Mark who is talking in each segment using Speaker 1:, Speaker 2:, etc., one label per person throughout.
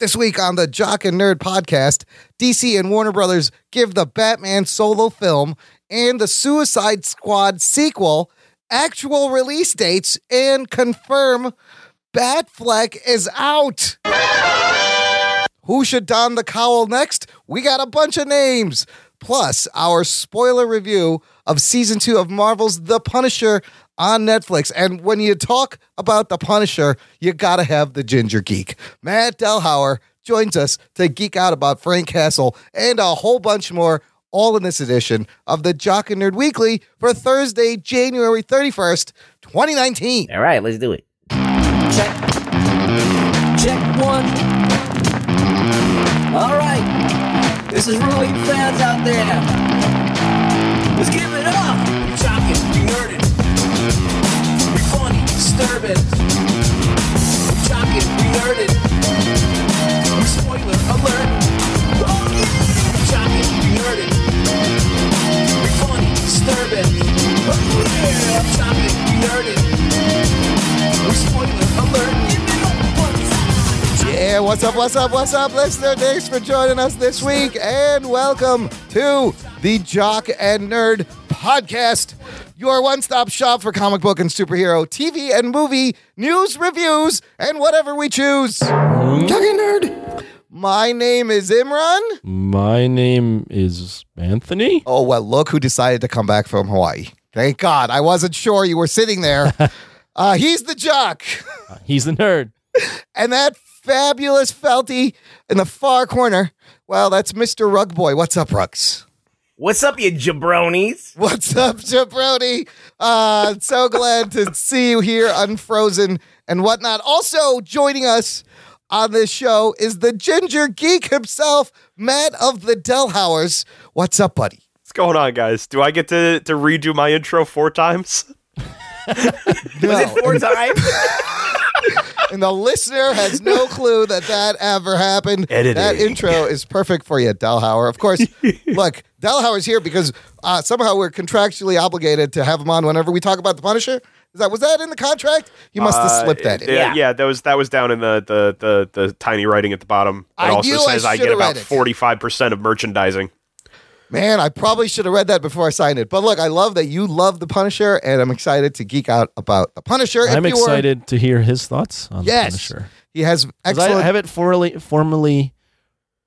Speaker 1: This week on the Jock and Nerd podcast, DC and Warner Brothers give the Batman solo film and the Suicide Squad sequel actual release dates and confirm Batfleck is out. Who should don the cowl next? We got a bunch of names. Plus, our spoiler review of season two of Marvel's The Punisher on Netflix. And when you talk about The Punisher, you got to have the Ginger Geek. Matt Delhauer joins us to geek out about Frank Castle and a whole bunch more, all in this edition of the Jock and Nerd Weekly for Thursday, January 31st, 2019.
Speaker 2: All right, let's do it.
Speaker 3: Check. Check one. All right. This is really fans out there. Let's give it up. We talking, we nerding. We funny, disturbing. We talking, we nerding. We spoiler alert. Oh, yeah. We talking, we nerding. We funny, disturbing. Oh, yeah. We talking, we nerding. We spoiler alert.
Speaker 1: Yeah, what's up, what's up, what's up, listener? Thanks for joining us this week and welcome to the Jock and Nerd Podcast, your one stop shop for comic book and superhero, TV and movie, news, reviews, and whatever we choose. My name is Imran.
Speaker 4: My name is Anthony.
Speaker 1: Oh, well, look who decided to come back from Hawaii. Thank God. I wasn't sure you were sitting there. Uh, he's the jock.
Speaker 4: He's the nerd.
Speaker 1: And that fabulous Felty in the far corner. Well, that's Mr. Rug Boy. What's up, Rugs?
Speaker 2: What's up, you jabronis?
Speaker 1: What's up, Jabroni? Uh, so glad to see you here, unfrozen and whatnot. Also joining us on this show is the ginger geek himself, Matt of the Delhowers. What's up, buddy?
Speaker 5: What's going on, guys? Do I get to, to redo my intro four times?
Speaker 2: Was it four times?
Speaker 1: and the listener has no clue that that ever happened.
Speaker 5: Editing.
Speaker 1: That intro is perfect for you, Delhauer. Of course, look, Delhauer's here because uh, somehow we're contractually obligated to have him on whenever we talk about the Punisher. Is that was that in the contract? You must have
Speaker 5: Uh,
Speaker 1: slipped that in.
Speaker 5: yeah,
Speaker 2: Yeah.
Speaker 5: yeah, that was that was down in the the the, the tiny writing at the bottom. It
Speaker 1: I
Speaker 5: also
Speaker 1: knew I
Speaker 5: says I,
Speaker 1: shoulda
Speaker 5: get about
Speaker 1: read it.
Speaker 5: forty five percent of merchandising.
Speaker 1: Man, I probably should have read that before I signed it. But look, I love that you love the Punisher, and I'm excited to geek out about the Punisher. If
Speaker 4: I'm
Speaker 1: you were-
Speaker 4: excited to hear his thoughts on
Speaker 1: Yes.
Speaker 4: the Punisher.
Speaker 1: He has
Speaker 4: 'Cause
Speaker 1: excellent.
Speaker 4: I haven't formally, formally,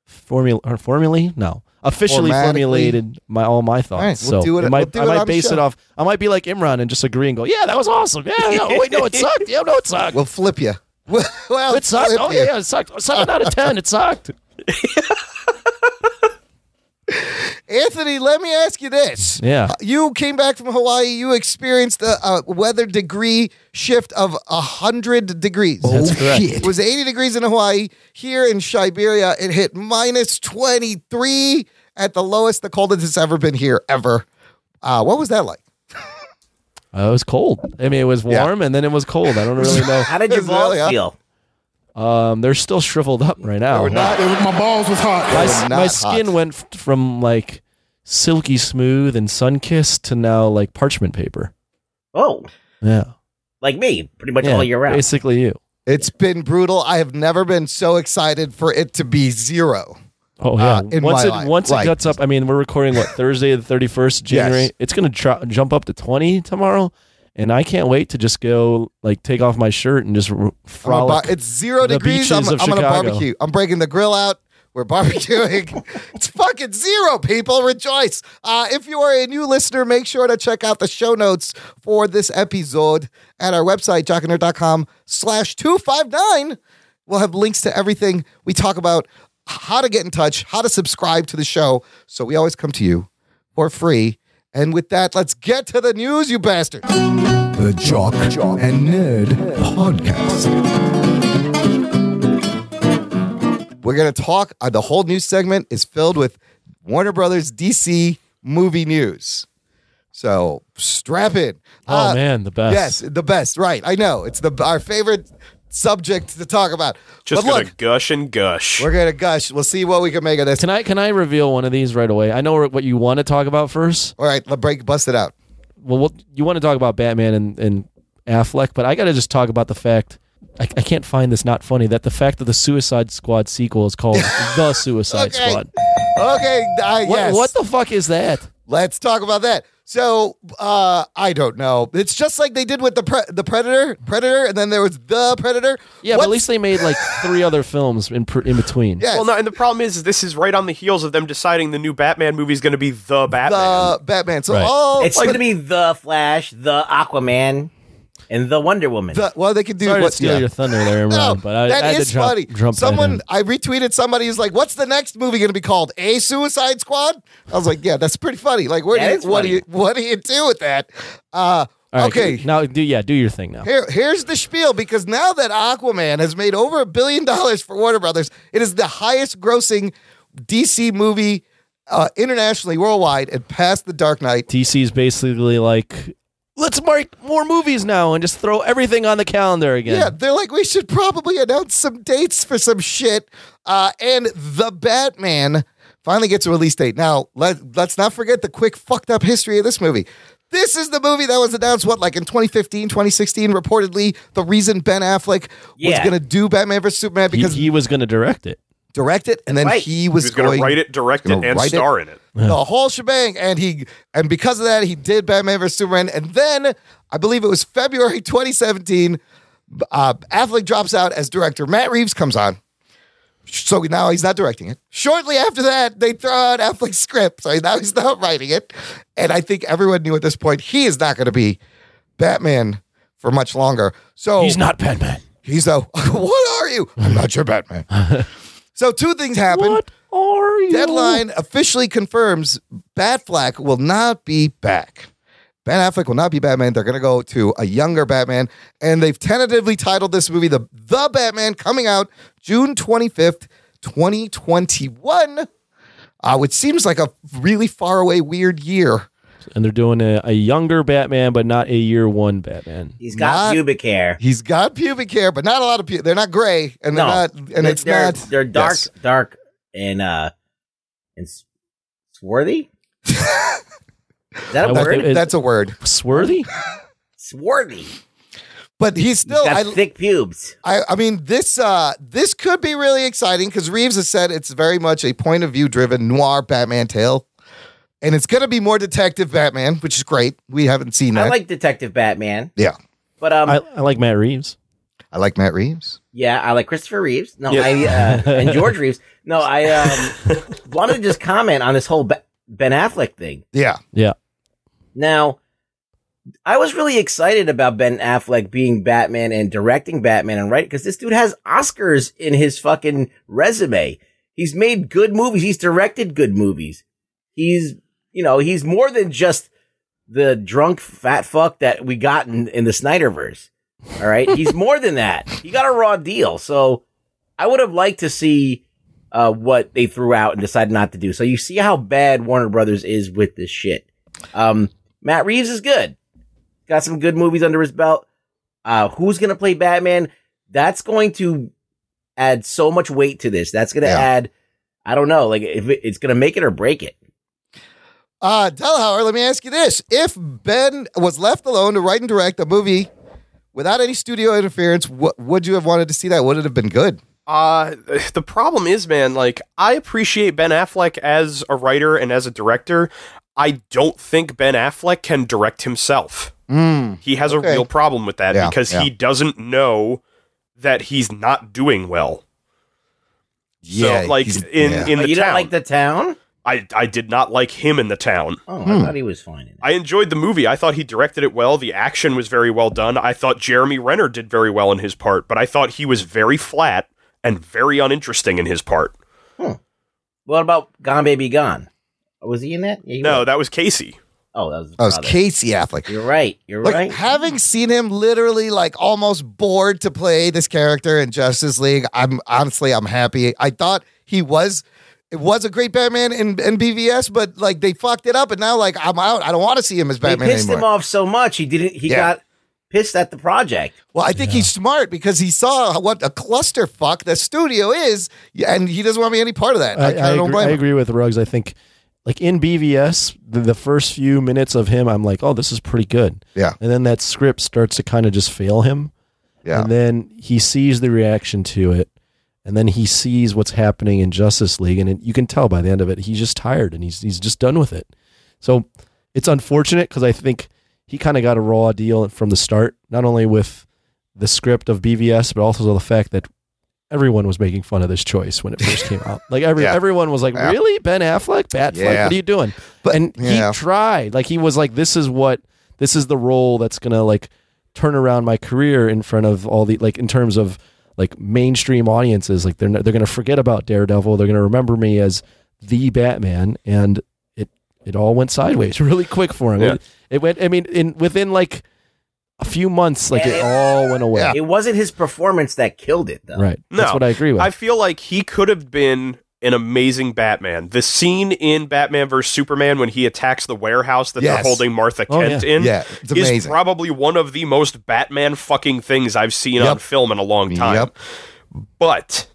Speaker 4: formula, or formally, no, officially
Speaker 1: Formatically.
Speaker 4: formulated my all my thoughts.
Speaker 1: All right, we'll
Speaker 4: so
Speaker 1: do it- we'll
Speaker 4: might,
Speaker 1: do
Speaker 4: I
Speaker 1: it
Speaker 4: might
Speaker 1: on the
Speaker 4: base
Speaker 1: show.
Speaker 4: it off. I might be like Imran and just agree and go, yeah, that was awesome. Yeah, yeah. Oh, wait, no, it sucked. Yeah, no, it sucked.
Speaker 1: we'll flip you. well,
Speaker 4: it sucked.
Speaker 1: flip
Speaker 4: Oh
Speaker 1: ya.
Speaker 4: yeah, yeah, it sucked. Seven out of ten. It sucked.
Speaker 1: Anthony, let me ask you this.
Speaker 4: Yeah.
Speaker 1: You came back from Hawaii. You experienced a, a weather degree shift of 100 degrees.
Speaker 4: That's correct.
Speaker 1: It was 80 degrees in Hawaii. Here in Siberia, it hit minus 23 at the lowest, the coldest it's ever been here, ever. Uh, what was that like?
Speaker 4: Uh, it was cold. I mean, it was
Speaker 1: Yeah.
Speaker 4: warm and then it was cold. I don't really know.
Speaker 2: How did your
Speaker 1: It's really
Speaker 2: balls
Speaker 1: up.
Speaker 2: feel?
Speaker 4: Um, they're still shriveled up right now.
Speaker 1: Or not?
Speaker 6: my balls was hot.
Speaker 4: my,
Speaker 1: were
Speaker 4: s-
Speaker 1: not
Speaker 4: my skin
Speaker 1: hot.
Speaker 4: went f- from like silky smooth and sun kissed to now like parchment paper.
Speaker 2: Oh,
Speaker 4: Yeah,
Speaker 2: like me, pretty much
Speaker 4: yeah
Speaker 2: all year round.
Speaker 4: Basically, you.
Speaker 1: It's been brutal. I have never been so excited for it to be zero.
Speaker 4: Oh yeah.
Speaker 1: Uh, in
Speaker 4: once
Speaker 1: my
Speaker 4: it
Speaker 1: life,
Speaker 4: once
Speaker 1: right.
Speaker 4: it gets up, I mean, we're recording what Thursday the thirty first January.
Speaker 1: Yes.
Speaker 4: It's gonna tr- jump up to twenty tomorrow, and I can't wait to just go like take off my shirt and just r-
Speaker 1: I'm a
Speaker 4: frolic.
Speaker 1: bar- it's zero
Speaker 4: the
Speaker 1: degrees.
Speaker 4: beaches
Speaker 1: I'm,
Speaker 4: of
Speaker 1: I'm gonna
Speaker 4: Chicago.
Speaker 1: barbecue. I'm breaking the grill out. We're barbecuing. it's fucking zero, people. Rejoice. Uh, if you are a new listener, make sure to check out the show notes for this episode at our website, jockandnerd.com slash 259. We'll have links to everything we talk about, how to get in touch, how to subscribe to the show. So we always come to you for free. And with that, let's get to the news, you bastards.
Speaker 6: The Jock, and Nerd Podcast.
Speaker 1: We're going to talk. Uh, the whole news segment is filled with Warner Brothers DC movie news. So strap in.
Speaker 4: oh
Speaker 1: Uh,
Speaker 4: man, the best.
Speaker 1: Yes, the best. Right. I know. It's the our favorite subject to talk about.
Speaker 5: Just
Speaker 1: but
Speaker 5: gonna
Speaker 1: look,
Speaker 5: gush and gush.
Speaker 1: we're going to gush. We'll see what we can make of this.
Speaker 4: Can I can I reveal one of these right away? I know what you want to talk about first.
Speaker 1: All right, let break bust it out.
Speaker 4: well, what, you want to talk about Batman and, and Affleck, but I got to just talk about the fact I, I can't find this not funny that the fact that the Suicide Squad sequel is called The Suicide
Speaker 1: Okay.
Speaker 4: Squad.
Speaker 1: Okay, I
Speaker 4: What,
Speaker 1: yes.
Speaker 4: what the fuck is that?
Speaker 1: Let's talk about that. So uh, I don't know. It's just like they did with the pre- the Predator, Predator, and then there was the Predator.
Speaker 4: Yeah, but
Speaker 1: What's-
Speaker 4: at least they made like three other films in pr- in between.
Speaker 1: yes,
Speaker 5: Well, no, and the problem is, is this is right on the heels of them deciding the new Batman movie is going to be the Batman.
Speaker 1: the Batman. So
Speaker 4: Right.
Speaker 1: all
Speaker 2: It's going to be the Flash, the Aquaman, and the Wonder Woman.
Speaker 1: the, well, they could do
Speaker 4: Sorry
Speaker 1: what
Speaker 4: to steal
Speaker 1: yeah.
Speaker 4: your thunder there,
Speaker 1: No,
Speaker 4: Imran, but I, I
Speaker 1: that
Speaker 4: had to
Speaker 1: is
Speaker 4: jump,
Speaker 1: funny.
Speaker 4: jump that
Speaker 1: Someone
Speaker 4: in.
Speaker 1: I retweeted somebody who's like, "What's the next movie going to be called? A Suicide Squad?" I was like, "Yeah, that's pretty funny. Like, where
Speaker 2: That
Speaker 1: do you,
Speaker 2: is
Speaker 1: what do you what do you do with that?" Uh,
Speaker 4: All right,
Speaker 1: okay,
Speaker 4: now do yeah, do your thing now.
Speaker 1: Here, here's the spiel because now that Aquaman has made over a billion dollars for Warner Brothers, it is the highest grossing DC movie uh, internationally worldwide and past The Dark Knight.
Speaker 4: DC is basically like, let's mark more movies now and just throw everything on the calendar again.
Speaker 1: Yeah, they're like, we should probably announce some dates for some shit. Uh, and The Batman finally gets a release date. Now, let, let's not forget the quick fucked up history of this movie. This is the movie that was announced, what, like in 2015, 2016, reportedly the reason Ben Affleck was
Speaker 2: Yeah.
Speaker 1: going to do Batman vs. Superman
Speaker 4: He-
Speaker 1: because
Speaker 4: he, was going to direct it.
Speaker 1: direct it, and then
Speaker 2: Right.
Speaker 1: he was
Speaker 5: Who's going to write it, direct it,
Speaker 1: gonna
Speaker 5: and
Speaker 1: write it.
Speaker 5: star in it?
Speaker 1: the whole shebang. And he and because of that, he did Batman vs Superman. And then I believe it was February 2017. Uh, Affleck drops out as director. Matt Reeves comes on. So now he's not directing it. Shortly after that, they throw out Affleck's script. So now he's not writing it. And I think everyone knew at this point he is not going to be Batman for much longer. So
Speaker 4: He's not Batman.
Speaker 1: He's the what are you? I'm not your Batman. so two things happen.
Speaker 4: What are you?
Speaker 1: Deadline officially confirms Batflack will not be back. Ben Affleck will not be Batman. They're going to go to a younger Batman, and they've tentatively titled this movie the The Batman, coming out June twenty fifth, twenty twenty one, uh, which seems like a really far away, weird year.
Speaker 4: And they're doing a, a younger Batman, but not a year one Batman.
Speaker 2: He's got
Speaker 1: Not-
Speaker 2: pubic hair.
Speaker 1: He's got pubic hair, but not a lot of pubic. They're not gray, and they're
Speaker 2: No.
Speaker 1: not, and
Speaker 2: they're,
Speaker 1: it's
Speaker 2: they're,
Speaker 1: not.
Speaker 2: They're dark,
Speaker 1: Yes.
Speaker 2: dark, and uh, and s- swarthy. Is that a
Speaker 4: That-
Speaker 2: word?
Speaker 4: it-
Speaker 1: That's a word.
Speaker 4: Swarthy?
Speaker 2: Swarthy.
Speaker 1: But he's
Speaker 2: He's
Speaker 1: still.
Speaker 2: got
Speaker 1: I,
Speaker 2: thick pubes.
Speaker 1: I, I mean, this uh, this could be really exciting because Reeves has said it's very much a point of view driven noir Batman tale, and it's going to be more detective Batman, which is great. We haven't seen that.
Speaker 2: I like Detective Batman,
Speaker 1: yeah,
Speaker 2: but um,
Speaker 4: I, I like Matt Reeves.
Speaker 1: I like Matt Reeves.
Speaker 2: Yeah, I like Christopher Reeves. No,
Speaker 5: Yeah.
Speaker 2: I uh, and George Reeves. No, I um, wanted to just comment on this whole Ba- Ben Affleck thing.
Speaker 1: Yeah,
Speaker 2: Now, I was really excited about Ben Affleck being Batman and directing Batman and right because this dude has Oscars in his fucking resume. He's made good movies. He's directed good movies. He's you know he's more than just the drunk fat fuck that we got in, in the Snyderverse. All right, he's more than that. He got a raw deal. So I would have liked to see uh, what they threw out and decided not to do. So you see how bad Warner Brothers is with this shit. Um, Matt Reeves is good. Got some good movies under his belt. Uh, who's going to play Batman? That's going to add so much weight to this. That's going to
Speaker 1: Yeah.
Speaker 2: add, I don't know, like if it, it's going to make it or break it.
Speaker 1: uh, Delhauer, let me ask you this: If Ben was left alone to write and direct a movie without any studio interference, what would you have wanted to see? That would it have been good?
Speaker 5: Uh, the problem is, man, like, I appreciate Ben Affleck as a writer and as a director. I don't think Ben Affleck can direct himself. He has
Speaker 1: Okay.
Speaker 5: a real problem with that
Speaker 1: Yeah,
Speaker 5: because
Speaker 1: yeah.
Speaker 5: he doesn't know that he's not doing well. so, like,
Speaker 1: he's-
Speaker 5: in,
Speaker 1: yeah.
Speaker 5: in
Speaker 2: Oh,
Speaker 5: the
Speaker 2: you
Speaker 5: town,
Speaker 2: don't like the town?
Speaker 5: I, I did not like him in the town.
Speaker 2: Oh,
Speaker 1: Hmm.
Speaker 2: I thought he was fine. In it.
Speaker 5: I enjoyed the movie. I thought he directed it well. The action was very well done. I thought Jeremy Renner did very well in his part, but I thought he was very flat and very uninteresting in his part.
Speaker 2: What about Gone Baby Gone? Was he in that? Yeah, he
Speaker 5: No,
Speaker 2: was.
Speaker 5: that was Casey.
Speaker 2: Oh, that was.
Speaker 1: that was
Speaker 2: brother.
Speaker 1: Casey Affleck.
Speaker 2: You're right. You're
Speaker 1: Like
Speaker 2: right.
Speaker 1: having seen him literally like almost bored to play this character in Justice League, I'm honestly I'm happy. I thought he was it was a great Batman in, in BVS, but like they fucked it up and now like I'm out. I don't want to see him as
Speaker 2: they
Speaker 1: Batman
Speaker 2: pissed
Speaker 1: anymore.
Speaker 2: him off so much he didn't. He
Speaker 1: Yeah.
Speaker 2: got pissed at the project.
Speaker 1: Well, I think he's smart because he saw what a clusterfuck the studio is and he doesn't want to be any part of that. I,
Speaker 4: I,
Speaker 1: kinda
Speaker 4: I
Speaker 1: don't
Speaker 4: agree,
Speaker 1: blame
Speaker 4: I
Speaker 1: him.
Speaker 4: agree with Ruggs. I think, like in BVS, the, the first few minutes of him, I'm like, oh, this is pretty good.
Speaker 1: Yeah.
Speaker 4: And then that script starts to kind of just fail him.
Speaker 1: Yeah.
Speaker 4: And then he sees the reaction to it. And then he sees what's happening in Justice League. And it, you can tell by the end of it, he's just tired and he's, he's just done with it. So it's unfortunate because I think he kind of got a raw deal from the start, not only with the script of BVS, but also the fact that everyone was making fun of this choice when it first came out. Like every
Speaker 1: Yeah.
Speaker 4: everyone was like,
Speaker 1: Yeah.
Speaker 4: "Really, Ben Affleck, Batfleck?
Speaker 1: Yeah.
Speaker 4: What are you doing?"
Speaker 1: But-
Speaker 4: and
Speaker 1: yeah.
Speaker 4: he tried. Like he was like, "This is what this is the role that's gonna like turn around my career in front of all the like in terms of like mainstream audiences. Like they're not, they're gonna forget about Daredevil. They're gonna remember me as the Batman." And it it all went sideways really quick for him.
Speaker 5: Yeah.
Speaker 4: It, it went. I mean, in within like a few months, like it all went away.
Speaker 1: Yeah.
Speaker 2: It wasn't his performance that killed it, though.
Speaker 4: Right.
Speaker 5: No.
Speaker 4: That's what I agree with.
Speaker 5: I feel like he could have been an amazing Batman. The scene in Batman vs Superman when he attacks the warehouse that
Speaker 1: Yes.
Speaker 5: they're holding Martha
Speaker 4: Oh,
Speaker 5: Kent in
Speaker 1: Yeah, it's
Speaker 5: is
Speaker 1: amazing.
Speaker 5: probably one of the most Batman fucking things I've seen on
Speaker 1: Yep.
Speaker 5: film in a long time.
Speaker 1: Yep.
Speaker 5: But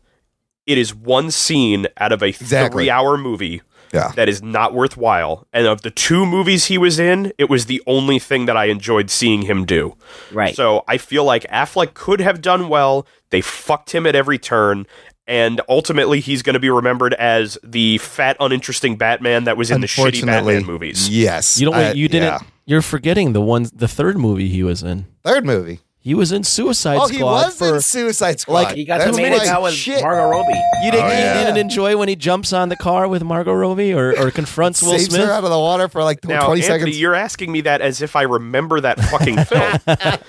Speaker 5: it is one scene out of a
Speaker 1: Exactly.
Speaker 5: three-hour movie
Speaker 1: Yeah.
Speaker 5: that is not worthwhile. And of the two movies he was in, it was the only thing that I enjoyed seeing him do.
Speaker 2: Right.
Speaker 5: So I feel like Affleck could have done well. They fucked him at every turn. And ultimately, he's going to be remembered as the fat, uninteresting Batman that was in the shitty Batman movies.
Speaker 1: Yes.
Speaker 4: You don't.
Speaker 1: I-
Speaker 4: wait, you didn't.
Speaker 1: yeah.
Speaker 4: You're forgetting the one, the third movie he was in.
Speaker 1: Third movie.
Speaker 4: He was in Suicide
Speaker 1: Oh,
Speaker 4: Squad.
Speaker 1: he was
Speaker 4: for,
Speaker 1: in Suicide Squad.
Speaker 4: Like,
Speaker 2: He got
Speaker 1: That's
Speaker 2: the main
Speaker 1: like
Speaker 2: out with
Speaker 1: shit.
Speaker 2: Margot Robbie.
Speaker 4: you didn't,
Speaker 1: Oh, yeah.
Speaker 4: you didn't enjoy when he jumps on the car with Margot Robbie or, or confronts Will
Speaker 1: Saves
Speaker 4: Smith.
Speaker 1: her out of the water for like tw-
Speaker 5: Now,
Speaker 1: 20
Speaker 5: Anthony,
Speaker 1: seconds.
Speaker 5: you're asking me that as if I remember that fucking film.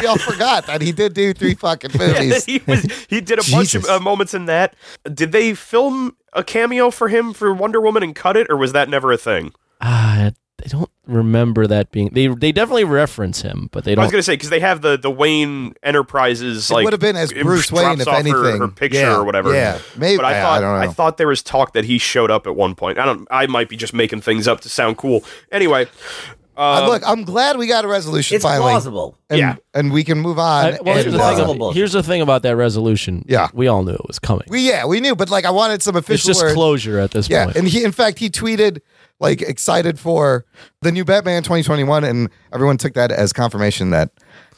Speaker 1: We all forgot that he did do three fucking movies.
Speaker 5: he, was, he did a bunch of
Speaker 1: Jesus.
Speaker 5: uh, moments in that. Did they film a cameo for him for Wonder Woman and cut it, or was that never a thing?
Speaker 4: Ah, I don't remember that being. They they definitely reference him, but they
Speaker 5: I
Speaker 4: don't.
Speaker 5: was going to say because they have the the Wayne Enterprises.
Speaker 1: It
Speaker 5: like,
Speaker 1: would've been as
Speaker 5: it
Speaker 1: Bruce Wayne,
Speaker 5: drops
Speaker 1: if
Speaker 5: off her-
Speaker 1: anything.
Speaker 5: her picture
Speaker 1: Yeah,
Speaker 5: or whatever.
Speaker 1: yeah. Maybe-
Speaker 5: But I
Speaker 1: yeah,
Speaker 5: thought
Speaker 1: I don't know.
Speaker 5: thought there was talk that he showed up at one point. I don't. I might be just making things up to sound cool. Anyway,
Speaker 1: Uh, Look, I'm glad we got a resolution
Speaker 2: It's
Speaker 1: finally.
Speaker 2: plausible.
Speaker 1: And,
Speaker 5: um, Yeah.
Speaker 1: and we can move on.
Speaker 4: I- well,
Speaker 1: and,
Speaker 4: here's, the
Speaker 1: uh,
Speaker 4: thing
Speaker 2: uh,
Speaker 4: about, here's the thing about that resolution.
Speaker 1: Yeah.
Speaker 4: we all knew it was coming.
Speaker 1: we yeah, we knew, but like I wanted some
Speaker 4: it's
Speaker 1: official
Speaker 4: just
Speaker 1: word.
Speaker 4: closure at this
Speaker 1: Yeah,
Speaker 4: point.
Speaker 1: and he, in fact, he tweeted like excited for the new Batman 2021, and everyone took that as confirmation that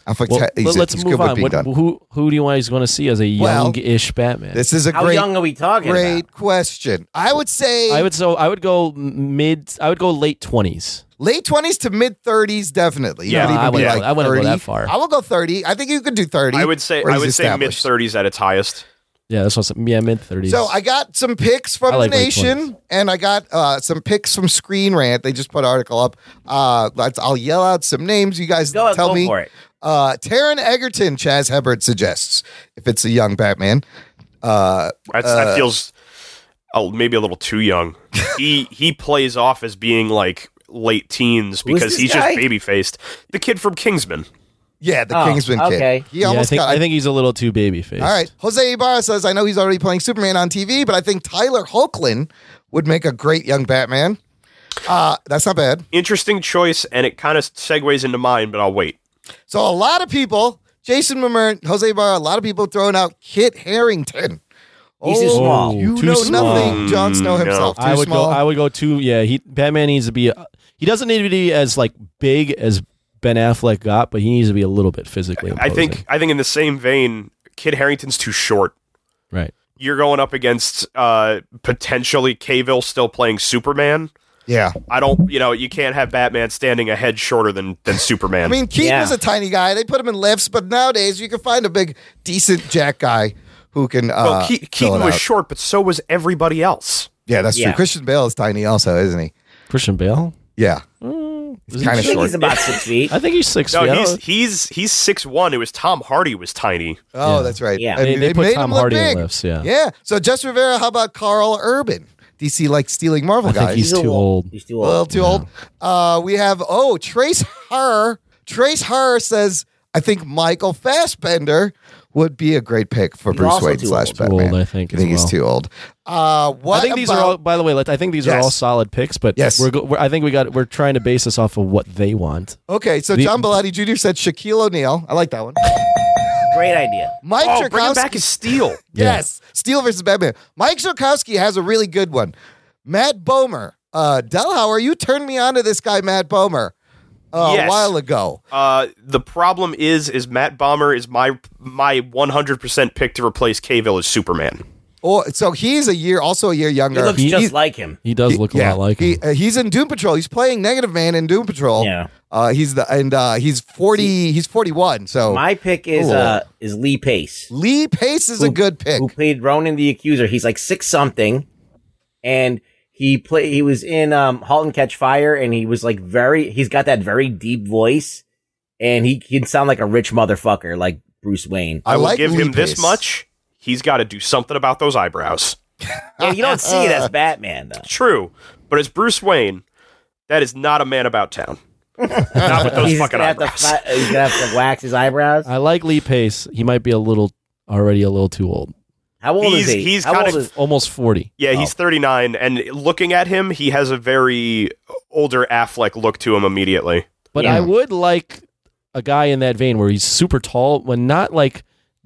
Speaker 1: Affleck's
Speaker 4: well,
Speaker 1: ha- he's,
Speaker 4: but let's
Speaker 1: he's
Speaker 4: move
Speaker 1: good with
Speaker 4: on.
Speaker 1: being
Speaker 4: What,
Speaker 1: done.
Speaker 4: who who do you want? He's going to see as a
Speaker 1: Well,
Speaker 4: young-ish Batman.
Speaker 1: This is a
Speaker 2: How
Speaker 1: great,
Speaker 2: young are we talking
Speaker 1: great
Speaker 2: about?
Speaker 1: question. I would say
Speaker 4: I would so I would go m- mid. I would go late twenties.
Speaker 1: late 20s to mid 30s, definitely. You
Speaker 5: Yeah,
Speaker 1: could even
Speaker 4: I
Speaker 1: be,
Speaker 4: wouldn't-
Speaker 1: like
Speaker 4: I wouldn't go
Speaker 1: 30.
Speaker 4: that far.
Speaker 1: I will go 30. I think you could do 30.
Speaker 5: I would say
Speaker 1: where
Speaker 5: I
Speaker 1: he's
Speaker 5: would say mid
Speaker 1: established.
Speaker 5: thirties at its highest.
Speaker 4: Yeah, that's what's yeah mid thirties.
Speaker 1: So I got some picks from
Speaker 4: I like
Speaker 1: the
Speaker 4: late
Speaker 1: nation,
Speaker 4: 20s.
Speaker 1: and I got uh, some picks from Screen Rant. They just put an article up. Uh, let's, I'll yell out some names. You guys
Speaker 2: Go-
Speaker 1: tell
Speaker 2: go
Speaker 1: me.
Speaker 2: for it.
Speaker 1: Uh, Taron Egerton, Chaz Hebert suggests if it's a young Batman. Uh,
Speaker 5: That's, that feels oh, maybe a little too young. he he plays off as being like late teens
Speaker 2: Who's
Speaker 5: because
Speaker 2: this
Speaker 5: he's
Speaker 2: guy?
Speaker 5: just baby faced. The kid from Kingsman.
Speaker 1: yeah, the
Speaker 2: Oh,
Speaker 1: Kingsman
Speaker 2: okay.
Speaker 1: kid. He almost
Speaker 4: I think
Speaker 1: got.
Speaker 4: I think he's a little too baby faced.
Speaker 1: all right, Jose Ibarra says I know he's already playing Superman on TV, but I think Tyler Hoechlin would make a great young Batman. Uh, that's not bad.
Speaker 5: Interesting choice, and it kind of segues into mine, but I'll wait.
Speaker 1: So a lot of people, Jason Mamern, Jose Barr, a lot of people throwing out Kit Harrington.
Speaker 2: He's too
Speaker 1: Oh,
Speaker 2: small. Mm,
Speaker 1: You
Speaker 4: Too
Speaker 1: know
Speaker 4: small.
Speaker 1: nothing, Jon Snow
Speaker 5: no.
Speaker 1: himself. Too
Speaker 4: I would
Speaker 1: small.
Speaker 4: go. I would go too. Yeah, he Batman needs to be. uh, He doesn't need to be as like big as Ben Affleck got, but he needs to be a little bit physically.
Speaker 5: I think
Speaker 4: imposing.
Speaker 5: I think in the same vein, Kid Harrington's too short.
Speaker 4: right.
Speaker 5: You're going up against uh, potentially Cavill still playing Superman.
Speaker 1: yeah.
Speaker 5: I don't, you know, you can't have Batman standing a head shorter than than Superman.
Speaker 1: I mean, Keaton
Speaker 2: Yeah.
Speaker 1: was a tiny guy. They put him in lifts, but nowadays you can find a big, decent jack guy who can. Uh,
Speaker 5: well, Ke-
Speaker 1: fill
Speaker 5: Keaton
Speaker 1: it
Speaker 5: was
Speaker 1: out.
Speaker 5: short, but so was everybody else.
Speaker 1: Yeah, that's true.
Speaker 2: Yeah.
Speaker 1: Christian Bale is tiny, also, isn't he?
Speaker 4: Christian Bale.
Speaker 1: Yeah,
Speaker 4: Is he-
Speaker 1: kinda
Speaker 2: I think he's
Speaker 1: short.
Speaker 2: about six feet.
Speaker 4: I think he's six.
Speaker 5: No,
Speaker 4: feet. I
Speaker 5: he's
Speaker 4: don't-
Speaker 5: he's he's six one. It was Tom Hardy was tiny.
Speaker 1: Oh,
Speaker 4: Yeah.
Speaker 1: that's right.
Speaker 2: Yeah.
Speaker 1: I
Speaker 4: They-
Speaker 1: mean,
Speaker 4: they put
Speaker 1: made
Speaker 4: Tom
Speaker 1: him look
Speaker 4: Hardy in
Speaker 1: big.
Speaker 4: lifts, yeah.
Speaker 1: Yeah. So, Jess Rivera, how about Carl Urban? DC like stealing Marvel
Speaker 4: I think
Speaker 1: guys.
Speaker 4: he's
Speaker 2: a
Speaker 4: too
Speaker 2: little-
Speaker 4: old.
Speaker 2: He's too
Speaker 1: a little
Speaker 2: old.
Speaker 1: too old. Uh, we have oh Trace Her. Trace Her says, I think Michael Fassbender would be a great pick for
Speaker 2: He's
Speaker 1: Bruce
Speaker 2: also
Speaker 1: Wayne
Speaker 2: too
Speaker 1: slash
Speaker 2: old.
Speaker 4: Too
Speaker 1: Batman.
Speaker 4: old, I think, as
Speaker 1: he's
Speaker 4: well.
Speaker 1: too old. Uh, what
Speaker 4: I think these are all.
Speaker 1: about-
Speaker 4: By the way, let- I think these are
Speaker 1: Yes.
Speaker 4: all solid picks. But
Speaker 1: Yes.
Speaker 4: we're, go, we're I think we got. We're trying to base this off of what they want.
Speaker 1: okay. So
Speaker 4: the-
Speaker 1: John Bellotti Jr. said Shaquille O'Neal. I like that one.
Speaker 2: Great idea.
Speaker 1: Mike
Speaker 5: Oh,
Speaker 1: Tchaikovsky.
Speaker 5: bring him back as Steel.
Speaker 1: yes, Steel versus Batman. Mike Zukowski has a really good one. Matt Bomer. Uh, Delhauer, you turned me on to this guy, Matt Bomer. uh,
Speaker 5: Yes.
Speaker 1: a while ago.
Speaker 5: Uh, the problem is, is Matt Bomber is my my 100% pick to replace Cavill as Superman.
Speaker 1: Or Oh, so he's a year, also a year
Speaker 2: He
Speaker 1: younger.
Speaker 2: looks
Speaker 1: He's-
Speaker 2: just like him.
Speaker 4: He does look a lot like
Speaker 1: he,
Speaker 4: him.
Speaker 1: uh, he's in Doom Patrol. He's playing Negative Man in Doom Patrol.
Speaker 2: Yeah.
Speaker 1: uh, he's the and uh, he's forty. he's forty one. So
Speaker 2: My pick is
Speaker 1: Cool.
Speaker 2: uh is Lee Pace,
Speaker 1: Oh. Lee Pace is a
Speaker 2: who-
Speaker 1: good pick.
Speaker 2: who played Ronan the Accuser. He's like six something, and he play he was in um *Halt and Catch Fire*, and he was like very. He's got that very deep voice, and he can sound like a rich motherfucker, like Bruce Wayne.
Speaker 5: I, will
Speaker 1: like
Speaker 5: give
Speaker 1: Lee
Speaker 5: him this
Speaker 1: Pace.
Speaker 5: much. He's got to do something about those eyebrows.
Speaker 2: Yeah, you don't see it as Batman though.
Speaker 5: True, but as Bruce Wayne, that is not a man about town. not with those
Speaker 2: He's
Speaker 5: fucking
Speaker 2: gonna, have to
Speaker 5: eyebrows.
Speaker 2: fi- he's gonna have to wax his eyebrows.
Speaker 4: I like Lee Pace. He might be a little already a little too old.
Speaker 2: How old
Speaker 5: he's-
Speaker 2: is he?
Speaker 5: he's
Speaker 2: How
Speaker 5: kinda-
Speaker 2: old is?
Speaker 4: Almost forty.
Speaker 5: yeah, he's 39, and looking at him, he has a very older Affleck look to him immediately.
Speaker 4: But
Speaker 2: Yeah.
Speaker 4: I would like a guy in that vein where he's super tall, when not like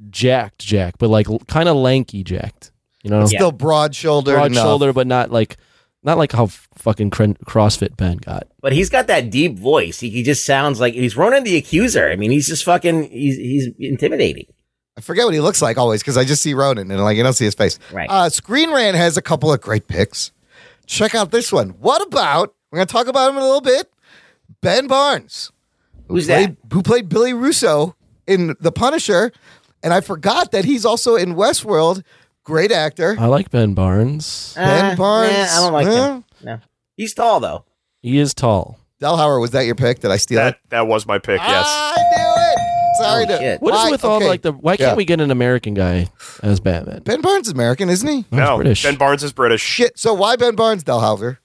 Speaker 4: jacked, jacked, but like kind of lanky, jacked. You know,
Speaker 2: Yeah.
Speaker 1: Still broad shouldered.
Speaker 4: broad shoulder, but not like not like how f- fucking cren- CrossFit Ben got.
Speaker 2: But he's got that deep voice. He, he just sounds like he's Ronan the Accuser. I mean, he's just fucking. He's he's intimidating.
Speaker 1: I forget what he looks like always because I just see Ronan and like I don't see his face.
Speaker 2: Right.
Speaker 1: Uh, Screen Rant has a couple of great picks. Check out this one. What about? We're gonna talk about him in a little bit. Ben Barnes. who
Speaker 2: Who's
Speaker 1: played,
Speaker 2: that?
Speaker 1: Who played Billy Russo in The Punisher? And I forgot that he's also in Westworld. Great actor.
Speaker 4: I like Ben Barnes.
Speaker 1: Ben
Speaker 2: Uh,
Speaker 1: Barnes.
Speaker 2: nah, I don't like
Speaker 1: Eh?
Speaker 2: him. No. He's tall though.
Speaker 4: He is tall.
Speaker 1: Delhauer, was that your pick? Did I steal
Speaker 5: That
Speaker 1: it?
Speaker 5: that was my pick. Yes,
Speaker 2: Ah.
Speaker 1: I knew it. Sorry
Speaker 2: Oh,
Speaker 1: to.
Speaker 2: shit.
Speaker 4: What is
Speaker 1: Why-
Speaker 4: with all
Speaker 1: okay.
Speaker 4: like the? Why can't
Speaker 1: Yeah.
Speaker 4: we get an American guy as Batman?
Speaker 1: Ben Barnes is American, isn't he?
Speaker 4: He's
Speaker 5: no,
Speaker 4: British.
Speaker 5: Ben Barnes is British.
Speaker 1: Shit. So why Ben Barnes, Delhauer?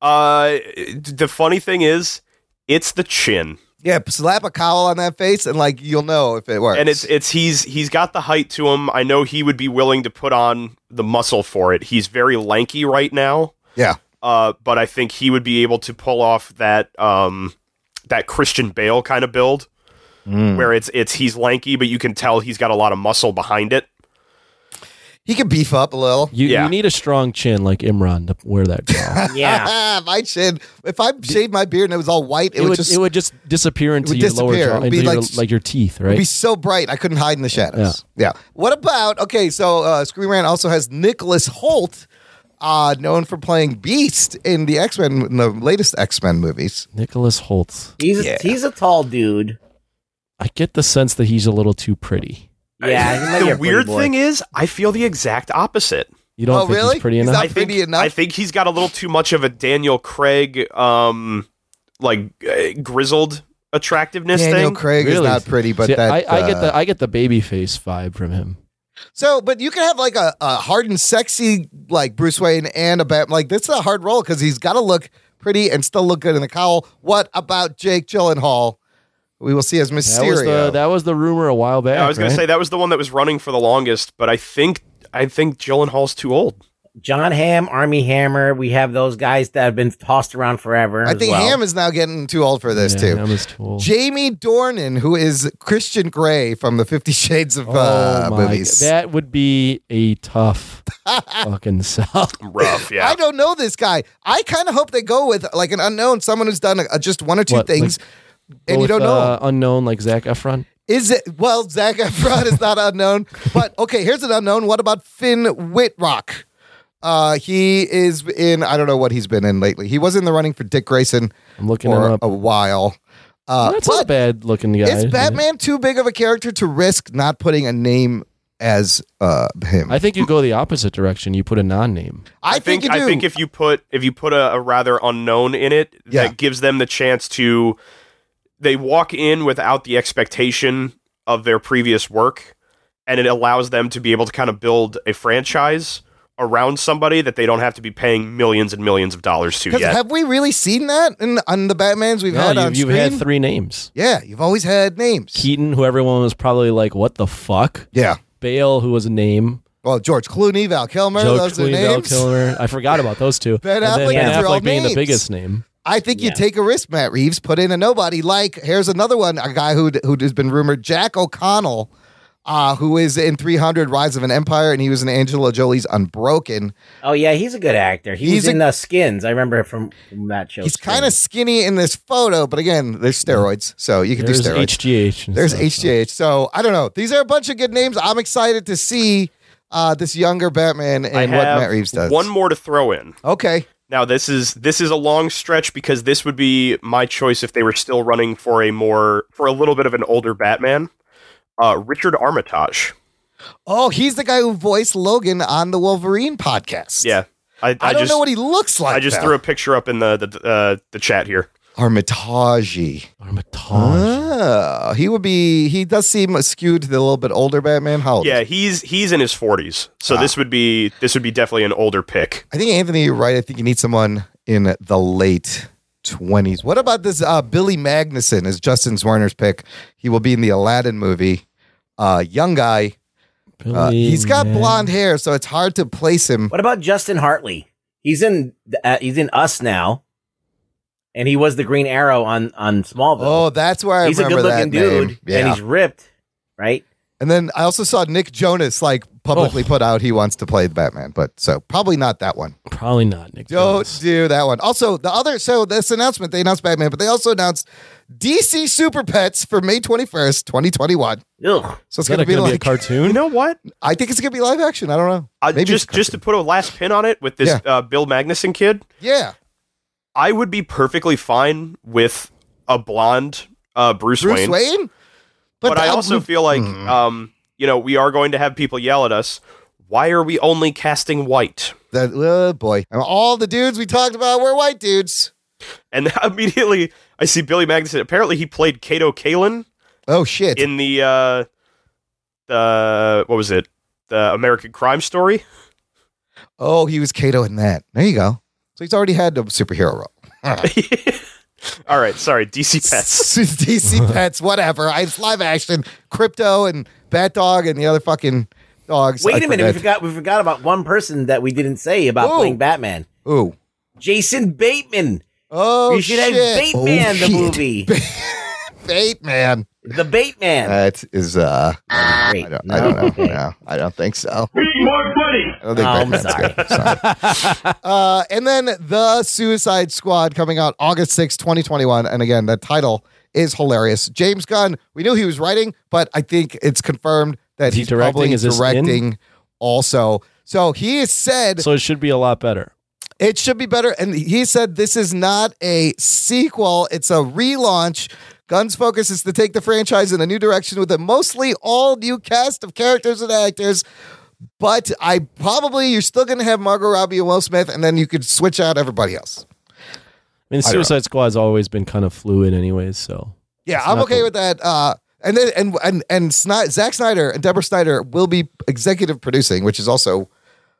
Speaker 5: Uh, the funny thing is, it's the chin.
Speaker 1: Yeah, slap a cowl on that face and like you'll know if it works.
Speaker 5: and it's it's he's he's got the height to him. I know he would be willing to put on the muscle for it. He's very lanky right now,
Speaker 1: yeah.
Speaker 5: uh, but I think he would be able to pull off that um, that Christian Bale kind of build,
Speaker 2: Mm.
Speaker 5: where it's it's he's lanky, but you can tell he's got a lot of muscle behind it.
Speaker 1: He could beef up a little.
Speaker 4: You,
Speaker 5: Yeah.
Speaker 4: you need a strong chin like Imran to wear that. Cowl.
Speaker 2: Yeah.
Speaker 1: my chin. If I shaved my beard and it was all white, it,
Speaker 4: it,
Speaker 1: would,
Speaker 4: would
Speaker 1: just
Speaker 4: it would just disappear into
Speaker 1: would
Speaker 4: your
Speaker 1: disappear.
Speaker 4: lower
Speaker 1: It'd
Speaker 4: jaw,
Speaker 1: be
Speaker 4: into your,
Speaker 1: like-
Speaker 4: like your teeth,
Speaker 1: it'd be
Speaker 4: right?
Speaker 1: so bright I couldn't hide in the shadows. Yeah. What about okay? So uh, Screen Rant also has Nicholas Holt, uh, known for playing Beast in the X Men, in the latest X Men movies.
Speaker 4: Nicholas Holtz.
Speaker 2: He's a,
Speaker 1: Yeah.
Speaker 2: he's a tall dude.
Speaker 4: I get the sense that he's a little too pretty.
Speaker 2: Yeah. he might be a
Speaker 5: Uh, the
Speaker 2: pretty
Speaker 5: weird
Speaker 2: boy.
Speaker 5: thing is, I feel the exact opposite.
Speaker 4: You don't
Speaker 1: Oh,
Speaker 4: think
Speaker 1: really?
Speaker 4: he's pretty
Speaker 1: He's
Speaker 4: enough?
Speaker 1: not-
Speaker 5: I think
Speaker 1: pretty enough?
Speaker 5: I think he's got a little too much of a Daniel Craig, um, like uh, grizzled attractiveness
Speaker 1: Daniel
Speaker 5: thing.
Speaker 1: Craig is
Speaker 4: Really?
Speaker 1: not pretty, but
Speaker 4: See,
Speaker 1: that
Speaker 4: I, I
Speaker 1: uh,
Speaker 4: get the I get the baby face vibe from him.
Speaker 1: So, but you can have like a, a hard and sexy like Bruce Wayne and a Batman. Like this is a hard role because he's got to look pretty and still look good in the cowl. What about Jake Gyllenhaal? We will see as
Speaker 4: That was
Speaker 1: Mysterio.
Speaker 4: the that was the rumor a while back.
Speaker 5: Yeah, I was gonna
Speaker 4: right?
Speaker 5: say that was the one that was running for the longest, but I think I think Gyllenhaal's too old.
Speaker 2: John Hamm, Army Hammer. We have those guys that have been tossed around forever.
Speaker 1: I think Ham is now getting too old for this
Speaker 4: yeah,
Speaker 1: too.
Speaker 4: That was cool.
Speaker 1: Jamie Dornan, who is Christian Grey from the Fifty Shades of uh,
Speaker 4: Oh my
Speaker 1: movies.
Speaker 4: g- That would be a tough fucking sell.
Speaker 5: Rough, yeah.
Speaker 1: I don't know this guy. I kind of hope they go with like an unknown, someone who's done uh just one or two
Speaker 4: What, like,
Speaker 1: things,
Speaker 4: Go
Speaker 1: and you
Speaker 4: with,
Speaker 1: don't know. him.
Speaker 4: uh, unknown like Zach Efron.
Speaker 1: Is it well? Zach Efron is not unknown, but okay. Here's an unknown. What about Finn Whitrock? Uh, he is in. I don't know what he's been in lately. He was in the running for Dick Grayson
Speaker 4: I'm looking him
Speaker 1: for
Speaker 4: up.
Speaker 1: a while. Uh,
Speaker 4: That's not a
Speaker 1: but
Speaker 4: bad looking guy.
Speaker 1: is Batman too big of a character to risk not putting a name as uh, him?
Speaker 4: I think you go the opposite direction. You put a non-name.
Speaker 1: I, think, you do.
Speaker 5: I think if you put if you put a, a rather unknown in it,
Speaker 1: Yeah.
Speaker 5: that gives them the chance to they walk in without the expectation of their previous work, and it allows them to be able to kind of build a franchise around somebody that they don't have to be paying millions and millions of dollars to
Speaker 1: 'Cause
Speaker 5: yet.
Speaker 1: have we really seen that in on the Batman's we've
Speaker 4: No,
Speaker 1: had on
Speaker 4: you've, you've
Speaker 1: screen?
Speaker 4: had three names.
Speaker 1: yeah, you've always had names.
Speaker 4: Keaton, who everyone was probably like, "What the fuck?"
Speaker 1: yeah.
Speaker 4: Bale, who was a name.
Speaker 1: Well, George Clooney, Val Kilmer,
Speaker 4: Joe
Speaker 1: those
Speaker 4: Clooney,
Speaker 1: are
Speaker 4: Val
Speaker 1: names.
Speaker 4: Kilmer. I forgot about those two.
Speaker 1: Ben
Speaker 4: and
Speaker 1: Affleck, those
Speaker 4: then ben
Speaker 1: are all
Speaker 4: Affleck being
Speaker 1: names.
Speaker 4: the biggest name.
Speaker 1: I think you
Speaker 2: Yeah.
Speaker 1: take a risk, Matt Reeves. Put in a nobody. Like here's another one, a guy who who has been rumored, Jack O'Connell, uh, who is in 300 Rise of an Empire, and he was in Angela Jolie's Unbroken.
Speaker 2: Oh yeah, he's a good actor. He
Speaker 1: He's
Speaker 2: was in
Speaker 1: a-
Speaker 2: uh, Skins. I remember from, from that show.
Speaker 1: He's
Speaker 2: Skins.
Speaker 1: kind of skinny in this photo, but again, there's steroids, so you can
Speaker 4: There's
Speaker 1: do steroids.
Speaker 4: HGH. and
Speaker 1: There's
Speaker 4: stuff, so.
Speaker 1: HGH. So I don't know. These are a bunch of good names. I'm excited to see uh, this younger Batman
Speaker 5: I
Speaker 1: and what
Speaker 5: have
Speaker 1: Matt Reeves does.
Speaker 5: One more to throw in.
Speaker 1: Okay.
Speaker 5: Now this is this is a long stretch because this would be my choice if they were still running for a more for a little bit of an older Batman. Uh, Richard Armitage.
Speaker 1: Oh, he's the guy who voiced Logan on the Wolverine podcast.
Speaker 5: Yeah, I, I,
Speaker 1: I, don't
Speaker 5: just
Speaker 1: know what he looks like.
Speaker 5: I just
Speaker 1: though.
Speaker 5: threw a picture up in the the uh, the chat here.
Speaker 1: Armitage.
Speaker 4: Armitage. Ah.
Speaker 1: Oh, he would be. He does seem skewed to the little bit older Batman. How old? is
Speaker 5: Yeah,
Speaker 1: he?
Speaker 5: he's he's in his forties, so
Speaker 1: Ah.
Speaker 5: this would be this would be definitely an older pick.
Speaker 1: I think Anthony, you're right. I think you need someone in the late twenties. What about this? Uh, Billy Magnuson is Justin Werner's pick. He will be in the Aladdin movie. Uh, young guy. Uh,
Speaker 4: Billy
Speaker 1: he's got
Speaker 4: Mag-
Speaker 1: blonde hair, so it's hard to place him.
Speaker 2: What about Justin Hartley? He's in uh, he's in Us now, and he was the Green Arrow on on Smallville.
Speaker 1: Oh, that's where I
Speaker 2: he's a
Speaker 1: remember
Speaker 2: good looking
Speaker 1: that name.
Speaker 2: dude, and
Speaker 1: Yeah.
Speaker 2: he's ripped, right?
Speaker 1: And then I also saw Nick Jonas like publicly
Speaker 4: Oh.
Speaker 1: put out he wants to play the Batman, but so probably not that one.
Speaker 4: Probably not Nick.
Speaker 1: Don't
Speaker 4: Jonas.
Speaker 1: do that one. Also, the other so this announcement they announced Batman, but they also announced DC Super Pets for May twenty first, twenty twenty one.
Speaker 2: Ugh.
Speaker 1: So
Speaker 4: Is
Speaker 1: it's
Speaker 4: that
Speaker 1: gonna
Speaker 4: going
Speaker 1: be
Speaker 4: to be a
Speaker 1: like
Speaker 4: cartoon?
Speaker 5: You know what?
Speaker 1: I think it's gonna be live action. I don't know.
Speaker 5: I,
Speaker 1: Maybe
Speaker 5: Uh, just
Speaker 1: it's a
Speaker 5: just to put a last pin on it with this
Speaker 1: Yeah.
Speaker 5: uh, Bill Magnuson kid,
Speaker 1: Yeah,
Speaker 5: I would be perfectly fine with a blonde uh, Bruce,
Speaker 1: Bruce
Speaker 5: Wayne.
Speaker 1: Wayne.
Speaker 5: But, I
Speaker 1: that- Hmm.
Speaker 5: also feel like um, you know we are going to have people yell at us. Why are we only casting white?
Speaker 1: that oh boy, And all the dudes we talked about were white dudes.
Speaker 5: And immediately I see Billy Magnuson. Apparently he played Kato Kalin
Speaker 1: Oh shit.
Speaker 5: in the uh, the what was it? The American Crime Story.
Speaker 1: oh, he was Kato in that. There you go. So he's already had a superhero role.
Speaker 5: All right, sorry, DC Pets.
Speaker 1: DC pets, whatever. I, it's live action, crypto and Bat Dog and the other fucking dogs.
Speaker 2: Wait
Speaker 1: I
Speaker 2: a minute, we
Speaker 1: forget.
Speaker 2: forgot we forgot about one person that we didn't say about
Speaker 1: Whoa.
Speaker 2: playing Batman.
Speaker 1: Ooh.
Speaker 2: Jason Bateman.
Speaker 1: Oh,
Speaker 2: we should
Speaker 1: shit.
Speaker 2: have Bateman
Speaker 1: Oh,
Speaker 2: the
Speaker 1: shit.
Speaker 2: movie.
Speaker 1: Bateman.
Speaker 2: the Bateman.
Speaker 1: That is, uh,
Speaker 2: Great.
Speaker 1: I don't,
Speaker 2: No?
Speaker 1: I don't know.
Speaker 2: Okay.
Speaker 1: No, I don't think so. Be more funny. I don't think
Speaker 2: Oh, I'm
Speaker 1: Bateman's
Speaker 2: sorry.
Speaker 1: good. Sorry. uh, and then The Suicide Squad coming out August sixth, 2021. And again, that title is hilarious. James Gunn, we knew he was writing, but I think it's confirmed that
Speaker 4: Is he
Speaker 1: he's
Speaker 4: directing?
Speaker 1: probably
Speaker 4: Is this in?
Speaker 1: directing also. So he has said
Speaker 4: So it should be a lot better.
Speaker 1: it should be better. And he said this is not a sequel, it's a relaunch. Gunn's focus is to take the franchise in a new direction with a mostly all new cast of characters and actors. But I probably, you're still going to have Margot Robbie and Will Smith, and then you could switch out everybody else.
Speaker 4: I mean,
Speaker 1: I don't
Speaker 4: Suicide Squad's always been kind of fluid, anyways. So
Speaker 1: Yeah,
Speaker 4: It's
Speaker 1: I'm
Speaker 4: not
Speaker 1: okay
Speaker 4: the-
Speaker 1: with that. Uh, and then and and and Snyder, Zack Snyder and Deborah Snyder will be executive producing, which is also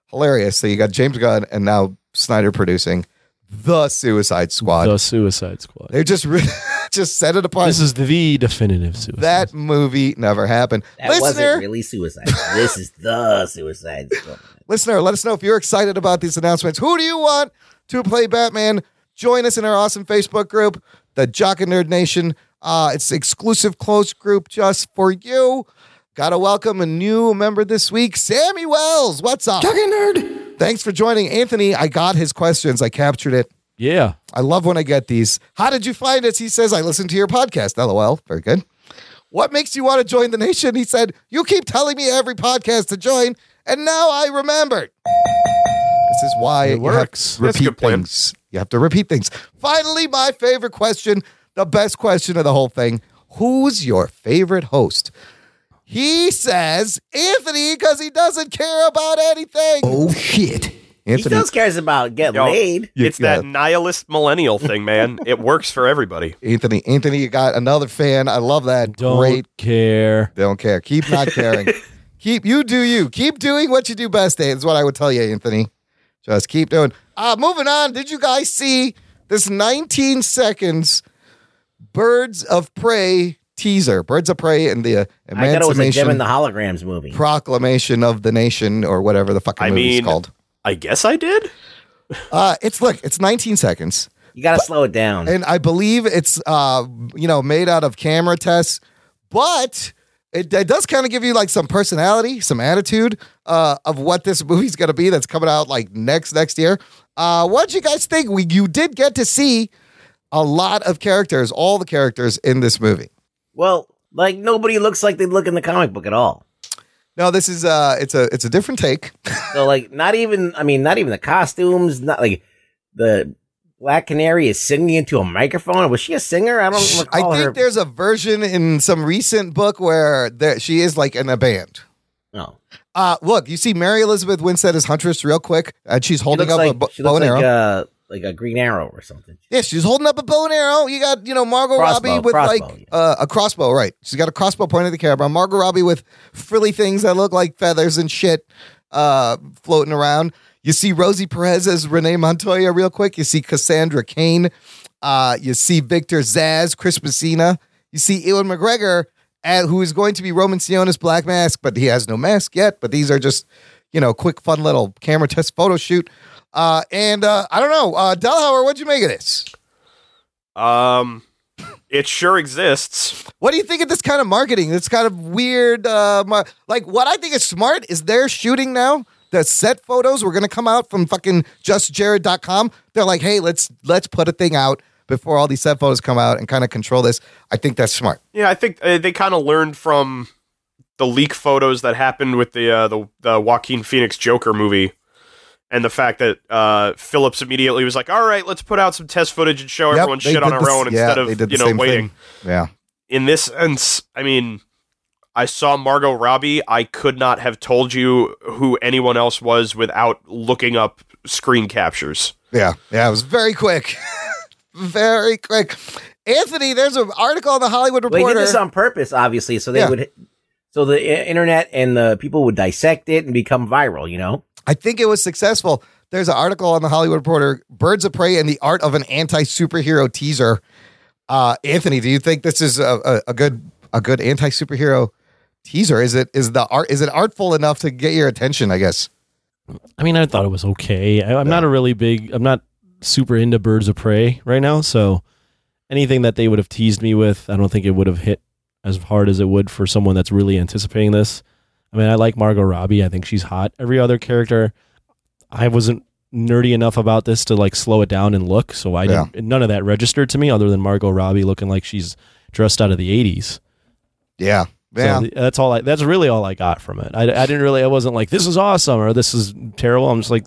Speaker 1: hilarious. So you got James Gunn and now Snyder producing the Suicide Squad.
Speaker 4: the Suicide Squad.
Speaker 1: They just re- just set it apart.
Speaker 4: This is the definitive Suicide.
Speaker 1: that movie never happened.
Speaker 2: That
Speaker 1: listener,
Speaker 2: wasn't really suicide. this is the suicide. Squad.
Speaker 1: listener, let us know if you're excited about these announcements. Who do you want to play Batman? Join us in our awesome Facebook group, the Jock and Nerd Nation. Uh, it's exclusive close group just for you. Gotta welcome a new member this week, Sammy Wells. What's up? Jock and Nerd. Thanks for joining, Anthony. I got his questions. I captured it.
Speaker 4: Yeah.
Speaker 1: I love when I get these. How did you find us? He says, I listened to your podcast. LOL. Very good. What makes you want to join the nation? He said, You keep telling me every podcast to join, and now I remembered. This is why
Speaker 4: It
Speaker 1: you
Speaker 4: works.
Speaker 1: Have to
Speaker 5: That's a
Speaker 1: repeat
Speaker 5: good plan.
Speaker 1: things. You have to repeat things. Finally, my favorite question, the best question of the whole thing. Who's your favorite host? He says Anthony because he doesn't care about anything.
Speaker 6: Oh shit.
Speaker 2: He
Speaker 1: Anthony,
Speaker 2: still cares about getting
Speaker 5: Yo,
Speaker 2: laid.
Speaker 5: it's
Speaker 1: yeah.
Speaker 5: that nihilist millennial thing, man. it works for everybody.
Speaker 1: Anthony, Anthony, you got another fan. I love that.
Speaker 4: Don't
Speaker 1: Great
Speaker 4: care.
Speaker 1: They don't care. Keep not caring. keep you do you. Keep doing what you do best. Dan, is what I would tell you, Anthony. Just keep doing. Uh, moving on. Did you guys see this 19 seconds Birds of Prey teaser? Birds of Prey and the uh,
Speaker 2: I thought it was a Gem
Speaker 1: Emancipation
Speaker 2: and the Holograms movie.
Speaker 1: Proclamation of the Nation, or whatever the fucking
Speaker 5: I
Speaker 1: movie's
Speaker 5: mean-
Speaker 1: called.
Speaker 5: I guess I did.
Speaker 1: Uh, it's look, it's 19 seconds.
Speaker 2: You got to slow it down.
Speaker 1: and I believe it's uh you know made out of camera tests, but It, it does kind of give you like some personality, some attitude uh, of what this movie's going to be that's coming out like next next year. Uh, what did you guys think? We you did get to see a lot of characters, all the characters in this movie.
Speaker 2: Well, like nobody looks like they look in the comic book at all.
Speaker 1: No, this is uh, it's a it's a different take.
Speaker 2: So like not even I mean not even the costumes, not like the Black Canary is singing into a microphone. Was she a singer? I don't
Speaker 1: I
Speaker 2: recall
Speaker 1: think
Speaker 2: her.
Speaker 1: there's a version in some recent book where there, she is like in a band.
Speaker 2: No.
Speaker 1: Uh, look, you see Mary Elizabeth Winstead as Huntress real quick, and she's
Speaker 2: She
Speaker 1: holding
Speaker 2: looks
Speaker 1: up
Speaker 2: like
Speaker 1: a bo-
Speaker 2: she
Speaker 1: bow
Speaker 2: looks
Speaker 1: and
Speaker 2: like
Speaker 1: arrow.
Speaker 2: uh like a green arrow or something.
Speaker 1: yeah, she's holding up a bow and arrow. You got you know Margot
Speaker 2: Crossbow,
Speaker 1: Robbie with
Speaker 2: crossbow,
Speaker 1: like
Speaker 2: yeah.
Speaker 1: uh, a crossbow, right? She's got a crossbow pointed at the camera. Margot Robbie with frilly things that look like feathers and shit uh, floating around. You see Rosie Perez as Renee Montoya real quick. You see Cassandra Kane. Uh, you see Victor Zaz, Chris Messina. You see Ewan McGregor, uh, who is going to be Roman Sionis Black Mask, but he has no mask yet. But these are just, you know, quick, fun little camera test photo shoot. Uh, and uh, I don't know, uh, Delhauer, what'd you make of this?
Speaker 5: Um, it sure exists.
Speaker 1: What do you think of this kind of marketing? This kind of weird, uh, mar- like what I think is smart is they're shooting now. The set photos were going to come out from fucking justjared.com. They're like, hey, let's let's put a thing out before all these set photos come out and kind of control this. I think that's smart.
Speaker 5: Yeah, I think uh, they kind of learned from the leak photos that happened with the uh, the, the Joaquin Phoenix Joker movie, and the fact that uh, Phillips immediately was like, "All right, let's put out some test footage and show
Speaker 1: Yep,
Speaker 5: everyone
Speaker 1: they
Speaker 5: shit on
Speaker 1: did
Speaker 5: our
Speaker 1: the s-
Speaker 5: own
Speaker 1: yeah,
Speaker 5: instead
Speaker 1: they did
Speaker 5: of
Speaker 1: the
Speaker 5: you know
Speaker 1: same
Speaker 5: waiting."
Speaker 1: thing. Yeah.
Speaker 5: In this sense, I mean, I saw Margot Robbie. I could not have told you who anyone else was without looking up screen captures.
Speaker 1: Yeah, yeah, it was very quick, very quick. Anthony, there's an article in the Hollywood
Speaker 2: Well, they
Speaker 1: Reporter.
Speaker 2: did this on purpose, obviously, so they
Speaker 1: Yeah.
Speaker 2: would so the i- internet and the people would dissect it and become viral, you know?
Speaker 1: I think it was successful. There's an article on the Hollywood Reporter: "Birds of Prey and the Art of an Anti-Superhero Teaser." Uh, Anthony, do you think this is a, a, a good a good anti-superhero teaser? Is it is the art is it artful enough to get your attention? I guess.
Speaker 4: I mean, I thought it was okay. I, I'm not a really big. I'm not super into Birds of Prey right now, so anything that they would have teased me with, I don't think it would have hit as hard as it would for someone that's really anticipating this. I mean, I like Margot Robbie. I think she's hot. Every other character, I wasn't nerdy enough about this to like slow it down and look, so I
Speaker 1: Yeah.
Speaker 4: didn't, none of that registered to me other than Margot Robbie looking like she's dressed out of the 80s.
Speaker 1: Yeah, yeah.
Speaker 4: So th- that's all. I, that's really all I got from it. I, I didn't really. I wasn't like this is awesome or this is terrible. I'm just like,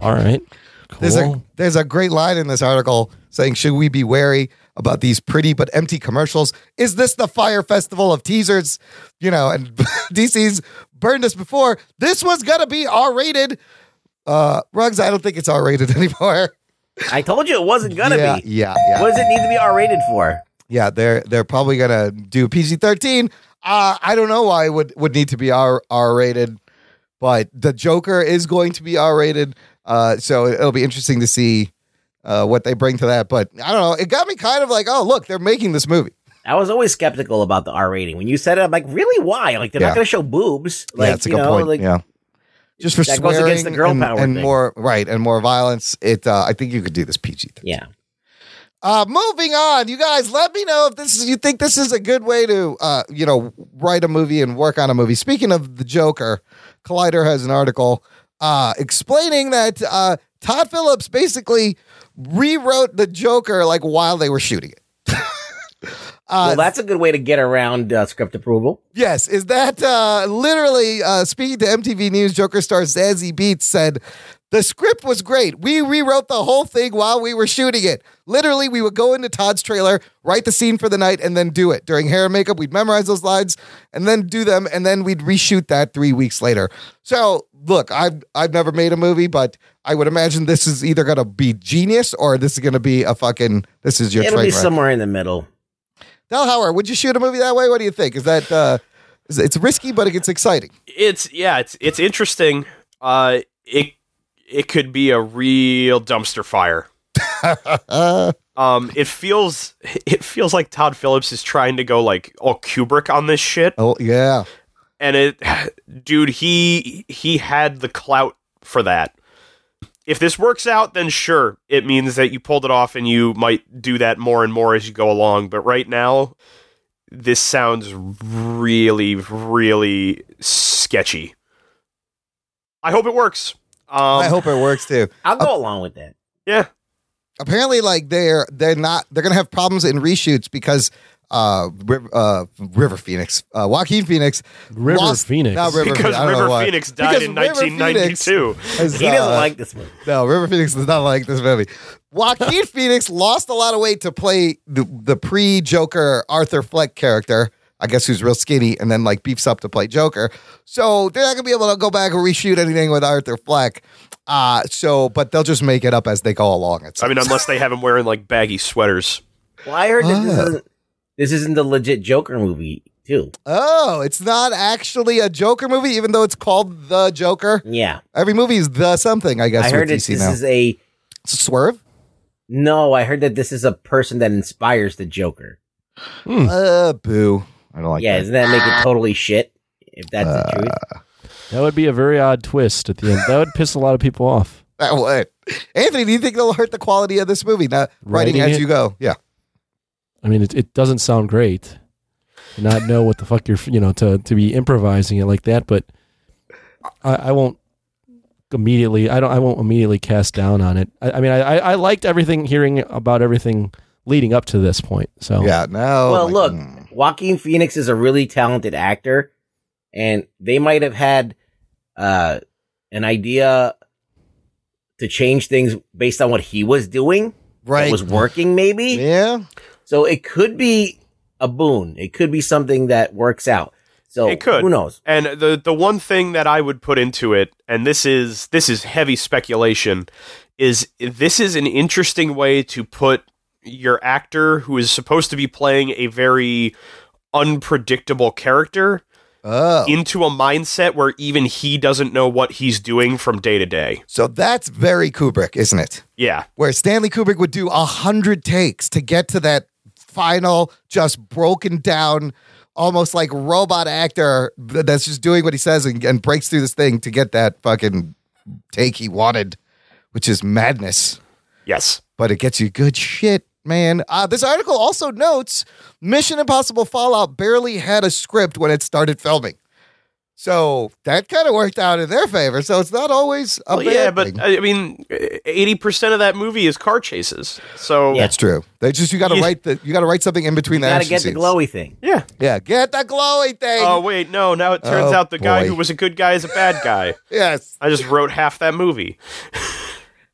Speaker 4: all right, cool.
Speaker 1: There's a there's a great line in this article saying, "Should we be wary about these pretty but empty commercials? Is this the Fire Festival of teasers? You know." And DC's burned us before. This was gonna be R rated. Uh, Rugs, I don't think it's R rated anymore.
Speaker 2: I told you it wasn't gonna
Speaker 1: yeah,
Speaker 2: be.
Speaker 1: yeah, yeah,
Speaker 2: What does it need to be R rated for?
Speaker 1: yeah. They're they're probably gonna do PG thirteen. Uh, I don't know why it would would need to be R R rated, but the Joker is going to be R rated. Uh, so it'll be interesting to see uh, what they bring to that. But I don't know. It got me kind of like, oh look, they're making this movie.
Speaker 2: I was always skeptical about the R rating. When you said it, I'm like, really? Why? Like, they're
Speaker 1: Yeah.
Speaker 2: not going to show boobs. Like,
Speaker 1: yeah, it's a
Speaker 2: you
Speaker 1: good
Speaker 2: know,
Speaker 1: point.
Speaker 2: like,
Speaker 1: yeah. Just for
Speaker 2: that goes
Speaker 1: swearing
Speaker 2: against the girl
Speaker 1: and,
Speaker 2: power
Speaker 1: and
Speaker 2: thing.
Speaker 1: more right and more violence. It uh, I think you could do this PG.
Speaker 2: yeah.
Speaker 1: Uh, moving on, you guys. Let me know if this is you think this is a good way to uh, you know write a movie and work on a movie. Speaking of the Joker, Collider has an article uh, explaining that uh, Todd Phillips basically rewrote the Joker like while they were shooting it. Uh,
Speaker 2: well, that's a good way to get around uh, script approval.
Speaker 1: Yes, is that uh, literally uh, speaking to MTV News? Joker star Zazie Beats said the script was great. We rewrote the whole thing while we were shooting it. Literally, we would go into Todd's trailer, write the scene for the night, and then do it during hair and makeup. We'd memorize those lines and then do them, and then we'd reshoot that three weeks later. So, look, I've I've never made a movie, but I would imagine this is either going to be genius or this is going to be a fucking this is your
Speaker 2: It'll be
Speaker 1: train wreck.
Speaker 2: somewhere in the middle.
Speaker 1: Del Howard, would you shoot a movie that way? What do you think? Is that uh, is, it's risky, but it gets exciting.
Speaker 5: it's yeah, it's it's interesting. Uh, it it could be a real dumpster fire.
Speaker 1: Uh,
Speaker 5: Um, it feels it feels like Todd Phillips is trying to go like all Kubrick on this shit,
Speaker 1: oh yeah,
Speaker 5: and it, dude, he he had the clout for that. If this works out, then sure, it means that you pulled it off, and you might do that more and more as you go along. But right now, this sounds really, really sketchy. I hope it works. Um,
Speaker 1: I hope it works too.
Speaker 2: I'll go along with that.
Speaker 5: Yeah.
Speaker 1: Apparently, like they're they're not they're gonna have problems in reshoots because uh, Riv- uh River Phoenix, uh, Joaquin Phoenix,
Speaker 4: River
Speaker 1: lost-
Speaker 4: Phoenix.
Speaker 1: not River Phoenix,
Speaker 5: Because
Speaker 1: I don't know
Speaker 5: River
Speaker 1: why.
Speaker 5: Phoenix died
Speaker 1: Because
Speaker 5: in
Speaker 1: River Phoenix
Speaker 5: 1992.
Speaker 1: has,
Speaker 2: He doesn't
Speaker 1: uh,
Speaker 2: like this movie.
Speaker 1: No, River Phoenix does not like this movie. Joaquin Phoenix lost a lot of weight to play the, the pre Joker Arthur Fleck character, I guess, who's real skinny and then like beefs up to play Joker. So they're not going to be able to go back and reshoot anything with Arthur Fleck. Uh, so, but they'll just make it up as they go along. It's,
Speaker 5: I mean, unless they have him wearing like baggy sweaters.
Speaker 2: Well, I heard that this
Speaker 1: Ah.
Speaker 2: isn't this isn't the legit Joker movie too.
Speaker 1: oh, it's not actually a Joker movie, even though it's called The Joker.
Speaker 2: Yeah,
Speaker 1: Every movie is the something, I guess,
Speaker 2: I heard
Speaker 1: with DC
Speaker 2: that this
Speaker 1: now.
Speaker 2: is a
Speaker 1: Swerve?
Speaker 2: no. I heard that this is a person that inspires the Joker.
Speaker 1: Uh, boo. I don't like that. Uh,
Speaker 2: yeah, doesn't that make it totally shit? If that's the truth,
Speaker 4: That would be a very odd twist at the end. That would piss a lot of people off.
Speaker 1: That would. Anthony, do you think they'll hurt the quality of this movie? Not writing,
Speaker 4: Writing
Speaker 1: as
Speaker 4: it?
Speaker 1: you go. Yeah.
Speaker 4: I mean, it, it doesn't sound great. To not know what the fuck you're, you know, to, to be improvising it like that, but I, I won't immediately. I don't. I won't immediately cast down on it. I, I mean, I, I I liked everything, hearing about everything leading up to this point. So
Speaker 1: Yeah. No.
Speaker 2: well,
Speaker 1: like,
Speaker 2: look,
Speaker 1: mm.
Speaker 2: Joaquin Phoenix is a really talented actor, and they might have had uh, an idea to change things based on what he was doing.
Speaker 1: Right.
Speaker 2: It was working, maybe.
Speaker 1: yeah.
Speaker 2: So it could be a boon. It could be something that works out. So
Speaker 5: It could.
Speaker 2: Who knows?
Speaker 5: And the the one thing that I would put into it, and this is this is heavy speculation, is this is an interesting way to put your actor who is supposed to be playing a very unpredictable character
Speaker 1: Oh.
Speaker 5: into a mindset where even he doesn't know what he's doing from day to day.
Speaker 1: So that's very Kubrick, isn't it?
Speaker 5: Yeah.
Speaker 1: Where Stanley Kubrick would do a hundred takes to get to that final, just broken down, almost like robot actor th- that's just doing what he says and, and breaks through this thing to get that fucking take he wanted, which is madness.
Speaker 5: Yes.
Speaker 1: but it gets you good shit, man. Uh, this article also notes Mission Impossible Fallout barely had a script when it started filming. So that kind of worked out in their favor. So it's not always a
Speaker 5: Well,
Speaker 1: bad
Speaker 5: yeah, but
Speaker 2: uh,
Speaker 1: thing.
Speaker 5: I I mean, eighty percent of that movie is car chases. So
Speaker 2: Yeah.
Speaker 1: that's true. They just you got to
Speaker 5: You-
Speaker 1: write the you got to write something in between the
Speaker 2: Gotta
Speaker 1: action
Speaker 2: get the
Speaker 1: scenes.
Speaker 2: glowy thing.
Speaker 5: yeah.
Speaker 1: Yeah, get the glowy thing.
Speaker 5: Oh wait, no. Now it turns
Speaker 1: Oh,
Speaker 5: out the guy
Speaker 1: boy.
Speaker 5: who was a good guy is a bad guy.
Speaker 1: yes,
Speaker 5: I just wrote half that movie.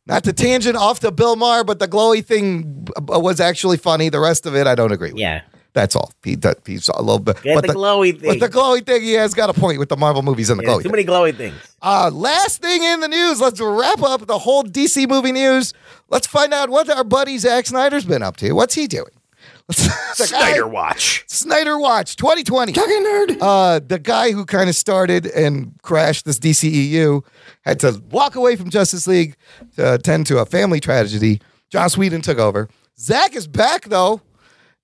Speaker 1: not the tangent off to Bill Maher, but the glowy thing b- b- was actually funny. The rest of it, I don't agree with.
Speaker 2: Yeah.
Speaker 1: that's all. He, that, he's a little bit.
Speaker 2: Get
Speaker 1: but
Speaker 2: the, glowy
Speaker 1: but
Speaker 2: thing.
Speaker 1: the glowy thing, he has got a point with the Marvel movies and the
Speaker 2: Yeah,
Speaker 1: glowy.
Speaker 2: too
Speaker 1: thing.
Speaker 2: many glowy things.
Speaker 1: Uh, last thing in the news, let's wrap up the whole DC movie news. Let's find out what our buddy Zack Snyder's been up to. What's he doing? The guy-
Speaker 5: Snyder Watch.
Speaker 1: Snyder Watch 2020. nerd. Uh, the guy who kind of started and crashed this DCEU had to walk away from Justice League to attend to a family tragedy. Joss Whedon took over. Zack is back, though,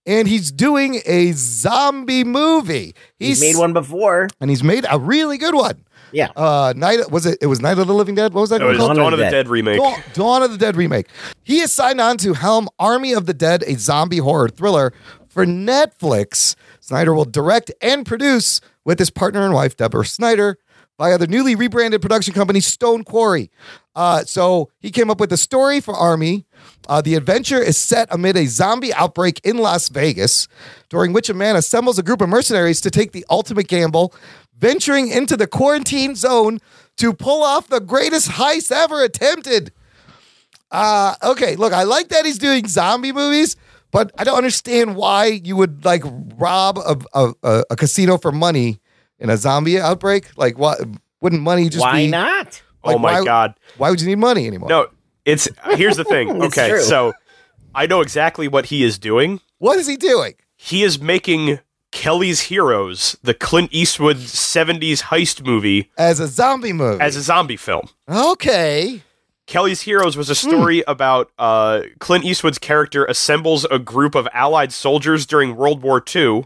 Speaker 1: and he's doing a zombie movie.
Speaker 2: He's made one before.
Speaker 1: And he's made a really good one.
Speaker 2: Yeah.
Speaker 1: Uh, night was it? It was Night of the Living Dead. What was that
Speaker 5: It was
Speaker 1: called?
Speaker 5: Dawn, of the Dead, remake.
Speaker 1: Dawn, Dawn of the Dead remake. He is signed on to helm Army of the Dead, a zombie horror thriller for Netflix. Snyder will direct and produce with his partner and wife, Deborah Snyder, via the newly rebranded production company Stone Quarry. Uh, so he came up with the story for Army. Uh, the adventure is set amid a zombie outbreak in Las Vegas, during which a man assembles a group of mercenaries to take the ultimate gamble, venturing into the quarantine zone to pull off the greatest heist ever attempted. Uh, okay, look, I like that he's doing zombie movies, but I don't understand why you would like rob a, a, a, a casino for money in a zombie outbreak. Like, what wouldn't money just
Speaker 2: Why
Speaker 1: be?
Speaker 2: not?
Speaker 5: oh
Speaker 1: like,
Speaker 5: my
Speaker 1: why-
Speaker 5: god.
Speaker 1: Why would you need money anymore?
Speaker 5: No, it's here's the thing.
Speaker 2: It's
Speaker 5: okay,
Speaker 2: true.
Speaker 5: so I know exactly what he is doing.
Speaker 1: What is he doing?
Speaker 5: He is making Kelly's Heroes, the Clint Eastwood 70s heist movie,
Speaker 1: As a zombie movie.
Speaker 5: as a zombie film.
Speaker 1: okay.
Speaker 5: Kelly's Heroes was a story about uh, Clint Eastwood's character assembles a group of Allied soldiers during World War II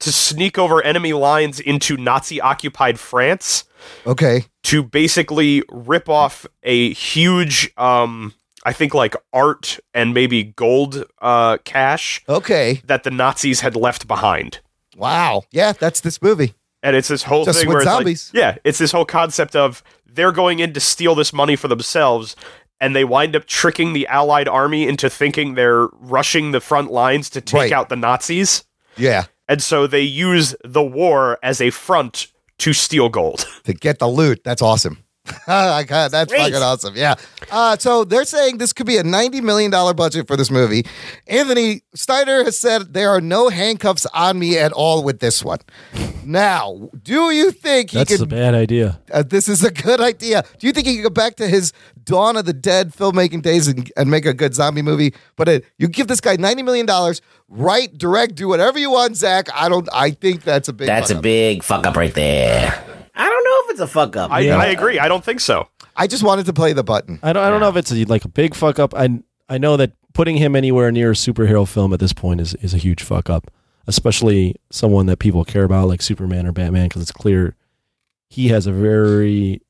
Speaker 5: to sneak over enemy lines into Nazi occupied France
Speaker 1: Okay.
Speaker 5: to basically rip off a huge, um, I think, like art and maybe gold uh, cache
Speaker 1: Okay.
Speaker 5: that the Nazis had left behind.
Speaker 1: Wow. Yeah, that's this movie.
Speaker 5: And it's this whole
Speaker 1: Just
Speaker 5: thing
Speaker 1: with
Speaker 5: where it's
Speaker 1: zombies.
Speaker 5: like, yeah, it's this whole concept of they're going in to steal this money for themselves, and they wind up tricking the Allied army into thinking they're rushing the front lines to take
Speaker 1: Right.
Speaker 5: out the Nazis,
Speaker 1: Yeah.
Speaker 5: and so they use the war as a front to steal gold.
Speaker 1: To get the loot. That's awesome. I got- that's
Speaker 2: Great.
Speaker 1: fucking awesome. Yeah. Uh, so they're saying this could be a $90 million budget for this movie. Anthony Steiner has said there are no handcuffs on me at all with this one. Now, do you think he
Speaker 4: That's
Speaker 1: could
Speaker 4: a bad idea.
Speaker 1: uh, this is a good idea. Do you think he could go back to his Dawn of the Dead filmmaking days and, and make a good zombie movie? But uh, you give this guy ninety million dollars, write, direct, do whatever you want, Zach. I don't. I think that's a big.
Speaker 2: That's a
Speaker 1: fuck up.
Speaker 2: big fuck up right there. I don't know if it's a fuck up.
Speaker 5: I, I agree. I don't think so.
Speaker 1: I just wanted to play the button.
Speaker 4: I don't. I don't know if it's a, like a big fuck up. I I know that putting him anywhere near a superhero film at this point is is a huge fuck up, especially someone that people care about like Superman or Batman, because it's clear he has a very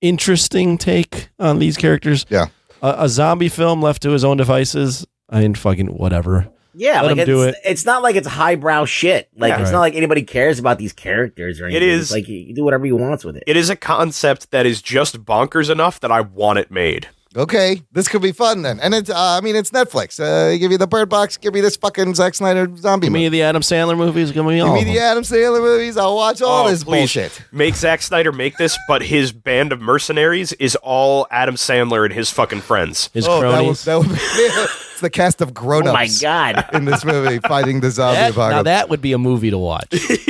Speaker 4: interesting take on these characters.
Speaker 1: Yeah.
Speaker 4: a, a zombie film left to his own devices. I mean, fucking whatever.
Speaker 2: yeah,
Speaker 4: Let
Speaker 2: like
Speaker 4: him
Speaker 2: it's,
Speaker 4: do
Speaker 2: it's not like it's highbrow shit. Like
Speaker 5: Yeah.
Speaker 2: it's not like anybody cares about these characters or anything.
Speaker 5: is-
Speaker 2: It's like you you do whatever you want with it.
Speaker 5: It is a concept that is just bonkers enough that I want it made.
Speaker 1: Okay, this could be fun then. And it's. Uh, I mean, it's Netflix. Uh, they give you the Bird Box. Give me this fucking Zack Snyder zombie
Speaker 4: Give me
Speaker 1: movie.
Speaker 4: the Adam Sandler movies. Give me
Speaker 1: Give
Speaker 4: all.
Speaker 1: me
Speaker 4: of
Speaker 1: the
Speaker 4: them.
Speaker 1: Adam Sandler movies. I'll watch all
Speaker 5: Oh,
Speaker 1: this
Speaker 5: please.
Speaker 1: bullshit.
Speaker 5: Make Zack Snyder make this, but his band of mercenaries is all Adam Sandler and his fucking friends.
Speaker 4: His
Speaker 1: Oh, that would,
Speaker 4: cronies.
Speaker 1: that would be, it's the cast of grown
Speaker 2: Oh my
Speaker 1: ups
Speaker 2: god.
Speaker 1: in this movie fighting the zombie
Speaker 4: That-
Speaker 1: apocalypse.
Speaker 4: now that would be a movie to watch.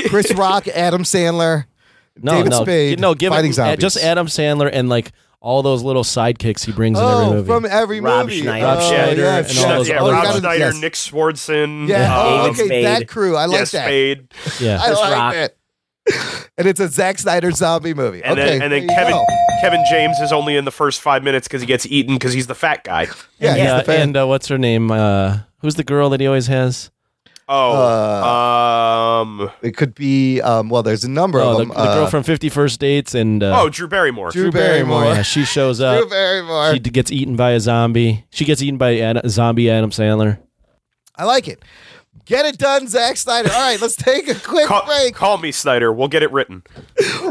Speaker 1: Chris Rock, Adam Sandler.
Speaker 4: No,
Speaker 1: David
Speaker 4: no,
Speaker 1: Spade
Speaker 4: Gi- no. Give
Speaker 1: fighting
Speaker 4: it, uh, just
Speaker 1: zombies.
Speaker 4: Adam Sandler and like all those little sidekicks he brings in every
Speaker 1: Oh,
Speaker 4: movie.
Speaker 1: from every
Speaker 2: Rob
Speaker 1: movie.
Speaker 2: Schneider.
Speaker 4: Rob
Speaker 1: oh,
Speaker 4: Schneider
Speaker 1: yeah,
Speaker 4: and all
Speaker 1: shit.
Speaker 4: those
Speaker 5: yeah,
Speaker 4: other
Speaker 1: you
Speaker 5: Rob
Speaker 1: gotta-
Speaker 5: Snyder,
Speaker 1: yes.
Speaker 5: Nick Swartzen,
Speaker 1: Yeah,
Speaker 5: uh,
Speaker 1: oh,
Speaker 2: David
Speaker 1: okay,
Speaker 2: Spade.
Speaker 1: that crew. I like
Speaker 5: yeah,
Speaker 1: that.
Speaker 5: Spade,
Speaker 4: yeah,
Speaker 1: I like
Speaker 2: Rock.
Speaker 1: that. And it's a Zack Snyder zombie movie.
Speaker 5: and
Speaker 1: okay,
Speaker 5: then and then
Speaker 1: there you
Speaker 5: Kevin
Speaker 1: go.
Speaker 5: Kevin James is only in the first five minutes because he gets eaten because he's the fat guy.
Speaker 1: Yeah, he's
Speaker 4: yeah,
Speaker 1: the fan.
Speaker 4: and uh, what's her name? Uh, who's the girl that he always has?
Speaker 1: Uh.
Speaker 5: Oh, um,
Speaker 1: it could be. Um, well, there's a number
Speaker 4: Oh,
Speaker 1: of
Speaker 4: the,
Speaker 1: them. uh,
Speaker 4: the girl from Fifty First Dates and uh,
Speaker 5: oh, Drew Barrymore.
Speaker 1: Drew Barrymore.
Speaker 4: Yeah, she shows
Speaker 1: Drew
Speaker 4: up.
Speaker 1: Barrymore.
Speaker 4: uh, She d- gets eaten by a zombie. She gets eaten by Ad- zombie Adam Sandler.
Speaker 1: I like it. Get it done, Zack Snyder. All right, let's take a quick
Speaker 5: Call,
Speaker 1: break.
Speaker 5: call me Snyder. We'll get it written.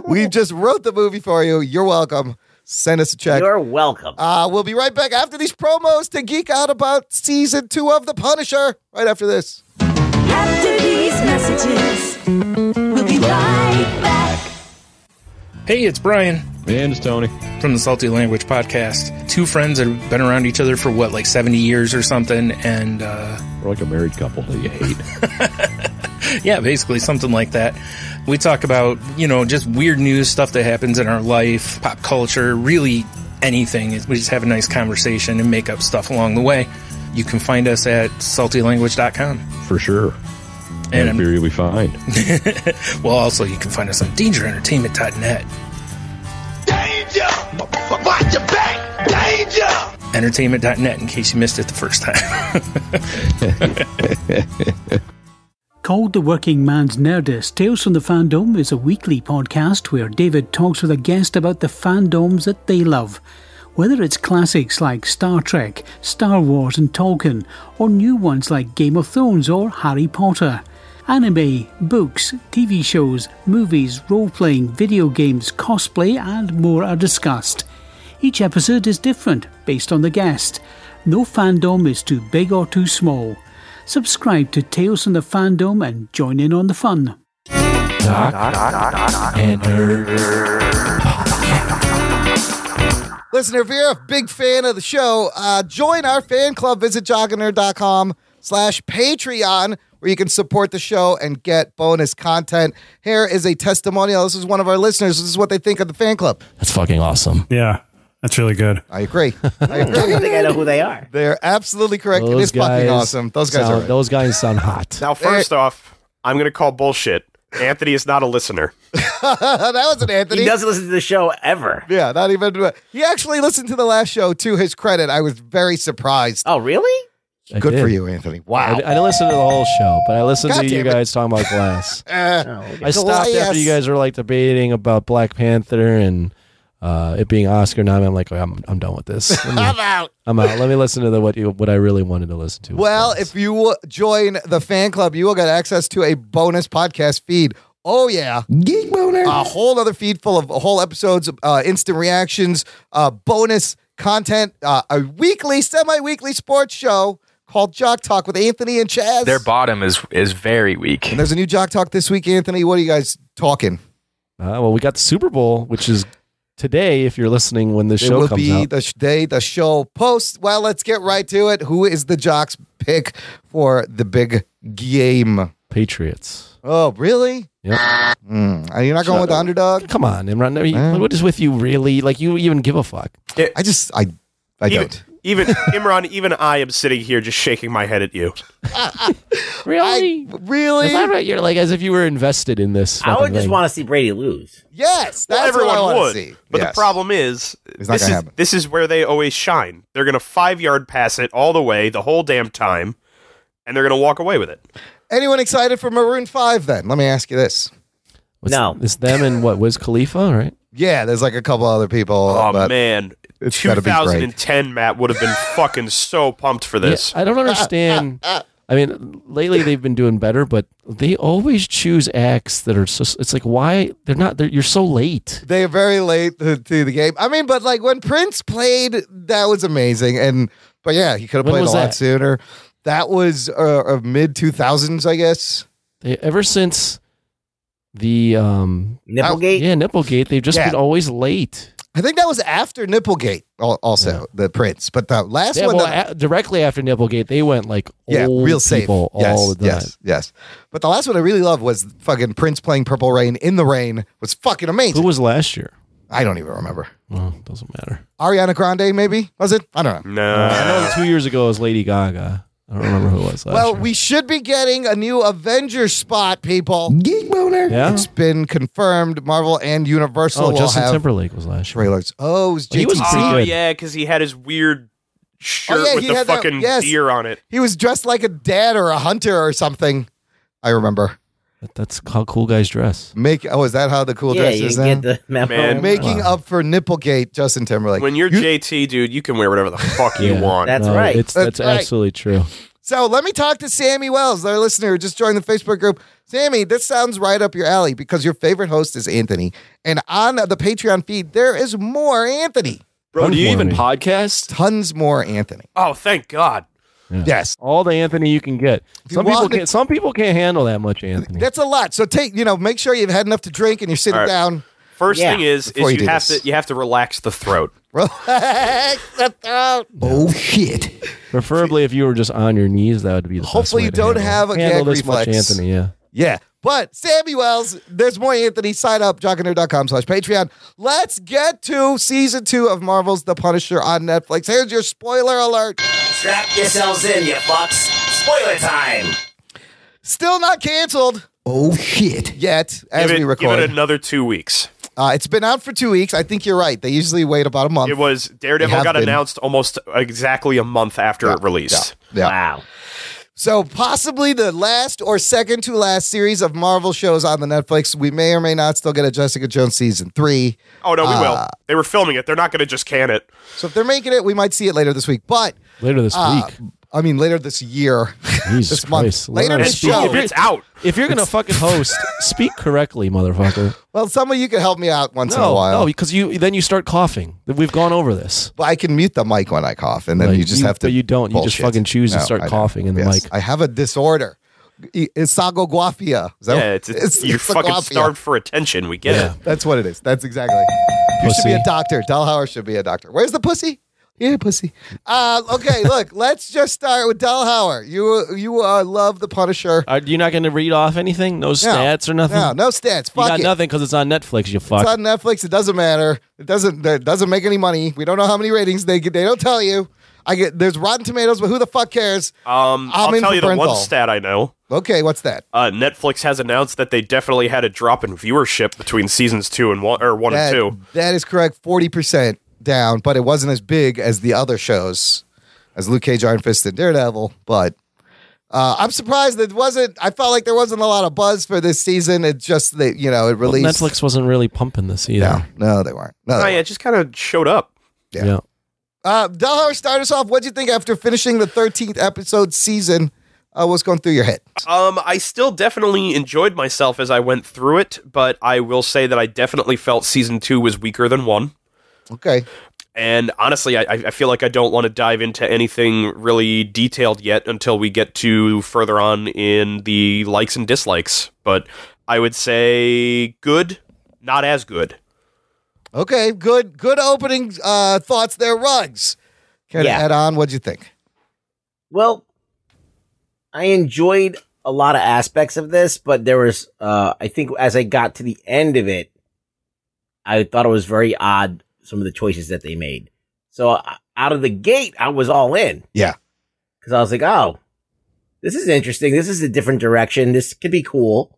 Speaker 1: We just wrote the movie for you. You're welcome. Send us a check.
Speaker 2: You're welcome.
Speaker 1: Uh, we'll be right back after these promos to geek out about season two of The Punisher. Right after this.
Speaker 7: After these messages, we'll be right back.
Speaker 8: Hey, it's Brian
Speaker 9: And it's Tony.
Speaker 8: from the Salty Language Podcast. Two friends that have been around each other for what, like 70 years or something, and uh,
Speaker 9: We're like a married couple that you hate.
Speaker 8: yeah, basically something like that. We talk about, you know, just weird news, stuff that happens in our life, pop culture, really anything. We just have a nice conversation and make up stuff along the way. You can find us at saltylanguage.com.
Speaker 9: For sure. And
Speaker 8: And
Speaker 9: beer you'll be fine.
Speaker 8: well, also, you can find us on dangerentertainment.net.
Speaker 10: Danger! Watch your back! Danger!
Speaker 8: Entertainment.net in case you missed it the first time.
Speaker 11: Called The Working Man's Nerdist, Tales from the Fandom is a weekly podcast where David talks with a guest about the fandoms that they love. Whether it's classics like Star Trek, Star Wars, and Tolkien, or new ones like Game of Thrones or Harry Potter. Anime, books, TV shows, movies, role playing, video games, cosplay, and more are discussed. Each episode is different based on the guest. No fandom is too big or too small. Subscribe to Tales from the Fandom and join in on the fun.
Speaker 1: Listener, if you're a big fan of the show, uh, join our fan club. Visit jogginer.com slash Patreon, where you can support the show and get bonus content. Here is a testimonial. This is one of our listeners. This is what they think of the fan club.
Speaker 4: That's fucking awesome.
Speaker 12: Yeah, that's really good.
Speaker 1: I agree. I
Speaker 2: I don't
Speaker 1: agree.
Speaker 2: think I know who they are.
Speaker 1: They're absolutely correct. it
Speaker 4: Those
Speaker 1: is fucking awesome. Those guys
Speaker 4: sound,
Speaker 1: are right.
Speaker 4: Those guys sound hot.
Speaker 1: Eh.
Speaker 5: Now, first off, I'm going to call bullshit. Anthony is not a listener.
Speaker 1: that was an Anthony.
Speaker 2: He doesn't listen to the show ever.
Speaker 1: yeah, not even. uh, He actually listened to the last show to his credit. I was very surprised.
Speaker 2: Oh, really?
Speaker 4: I
Speaker 1: Good for
Speaker 4: did.
Speaker 1: you, Anthony.
Speaker 4: I,
Speaker 1: Wow.
Speaker 4: I didn't listen to the whole show, but I listened
Speaker 1: God
Speaker 4: to you
Speaker 1: damn it.
Speaker 4: guys talking about Glass.
Speaker 1: Uh,
Speaker 4: I stopped
Speaker 1: Goliath.
Speaker 4: after you guys were like debating about Black Panther and uh, it being Oscar nominated, I'm like, "Oh, I'm, I'm done with this. Let me-
Speaker 1: I'm out.
Speaker 4: I'm out. Let me listen to the what you, what I really wanted to listen to.
Speaker 1: Well, if you will join the fan club, you will get access to a bonus podcast feed. Oh yeah, geek boner! A whole other feed full of whole episodes, uh, instant reactions, uh, bonus content, uh, a weekly, semi-weekly sports show called Jock Talk with Anthony and Chaz.
Speaker 12: Their bottom is is very weak.
Speaker 1: and there's a new Jock Talk this week, Anthony. What are you guys talking?
Speaker 4: Uh, well, we got the Super Bowl, which is today. If you're listening when this
Speaker 1: it
Speaker 4: show
Speaker 1: will
Speaker 4: comes
Speaker 1: be
Speaker 4: out,
Speaker 1: the sh- day the show posts. Well, let's get right to it. Who is the Jock's pick for the big game?
Speaker 4: Patriots.
Speaker 1: Oh, really? Hmm.
Speaker 4: Yep.
Speaker 1: Are you not going with the underdog?
Speaker 4: Come on, Imran. No, you-
Speaker 1: Eh.
Speaker 4: What is with you, really? Like you even give a fuck?
Speaker 1: I just I I
Speaker 5: even, Even Imran, even I am sitting here just shaking my head at you.
Speaker 4: Really?
Speaker 1: really?
Speaker 4: Is that right? You're like as if you were invested in this.
Speaker 2: I would
Speaker 4: fucking
Speaker 2: just
Speaker 4: thing.
Speaker 2: want to see Brady lose.
Speaker 1: Yes,
Speaker 5: Well,
Speaker 1: that's what I
Speaker 5: everyone
Speaker 1: wanna
Speaker 5: would.
Speaker 1: see.
Speaker 5: But
Speaker 1: Yes.
Speaker 5: the problem is,
Speaker 1: It's not
Speaker 5: this
Speaker 1: gonna
Speaker 5: is
Speaker 1: happen.
Speaker 5: this is where they always shine. They're going to five yard pass it all the way, the whole damn time, and they're going to walk away with it.
Speaker 1: Anyone excited for Maroon Five? Then let me ask you this.
Speaker 2: no,
Speaker 4: it's them and what was Khalifa, right?
Speaker 1: Yeah, there's like a couple other people.
Speaker 5: Oh
Speaker 1: but
Speaker 5: man,
Speaker 1: it's gotta be great.
Speaker 5: 2010 Matt would have been fucking so pumped for this.
Speaker 4: Yeah, I don't understand. I mean, lately they've been doing better, but they always choose acts that are so. It's like why they're not. They're, you're so late.
Speaker 1: They are very late to, to the game. I mean, but like when Prince played, that was amazing. And but yeah, he could have
Speaker 4: When
Speaker 1: played a
Speaker 4: was
Speaker 1: lot
Speaker 4: that?
Speaker 1: sooner. That was uh, uh, mid two thousands, I guess.
Speaker 4: They, ever since the um
Speaker 2: Nipplegate.
Speaker 4: yeah Nipplegate, they've just
Speaker 1: Yeah.
Speaker 4: been always late.
Speaker 1: I think that was after Nipplegate, al- also the Prince. But the last
Speaker 4: yeah,
Speaker 1: one,
Speaker 4: well,
Speaker 1: that-
Speaker 4: a- directly after Nipplegate, they went like
Speaker 1: yeah,
Speaker 4: old
Speaker 1: real safe.
Speaker 4: people
Speaker 1: yes,
Speaker 4: all the time.
Speaker 1: yes, yes. But the last one I really loved was fucking Prince playing Purple Rain in the rain was fucking amazing.
Speaker 4: Who was last year?
Speaker 1: I don't even remember.
Speaker 4: Well, doesn't matter.
Speaker 1: Ariana Grande, maybe was it? I don't know.
Speaker 5: Uh,
Speaker 4: I know two years ago it was Lady Gaga. I don't remember who it was last
Speaker 1: Well,
Speaker 4: year.
Speaker 1: we should be getting a new Avengers spot, people. Geek boner.
Speaker 4: Yeah.
Speaker 1: It's been confirmed. Marvel and Universal
Speaker 4: oh,
Speaker 1: will
Speaker 4: Justin
Speaker 1: have
Speaker 4: Timberlake was last year.
Speaker 1: trailers. Oh, it was JTT.
Speaker 4: He was pretty
Speaker 5: oh
Speaker 4: good.
Speaker 5: yeah, because he had his weird shirt
Speaker 1: Oh, yeah,
Speaker 5: with
Speaker 1: he
Speaker 5: the
Speaker 1: had that-
Speaker 5: fucking
Speaker 1: yes.
Speaker 5: deer on it.
Speaker 1: He was dressed like a dad or a hunter or something. I remember.
Speaker 4: That- That's how cool guys dress.
Speaker 1: Make oh, is that how the cool
Speaker 2: Yeah,
Speaker 1: dress
Speaker 2: you
Speaker 1: is
Speaker 2: get
Speaker 1: then?
Speaker 2: the memo.
Speaker 5: Man.
Speaker 1: Making up for Nipplegate, Justin Timberlake.
Speaker 5: when you're JT, dude, you can wear whatever the fuck you
Speaker 4: Yeah.
Speaker 5: want.
Speaker 2: That's right.
Speaker 4: It's
Speaker 1: That's
Speaker 4: that's,
Speaker 1: right.
Speaker 4: absolutely true.
Speaker 1: So let me talk to Sammy Wells, our listener who just joined the Facebook group. Sammy, this sounds right up your alley because your favorite host is Anthony. And on the Patreon feed, there is more Anthony.
Speaker 4: Bro, do you even
Speaker 9: podcast?
Speaker 1: Tons more Anthony.
Speaker 5: oh, thank God.
Speaker 1: Yes.
Speaker 4: All the Anthony you can get.
Speaker 1: you
Speaker 4: Some people
Speaker 1: want to-
Speaker 4: can't. Some people can't handle that much Anthony.
Speaker 1: That's a lot. So take, you know, make sure you've had enough to drink and you're sitting
Speaker 5: All right.
Speaker 1: down.
Speaker 5: First
Speaker 2: Yeah.
Speaker 5: thing is,
Speaker 1: Before
Speaker 5: is
Speaker 1: you
Speaker 5: you,
Speaker 1: do
Speaker 5: have
Speaker 1: this.
Speaker 5: to you have to relax the throat.
Speaker 1: Relax the throat. Oh shit.
Speaker 4: Preferably, if you were just on your knees, that would be the. best
Speaker 1: Hopefully
Speaker 4: way
Speaker 1: you
Speaker 4: to
Speaker 1: don't
Speaker 4: handle it.
Speaker 1: have a
Speaker 4: handle
Speaker 1: gag
Speaker 4: this much
Speaker 1: reflex.
Speaker 4: Anthony. Yeah.
Speaker 1: Yeah. But Sammy Wells, there's more Anthony. Sign up, jockandnerd.com slash Patreon. Let's get to season two of Marvel's The Punisher on Netflix. Here's your spoiler alert.
Speaker 3: Strap yourselves in, you fucks. Spoiler time.
Speaker 1: Still not canceled.
Speaker 6: Oh shit.
Speaker 1: Yet, as
Speaker 5: give, it,
Speaker 1: we
Speaker 5: give it
Speaker 1: record,
Speaker 5: another two weeks.
Speaker 1: uh, it's been out for two weeks. I think you're right. They usually wait about a month.
Speaker 5: It was
Speaker 1: They
Speaker 5: Daredevil
Speaker 1: Um, have
Speaker 5: got
Speaker 1: been.
Speaker 5: announced almost exactly a month after
Speaker 1: Yeah,
Speaker 5: it released.
Speaker 1: yeah.
Speaker 2: Wow.
Speaker 1: So possibly the last or second to last series of Marvel shows on the Netflix. We may or may not still get a Jessica Jones season three.
Speaker 5: Oh no, we
Speaker 1: Uh,
Speaker 5: will. They were filming it. They're not going to just can it.
Speaker 1: So if they're making it, we might see it later this week. But
Speaker 4: Later this
Speaker 1: uh,
Speaker 4: week.
Speaker 1: I mean, later this year,
Speaker 4: Jesus
Speaker 1: this month,
Speaker 4: Christ.
Speaker 1: later
Speaker 4: Let
Speaker 1: this
Speaker 4: us speak.
Speaker 1: show.
Speaker 5: If it's out.
Speaker 4: If you're gonna fucking host, speak correctly, motherfucker.
Speaker 1: Well, some of you can help me out once in a
Speaker 4: No,
Speaker 1: while.
Speaker 4: no, because you then you start coughing. We've gone over this.
Speaker 1: But I can mute the mic when I cough, and then
Speaker 4: Like,
Speaker 1: you just
Speaker 4: you-
Speaker 1: have to.
Speaker 4: but you don't. You just
Speaker 1: bullshit.
Speaker 4: fucking choose to
Speaker 1: No,
Speaker 4: start
Speaker 1: I don't.
Speaker 4: coughing in the
Speaker 1: Yes.
Speaker 4: mic.
Speaker 1: I have a disorder. I- Isago guafia. Is that
Speaker 5: Yeah, it's, it's, you're fucking
Speaker 1: isagoguafia.
Speaker 5: starved for attention. We get
Speaker 4: Yeah.
Speaker 5: it.
Speaker 1: That's what it is. That's exactly. You should be
Speaker 4: Pussy.
Speaker 1: a doctor. Dalhauer should be a doctor. Where's the pussy? Yeah, pussy. Uh, okay, look. let's just start with Dalhauer. You you uh, love the Punisher.
Speaker 4: Are you not going to read off anything? No stats or nothing?
Speaker 1: No, no stats.
Speaker 4: You
Speaker 1: Fuck
Speaker 4: got
Speaker 1: it.
Speaker 4: nothing because it's on Netflix, you fuck.
Speaker 1: It's on Netflix. It doesn't matter. It doesn't. It doesn't make any money. We don't know how many ratings they get. They don't tell you. I get there's Rotten Tomatoes, but who the fuck cares?
Speaker 5: Um, I'll
Speaker 1: I'm in
Speaker 5: tell
Speaker 1: for
Speaker 5: you the one
Speaker 1: Bernthal.
Speaker 5: stat I know.
Speaker 1: Okay, what's that?
Speaker 5: Uh, Netflix has announced that they definitely had a drop in viewership between seasons two and one or one
Speaker 1: that,
Speaker 5: and two.
Speaker 1: That is correct. Forty percent down, but it wasn't as big as the other shows, as Luke Cage, Iron Fist, and Daredevil. But Uh, I'm surprised that wasn't. I felt like there wasn't a lot of buzz for this season. It just that you know it
Speaker 4: Well,
Speaker 1: released.
Speaker 4: Netflix wasn't really pumping this either.
Speaker 1: No, no, they weren't. No,
Speaker 5: Oh, yeah, it just kind of showed up.
Speaker 1: Yeah. Uh, Delhar, start us off. What'd you think after finishing the 13th episode season? Uh, what's going through your head?
Speaker 5: Um, I still definitely enjoyed myself as I went through it, but I will say that I definitely felt season two was weaker than one.
Speaker 1: Okay.
Speaker 5: And honestly, I, I I feel like I don't want to dive into anything really detailed yet until we get to further on in the likes and dislikes. But I would say good, not as good.
Speaker 1: Okay, good, good opening uh, thoughts there, Rugs. Care
Speaker 2: Yeah.
Speaker 1: to add on? What'd you think?
Speaker 2: Well, I enjoyed a lot of aspects of this, but there was, uh, I think as I got to the end of it, I thought it was very odd some of the choices that they made. So uh, out of the gate, I was all in.
Speaker 1: Yeah.
Speaker 2: Cause I was like, oh, this is interesting. This is a different direction. This could be cool.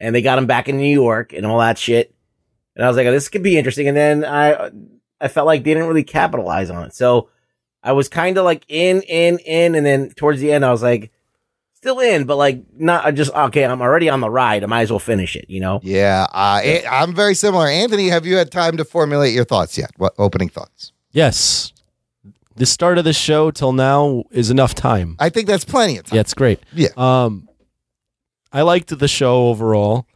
Speaker 2: And they got him back in New York and all that shit. And I was like, oh, this could be interesting. And then I, I felt like they didn't really capitalize on it. So I was kind of like in, in, in. And then towards the end, I was like, still in, but like not I just, okay, I'm already on the ride. I might as well finish it, you know?
Speaker 1: Yeah, uh, I- I'm very similar. Anthony, have you had time to formulate your thoughts yet? What opening thoughts?
Speaker 4: Yes. The start of the show till now is enough time.
Speaker 1: I think that's plenty of time.
Speaker 4: Yeah, it's great.
Speaker 1: Yeah.
Speaker 4: Um, I liked the show overall.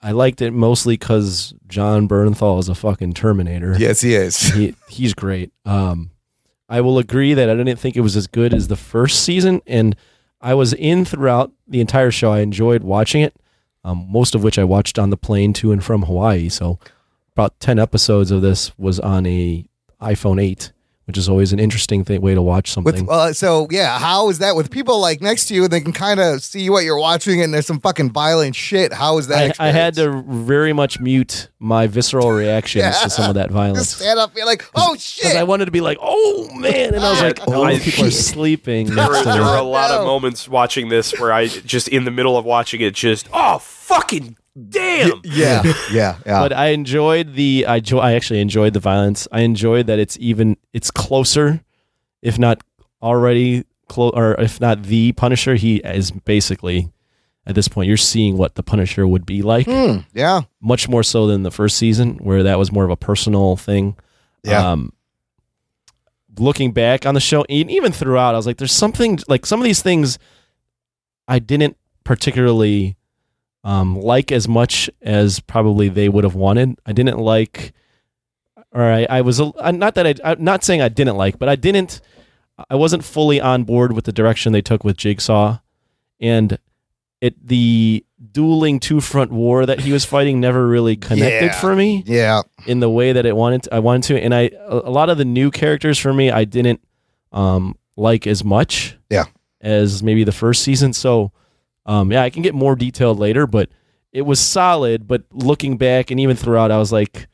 Speaker 4: I liked it mostly because John Bernthal is a fucking Terminator.
Speaker 1: Yes, he is.
Speaker 4: He, he's great. Um, I will agree that I didn't think it was as good as the first season, and I was in throughout the entire show. I enjoyed watching it, um, most of which I watched on the plane to and from Hawaii. So about ten episodes of this was on a iPhone eight, which is always an interesting thing, way to watch something.
Speaker 1: With uh, so yeah, how is that with people like next to you? They can kind of see what you're watching, and there's some fucking violent shit. How is that?
Speaker 4: I, I
Speaker 1: experience?
Speaker 4: had to very much mute my visceral reactions
Speaker 1: Yeah.
Speaker 4: to some of that violence.
Speaker 1: stand up, be like, oh shit.
Speaker 4: I wanted to be like, oh man, and I was like, oh,
Speaker 5: I-
Speaker 4: people are sleeping.
Speaker 5: There were,
Speaker 4: next to
Speaker 5: there
Speaker 4: me.
Speaker 5: were a lot of moments watching this where I just in the middle of watching it just oh fucking damn
Speaker 1: yeah yeah yeah.
Speaker 4: But I enjoyed the I jo- I actually enjoyed the violence. I enjoyed that it's even it's closer, if not already close, or if not the Punisher. He is basically at this point you're seeing what the Punisher would be like.
Speaker 1: Hmm. Mm, yeah.
Speaker 4: much more so than the first season, where that was more of a personal thing.
Speaker 1: Yeah.
Speaker 4: Um, looking back on the show, and even throughout, I was like, "There's something like some of these things I didn't particularly um, like as much as probably they would have wanted. I didn't like, or I, I was a- I'm not that I, I'm not saying I didn't like, but I didn't, I wasn't fully on board with the direction they took with Jigsaw, and it the dueling two front war that he was fighting never really connected
Speaker 1: Yeah.
Speaker 4: for me
Speaker 1: Yeah.
Speaker 4: in the way that it wanted I wanted to, and I a a lot of the new characters for me I didn't um, like as much
Speaker 1: Yeah.
Speaker 4: as maybe the first season. So, um, yeah, I can get more detailed later, but it was solid. But looking back and even throughout, I was like,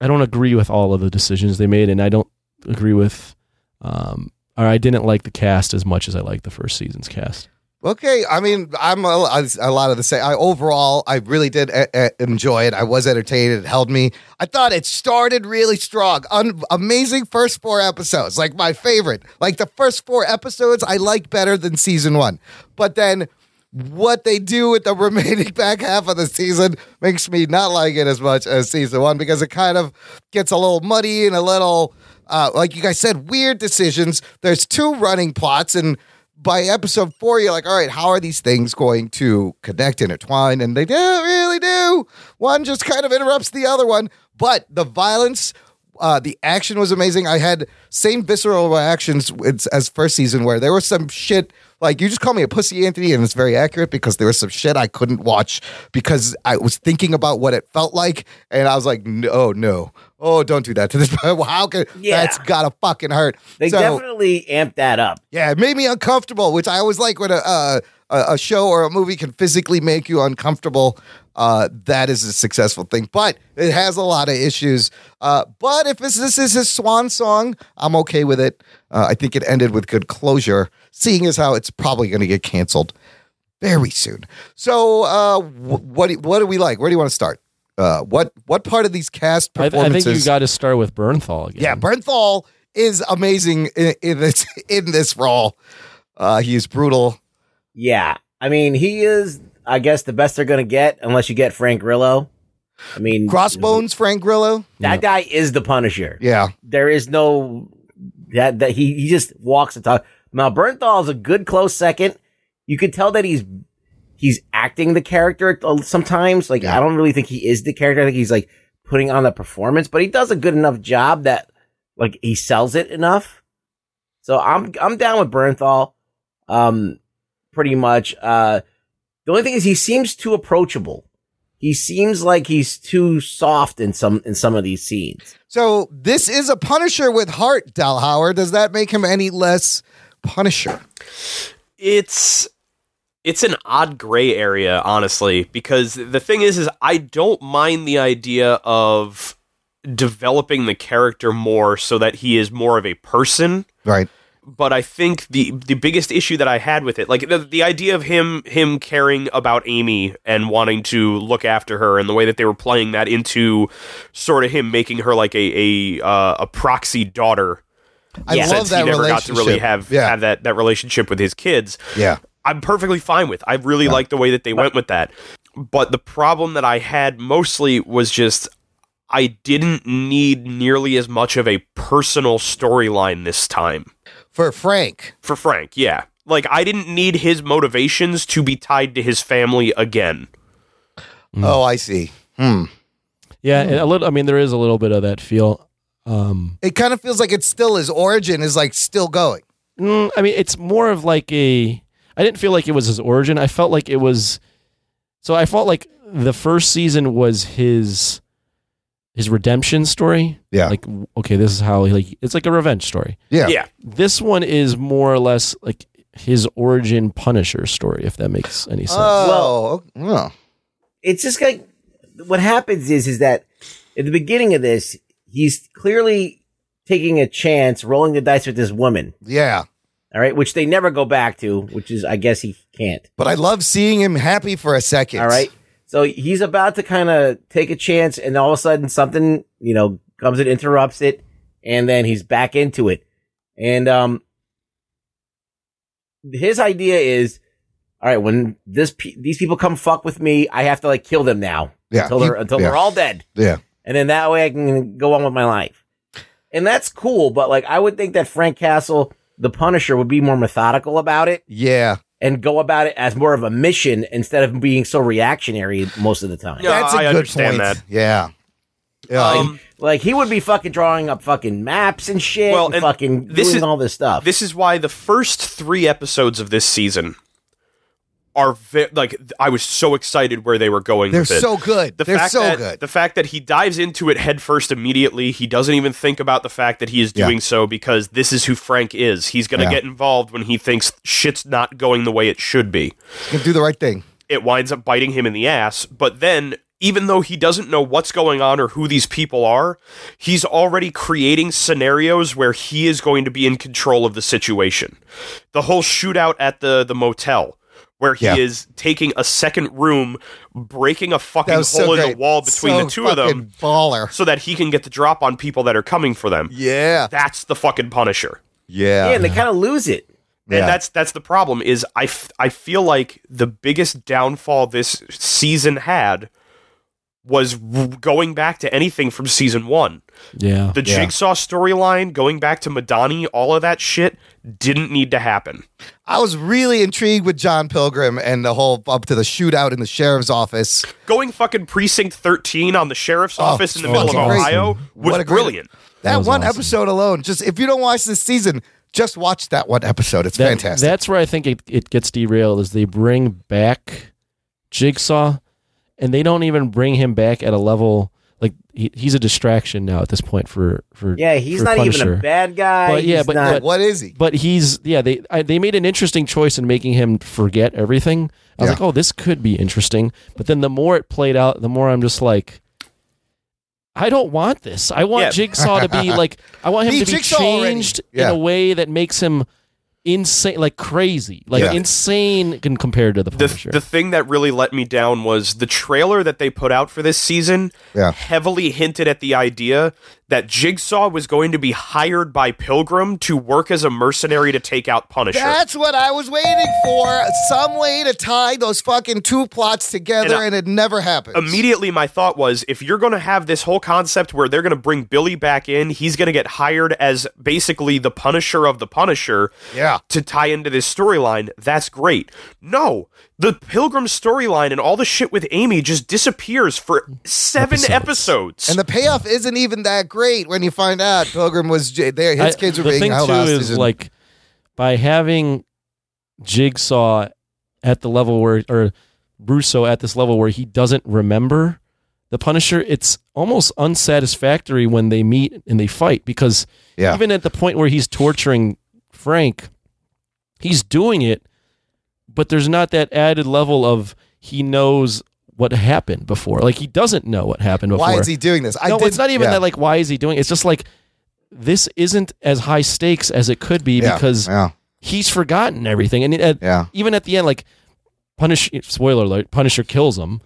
Speaker 4: I don't agree with all of the decisions they made, and I don't agree with, um, or I didn't like the cast as much as I liked the first season's cast.
Speaker 1: Okay, I mean, I'm a, a lot of the same. I overall, I really did uh uh enjoy it. I was entertained. It held me. I thought it started really strong. Un- amazing first four episodes, like my favorite. Like the first four episodes, I like better than season one. But then, what they do with the remaining back half of the season makes me not like it as much as season one because it kind of gets a little muddy and a little, uh, like you guys said, weird decisions. There's two running plots and by episode four, you're like, all right, how are these things going to connect, intertwine? And they don't really do. One just kind of interrupts the other one. But the violence, uh, the action was amazing. I had same visceral reactions with- as first season, where there was some shit like you just call me a pussy, Anthony, and it's very accurate because there was some shit I couldn't watch because I was thinking about what it felt like, and I was like, no, oh, no, oh, don't do that to this. How can
Speaker 2: Yeah.
Speaker 1: that's gotta fucking hurt?
Speaker 2: They
Speaker 1: So-
Speaker 2: definitely amped that up.
Speaker 1: yeah, it made me uncomfortable, which I always like when a uh, a a show or a movie can physically make you uncomfortable. Uh, that is a successful thing, but it has a lot of issues. Uh, but if this, this is his swan song, I'm okay with it. Uh, I think it ended with good closure, seeing as how it's probably going to get canceled very soon. So, uh, wh- what do, what do we like? Where do you want to start? Uh, what what part of these cast
Speaker 4: I, I
Speaker 1: performances?
Speaker 4: think you got to start with Bernthal again.
Speaker 1: Yeah, Bernthal is amazing in, in this in this role. Uh, he's brutal.
Speaker 2: Yeah. I mean, he is, I guess, the best they're going to get unless you get Frank Grillo. I mean,
Speaker 1: Crossbones, Frank Grillo.
Speaker 2: that guy is the Punisher.
Speaker 1: Yeah.
Speaker 2: There is no that that he he just walks the talk. Now Bernthal is a good close second. You could tell that he's he's acting the character sometimes. Like I don't really think he is the character. I think he's like putting on the performance, but he does a good enough job that like he sells it enough. So I'm I'm down with Bernthal. Um, pretty much. Uh, the only thing is he seems too approachable. He seems like he's too soft in some in some of these scenes.
Speaker 1: So this is a Punisher with heart, Dalhauer. Does that make him any less Punisher?
Speaker 5: It's it's an odd gray area, honestly, because the thing is is I don't mind the idea of developing the character more so that he is more of a person
Speaker 1: Right.
Speaker 5: but I think the the biggest issue that I had with it, like the, the idea of him him caring about Amy and wanting to look after her, and the way that they were playing that into sort of him making her like a a uh, a proxy daughter.
Speaker 1: I love
Speaker 5: since
Speaker 1: that
Speaker 5: he never got to really
Speaker 1: relationship.
Speaker 5: have
Speaker 1: Yeah.
Speaker 5: have that that relationship with his kids.
Speaker 1: Yeah.
Speaker 5: I'm perfectly fine with. I really like the way that they went with that. But the problem that I had mostly was just I didn't need nearly as much of a personal storyline this time
Speaker 1: For Frank.
Speaker 5: for Frank, yeah. Like I didn't need his motivations to be tied to his family again.
Speaker 1: Oh, I see. Hmm.
Speaker 4: Yeah, and a little. I mean, there is a little bit of that feel. Um,
Speaker 1: It kind of feels like it's still his origin is like still going.
Speaker 4: mm, I mean, it's more of like a. I didn't feel like it was his origin. I felt like it was. So I felt like the first season was his his redemption story.
Speaker 1: Yeah.
Speaker 4: Like okay, this is how he like it's like a revenge story.
Speaker 1: Yeah.
Speaker 5: Yeah.
Speaker 4: This one is more or less like his origin Punisher story, if that makes any sense.
Speaker 1: Oh, oh.
Speaker 2: it's just like what happens is is that at the beginning of this, he's clearly taking a chance, rolling the dice with this woman.
Speaker 1: yeah.
Speaker 2: All right, which they never go back to, which is I guess he can't.
Speaker 1: But I love seeing him happy for a second.
Speaker 2: All right, so he's about to kind of take a chance, and all of a sudden something you know comes and interrupts it, and then he's back into it, and um, his idea is. All right, when this pe- these people come fuck with me, I have to like kill them now
Speaker 1: Yeah.
Speaker 2: until
Speaker 1: He-
Speaker 2: they're until
Speaker 1: yeah.
Speaker 2: they're all dead
Speaker 1: Yeah.
Speaker 2: and then that way I can go on with my life. And that's cool, but like I would think that Frank Castle, the Punisher, would be more methodical about it
Speaker 1: Yeah.
Speaker 2: and go about it as more of a mission instead of being so reactionary most of the time.
Speaker 5: Yeah,
Speaker 1: That's a
Speaker 5: I
Speaker 1: good
Speaker 5: understand
Speaker 1: point.
Speaker 5: that.
Speaker 1: Yeah. Yeah.
Speaker 5: Um,
Speaker 2: Like he would be fucking drawing up fucking maps and shit,
Speaker 5: Well,
Speaker 2: and,
Speaker 5: and
Speaker 2: fucking
Speaker 5: this
Speaker 2: doing
Speaker 5: is-
Speaker 2: all this stuff.
Speaker 5: this is why the first three episodes of this season are ve- like th- I was so excited where they were going.
Speaker 1: they're
Speaker 5: with it.
Speaker 1: so good.
Speaker 5: The
Speaker 1: they're
Speaker 5: fact
Speaker 1: so
Speaker 5: that,
Speaker 1: good.
Speaker 5: The fact that he dives into it headfirst immediately, he doesn't even think about the fact that he is
Speaker 1: Yeah.
Speaker 5: doing so because this is who Frank is. He's going to
Speaker 1: Yeah.
Speaker 5: get involved when he thinks shit's not going the way it should be.
Speaker 1: You can do the right thing.
Speaker 5: it winds up biting him in the ass. But then, even though he doesn't know what's going on or who these people are, he's already creating scenarios where he is going to be in control of the situation. The whole shootout at the, the motel. Where he
Speaker 1: Yeah.
Speaker 5: is taking a second room, breaking a fucking
Speaker 1: That
Speaker 5: hole
Speaker 1: was so
Speaker 5: in
Speaker 1: great.
Speaker 5: the wall between
Speaker 1: So
Speaker 5: the two of them
Speaker 1: fucking Baller.
Speaker 5: so that he can get the drop on people that are coming for them.
Speaker 1: Yeah.
Speaker 5: That's the fucking Punisher.
Speaker 1: Yeah.
Speaker 2: yeah, and they kind of lose it.
Speaker 1: Yeah.
Speaker 5: And that's that's the problem is I, f- I feel like the biggest downfall this season had was r- going back to anything from season 1.
Speaker 4: yeah.
Speaker 5: The
Speaker 1: Yeah.
Speaker 5: jigsaw storyline, going back to Madani, all of that shit didn't need to happen.
Speaker 1: I was really intrigued with John Pilgrim and the whole up to the shootout in the sheriff's office.
Speaker 5: Going fucking precinct 13 on the sheriff's
Speaker 1: Oh,
Speaker 5: office in the
Speaker 1: oh,
Speaker 5: middle of
Speaker 1: fucking great.
Speaker 5: Ohio was
Speaker 1: What a great-
Speaker 5: brilliant.
Speaker 1: That,
Speaker 4: was
Speaker 1: one
Speaker 4: awesome.
Speaker 1: episode alone, just if you don't watch this season, just watch that one episode. It's
Speaker 4: That-
Speaker 1: fantastic.
Speaker 4: That's where I think it, it gets derailed is they bring back Jigsaw and they don't even bring him back at a level like he, he's a distraction now at this point for for
Speaker 2: Yeah, he's
Speaker 4: for
Speaker 2: not
Speaker 4: Punisher.
Speaker 2: even a bad guy.
Speaker 4: But, yeah,
Speaker 2: he's
Speaker 4: but-
Speaker 2: not-
Speaker 1: But what is he?
Speaker 4: But he's yeah they I, they made an interesting choice in making him forget everything. I was
Speaker 1: Yeah.
Speaker 4: like, oh, this could be interesting. But then the more it played out, the more I'm just like. I don't want this. I want
Speaker 5: Yeah.
Speaker 4: Jigsaw to be like I want him
Speaker 1: Be
Speaker 4: to be
Speaker 1: Jigsaw already.
Speaker 4: changed
Speaker 1: Yeah.
Speaker 4: in a way that makes him insane, like crazy, like
Speaker 1: Yeah.
Speaker 4: insane con- compared to the
Speaker 5: The,
Speaker 4: Punisher.
Speaker 5: the thing that really let me down was the trailer that they put out for this season
Speaker 1: Yeah.
Speaker 5: heavily hinted at the idea that Jigsaw was going to be hired by Pilgrim to work as a mercenary to take out Punisher.
Speaker 1: That's what I was waiting for. Some way to tie those fucking two plots together, and,
Speaker 5: And I-
Speaker 1: it never happened.
Speaker 5: Immediately, my thought was if you're going to have this whole concept where they're going to bring Billy back in, he's going to get hired as basically the Punisher of the Punisher
Speaker 1: yeah.
Speaker 5: to tie into this storyline. That's great. No, the Pilgrim storyline and all the shit with Amy just disappears for seven
Speaker 1: Episodes.
Speaker 5: episodes.
Speaker 1: And the payoff isn't even that great when you find out Pilgrim was j- there. His
Speaker 4: I-
Speaker 1: kids were
Speaker 4: the
Speaker 1: being
Speaker 4: thing
Speaker 1: held
Speaker 4: too
Speaker 1: hostage.
Speaker 4: is
Speaker 1: and-
Speaker 4: like by having Jigsaw at the level where or Russo at this level where he doesn't remember the Punisher. It's almost unsatisfactory when they meet and they fight because
Speaker 1: Yeah.
Speaker 4: even at the point where he's torturing Frank, he's doing it, but there's not that added level of he knows what happened before. Like he doesn't know what happened before.
Speaker 1: Why is he doing this? I
Speaker 4: no,
Speaker 1: did-
Speaker 4: it's not even
Speaker 1: yeah.
Speaker 4: that. Like, why is he doing? it? It's just like this isn't as high stakes as it could be
Speaker 1: Yeah,
Speaker 4: because
Speaker 1: yeah.
Speaker 4: he's forgotten everything. And at,
Speaker 1: Yeah.
Speaker 4: even at the end, like Punish. Spoiler alert: Punisher kills him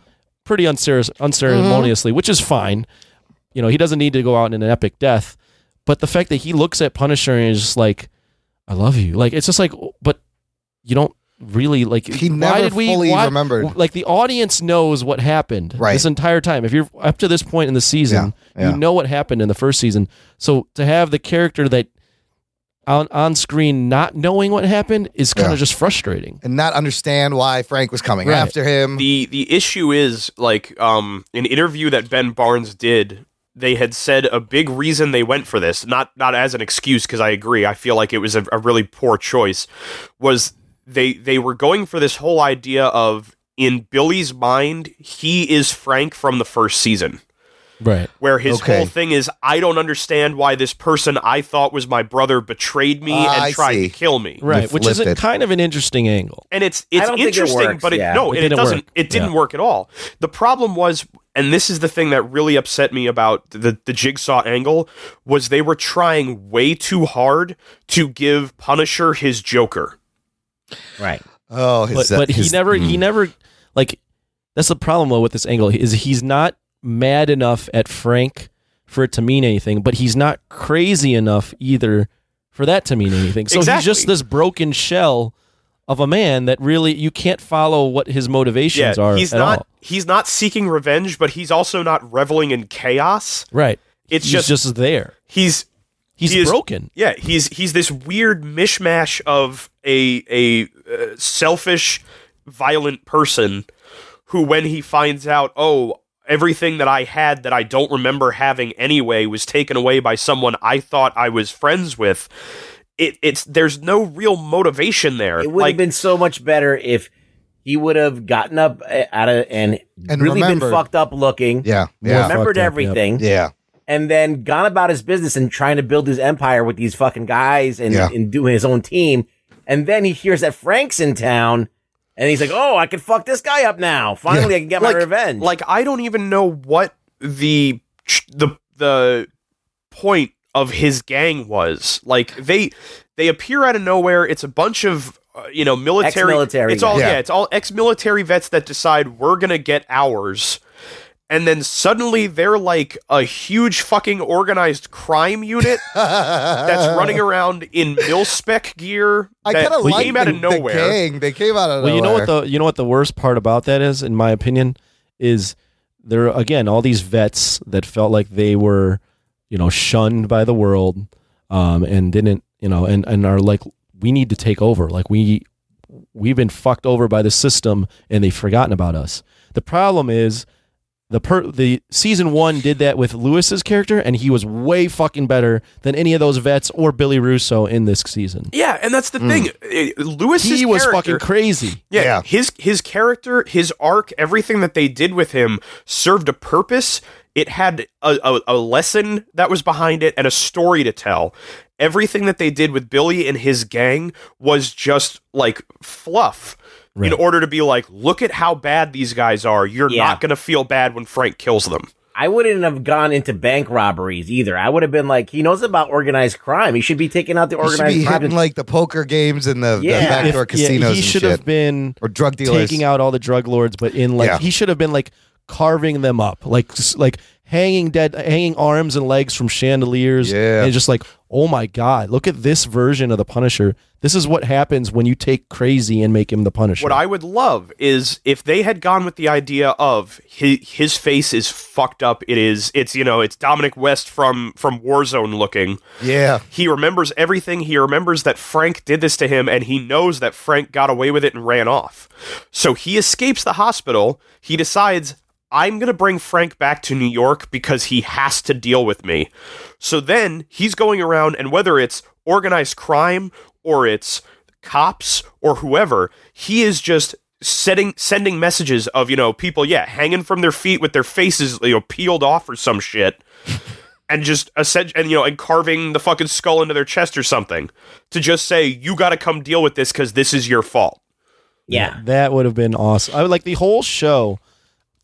Speaker 4: pretty uncere- unceremoniously,
Speaker 1: Mm-hmm.
Speaker 4: which is fine. You know, he doesn't need to go out in an epic death. But the fact that he looks at Punisher and is just like, "I love you," like it's just like, but you don't really like. He
Speaker 1: never fully remembered.
Speaker 4: Like the audience knows what happened
Speaker 1: Right.
Speaker 4: this entire time. If you're up to this point in the season,
Speaker 1: Yeah, yeah.
Speaker 4: you know what happened in the first season. So to have the character that on on screen not knowing what happened is kind of just frustrating.
Speaker 1: and not understand why Frank was coming after him.
Speaker 5: The the issue is like um an interview that Ben Barnes did. They had said a big reason they went for this, not not as an excuse because I agree. I feel like it was a, a really poor choice. Was they they were going for this whole idea of in Billy's mind he is Frank from the first season
Speaker 4: Right.
Speaker 5: where his
Speaker 4: Okay.
Speaker 5: whole thing is I don't understand why this person I thought was my brother betrayed me
Speaker 4: Ah,
Speaker 5: and
Speaker 4: I
Speaker 5: tried
Speaker 4: see.
Speaker 5: to kill me.
Speaker 4: Right, which is a, kind of an interesting angle.
Speaker 5: and it's
Speaker 4: I
Speaker 5: it's
Speaker 4: don't think it
Speaker 5: interesting,
Speaker 4: works,
Speaker 5: but it,
Speaker 4: yeah.
Speaker 5: no,
Speaker 4: It
Speaker 5: and it
Speaker 4: didn't
Speaker 5: doesn't.
Speaker 4: work.
Speaker 5: It didn't
Speaker 4: Yeah.
Speaker 5: work at all. The problem was, and this is the thing that really upset me about the the jigsaw angle was they were trying way too hard to give Punisher his Joker.
Speaker 2: Right.
Speaker 1: Oh, mm.
Speaker 4: but, but he never
Speaker 5: mm.
Speaker 4: he never like that's the problem though with this angle is he's not mad enough at Frank for it to mean anything, but he's not crazy enough either for that to mean anything. So he's just
Speaker 5: Exactly.
Speaker 4: this broken shell of a man that really you can't follow what his motivations are
Speaker 5: he's
Speaker 4: at
Speaker 5: not
Speaker 4: all.
Speaker 5: he's not seeking revenge, but he's also not reveling in chaos.
Speaker 4: Right.
Speaker 5: It's
Speaker 4: he's
Speaker 5: just-
Speaker 4: there.
Speaker 5: He's
Speaker 4: he's
Speaker 5: he is-
Speaker 4: broken.
Speaker 5: Yeah, he's he's this weird mishmash of a a uh, selfish, violent person who, when he finds out, oh, everything that I had that I don't remember having anyway was taken away by someone I thought I was friends with. It, it's there's no real motivation there.
Speaker 2: It would have been so much better if he would have gotten up uh, out of and,
Speaker 1: And
Speaker 2: really
Speaker 1: remembered.
Speaker 2: been fucked up looking.
Speaker 1: Yeah, yeah.
Speaker 2: Remembered
Speaker 1: Fucked up,
Speaker 2: everything.
Speaker 1: yep. Yeah.
Speaker 2: And then gone about his business and trying to build his empire with these fucking guys and,
Speaker 1: Yeah.
Speaker 2: and doing his own team. And then he hears that Frank's in town and he's like, Oh, I can fuck this guy up now. Finally I can get
Speaker 5: like,
Speaker 2: my revenge.
Speaker 5: Like I don't even know what the the the point of his gang was. Like they they appear out of nowhere. It's a bunch of uh, you know military.
Speaker 2: Ex-military
Speaker 5: It's all
Speaker 2: guys.
Speaker 5: yeah.
Speaker 2: Yeah.
Speaker 5: It's all ex military vets that decide we're gonna get ours. And then suddenly they're like a huge fucking organized crime unit that's running around in mil spec gear.
Speaker 1: I
Speaker 5: that
Speaker 1: kind of like
Speaker 5: came out
Speaker 1: the,
Speaker 5: of nowhere.
Speaker 1: the gang. They came out of nowhere.
Speaker 4: Well, you know what the you know what the worst part about that is, in my opinion, is there are, again all these vets that felt like they were, you know, shunned by the world, um, and didn't you know, and and are like, we need to take over, like we we've been fucked over by the system, and they've forgotten about us. The problem is. The per- the season one did that with Lewis's character, and he was way fucking better than any of those vets or Billy Russo in this season.
Speaker 5: Yeah, and that's the
Speaker 4: Mm.
Speaker 5: thing. It- Lewis's
Speaker 4: he was
Speaker 5: character-
Speaker 4: fucking crazy.
Speaker 5: Yeah, his his character, his arc, everything that they did with him served a purpose. It had a, a, a lesson that was behind it and a story to tell. Everything that they did with Billy and his gang was just like fluff. In order to be like, look at how bad these guys are. You're not going to feel bad when Frank kills them.
Speaker 2: I wouldn't have gone into bank robberies either. I would have been like, he knows about organized crime. He should be taking out the
Speaker 1: He should
Speaker 2: organized
Speaker 1: be
Speaker 2: crime.
Speaker 1: hitting like the poker games and the,
Speaker 2: Yeah.
Speaker 1: the backdoor
Speaker 2: If-
Speaker 4: yeah,
Speaker 1: casinos.
Speaker 4: he
Speaker 1: and
Speaker 4: should
Speaker 1: shit.
Speaker 4: have been
Speaker 1: or drug dealers.
Speaker 4: taking out all the drug lords, but in like
Speaker 1: Yeah.
Speaker 4: he should have been like carving them up, like s- like hanging dead, hanging arms and legs from chandeliers.
Speaker 1: Yeah.
Speaker 4: And just like, oh my God, look at this version of the Punisher. This is what happens when you take crazy and make him the Punisher.
Speaker 5: What I would love is if they had gone with the idea of his, his face is fucked up. It is it's you know it's Dominic West from from Warzone looking.
Speaker 1: Yeah.
Speaker 5: He remembers everything. He remembers that Frank did this to him, and he knows that Frank got away with it and ran off. So he escapes the hospital. He decides I'm going to bring Frank back to New York because he has to deal with me. So then he's going around, and whether it's organized crime or it's cops or whoever, he is just setting sending messages of you know people yeah hanging from their feet with their faces you know peeled off or some shit and just ascend- and you know and carving the fucking skull into their chest or something to just say you got to come deal with this cuz this is your fault
Speaker 2: Yeah.
Speaker 4: That would have been awesome. I would like the whole show.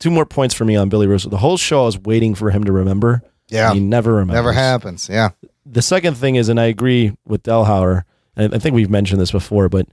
Speaker 4: Two more points for me on Billy Russo. The whole show I was waiting for him to remember.
Speaker 1: Yeah.
Speaker 4: He never remembers.
Speaker 1: Never happens. Yeah.
Speaker 4: The second thing is, and I agree with Delhauer, and I think we've mentioned this before, but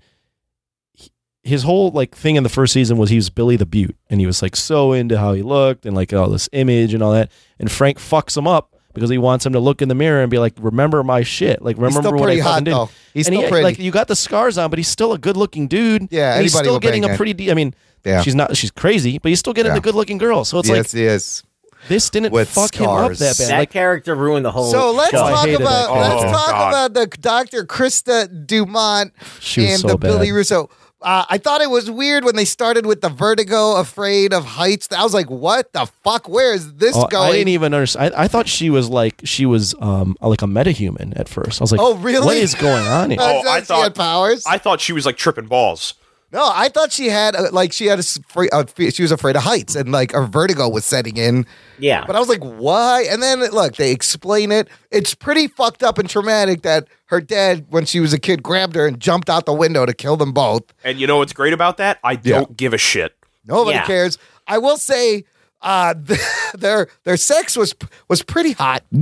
Speaker 4: he- his whole like thing in the first season was he was Billy the Butte, and he was like so into how he looked and like all this image and all that. And Frank fucks him up because he wants him to look in the mirror and be like, "Remember my shit." Like, remember
Speaker 1: still
Speaker 4: what I
Speaker 1: pretty hot,
Speaker 4: fucking did.
Speaker 1: though. He's
Speaker 4: and
Speaker 1: still
Speaker 4: he,
Speaker 1: pretty.
Speaker 4: Like, you got the scars on, but he's still a good-looking dude.
Speaker 1: Yeah,
Speaker 4: and he's
Speaker 1: anybody
Speaker 4: still
Speaker 1: would
Speaker 4: getting
Speaker 1: bang
Speaker 4: a
Speaker 1: it.
Speaker 4: pretty. De- I mean,
Speaker 1: Yeah.
Speaker 4: she's not. She's crazy, but he's still getting
Speaker 1: Yeah.
Speaker 4: a good-looking girl. So it's
Speaker 1: yes,
Speaker 4: like
Speaker 1: yes.
Speaker 4: this didn't
Speaker 1: With
Speaker 4: fuck him up
Speaker 1: scars.
Speaker 4: that bad.
Speaker 2: That
Speaker 4: like,
Speaker 2: character ruined the whole.
Speaker 1: So let's
Speaker 4: Oh, God, I
Speaker 1: talk
Speaker 4: hated
Speaker 1: about
Speaker 4: that Oh,
Speaker 1: let's
Speaker 4: character.
Speaker 1: talk
Speaker 5: God.
Speaker 1: about the Dr. Krista Dumont
Speaker 4: She was
Speaker 1: and
Speaker 4: so
Speaker 1: the
Speaker 4: bad.
Speaker 1: Billy Russo. Uh, I thought it was weird when they started with the vertigo, afraid of heights. I was like, "What the fuck? Where is this
Speaker 4: Oh,
Speaker 1: going?"
Speaker 4: I didn't even understand. I, I thought she was like she was um like a metahuman at first. I was like,
Speaker 1: Oh, really?
Speaker 4: What is going on here?
Speaker 1: I
Speaker 5: Oh, I
Speaker 1: thought she had
Speaker 5: thought-
Speaker 1: powers.
Speaker 5: i thought she was like tripping balls
Speaker 1: no, I thought she had uh, like she had a, s- fre- uh, fe- she was afraid of heights and like a vertigo was setting in.
Speaker 2: Yeah.
Speaker 1: But I was like, why? And then look, they explain it. It's pretty fucked up and traumatic that her dad, when she was a kid, grabbed her and jumped out the window to kill them both.
Speaker 5: and you know what's great about that i don't give a shit
Speaker 1: Nobody
Speaker 2: Yeah.
Speaker 1: cares. I will say, uh, their their sex was was pretty hot.
Speaker 4: Oh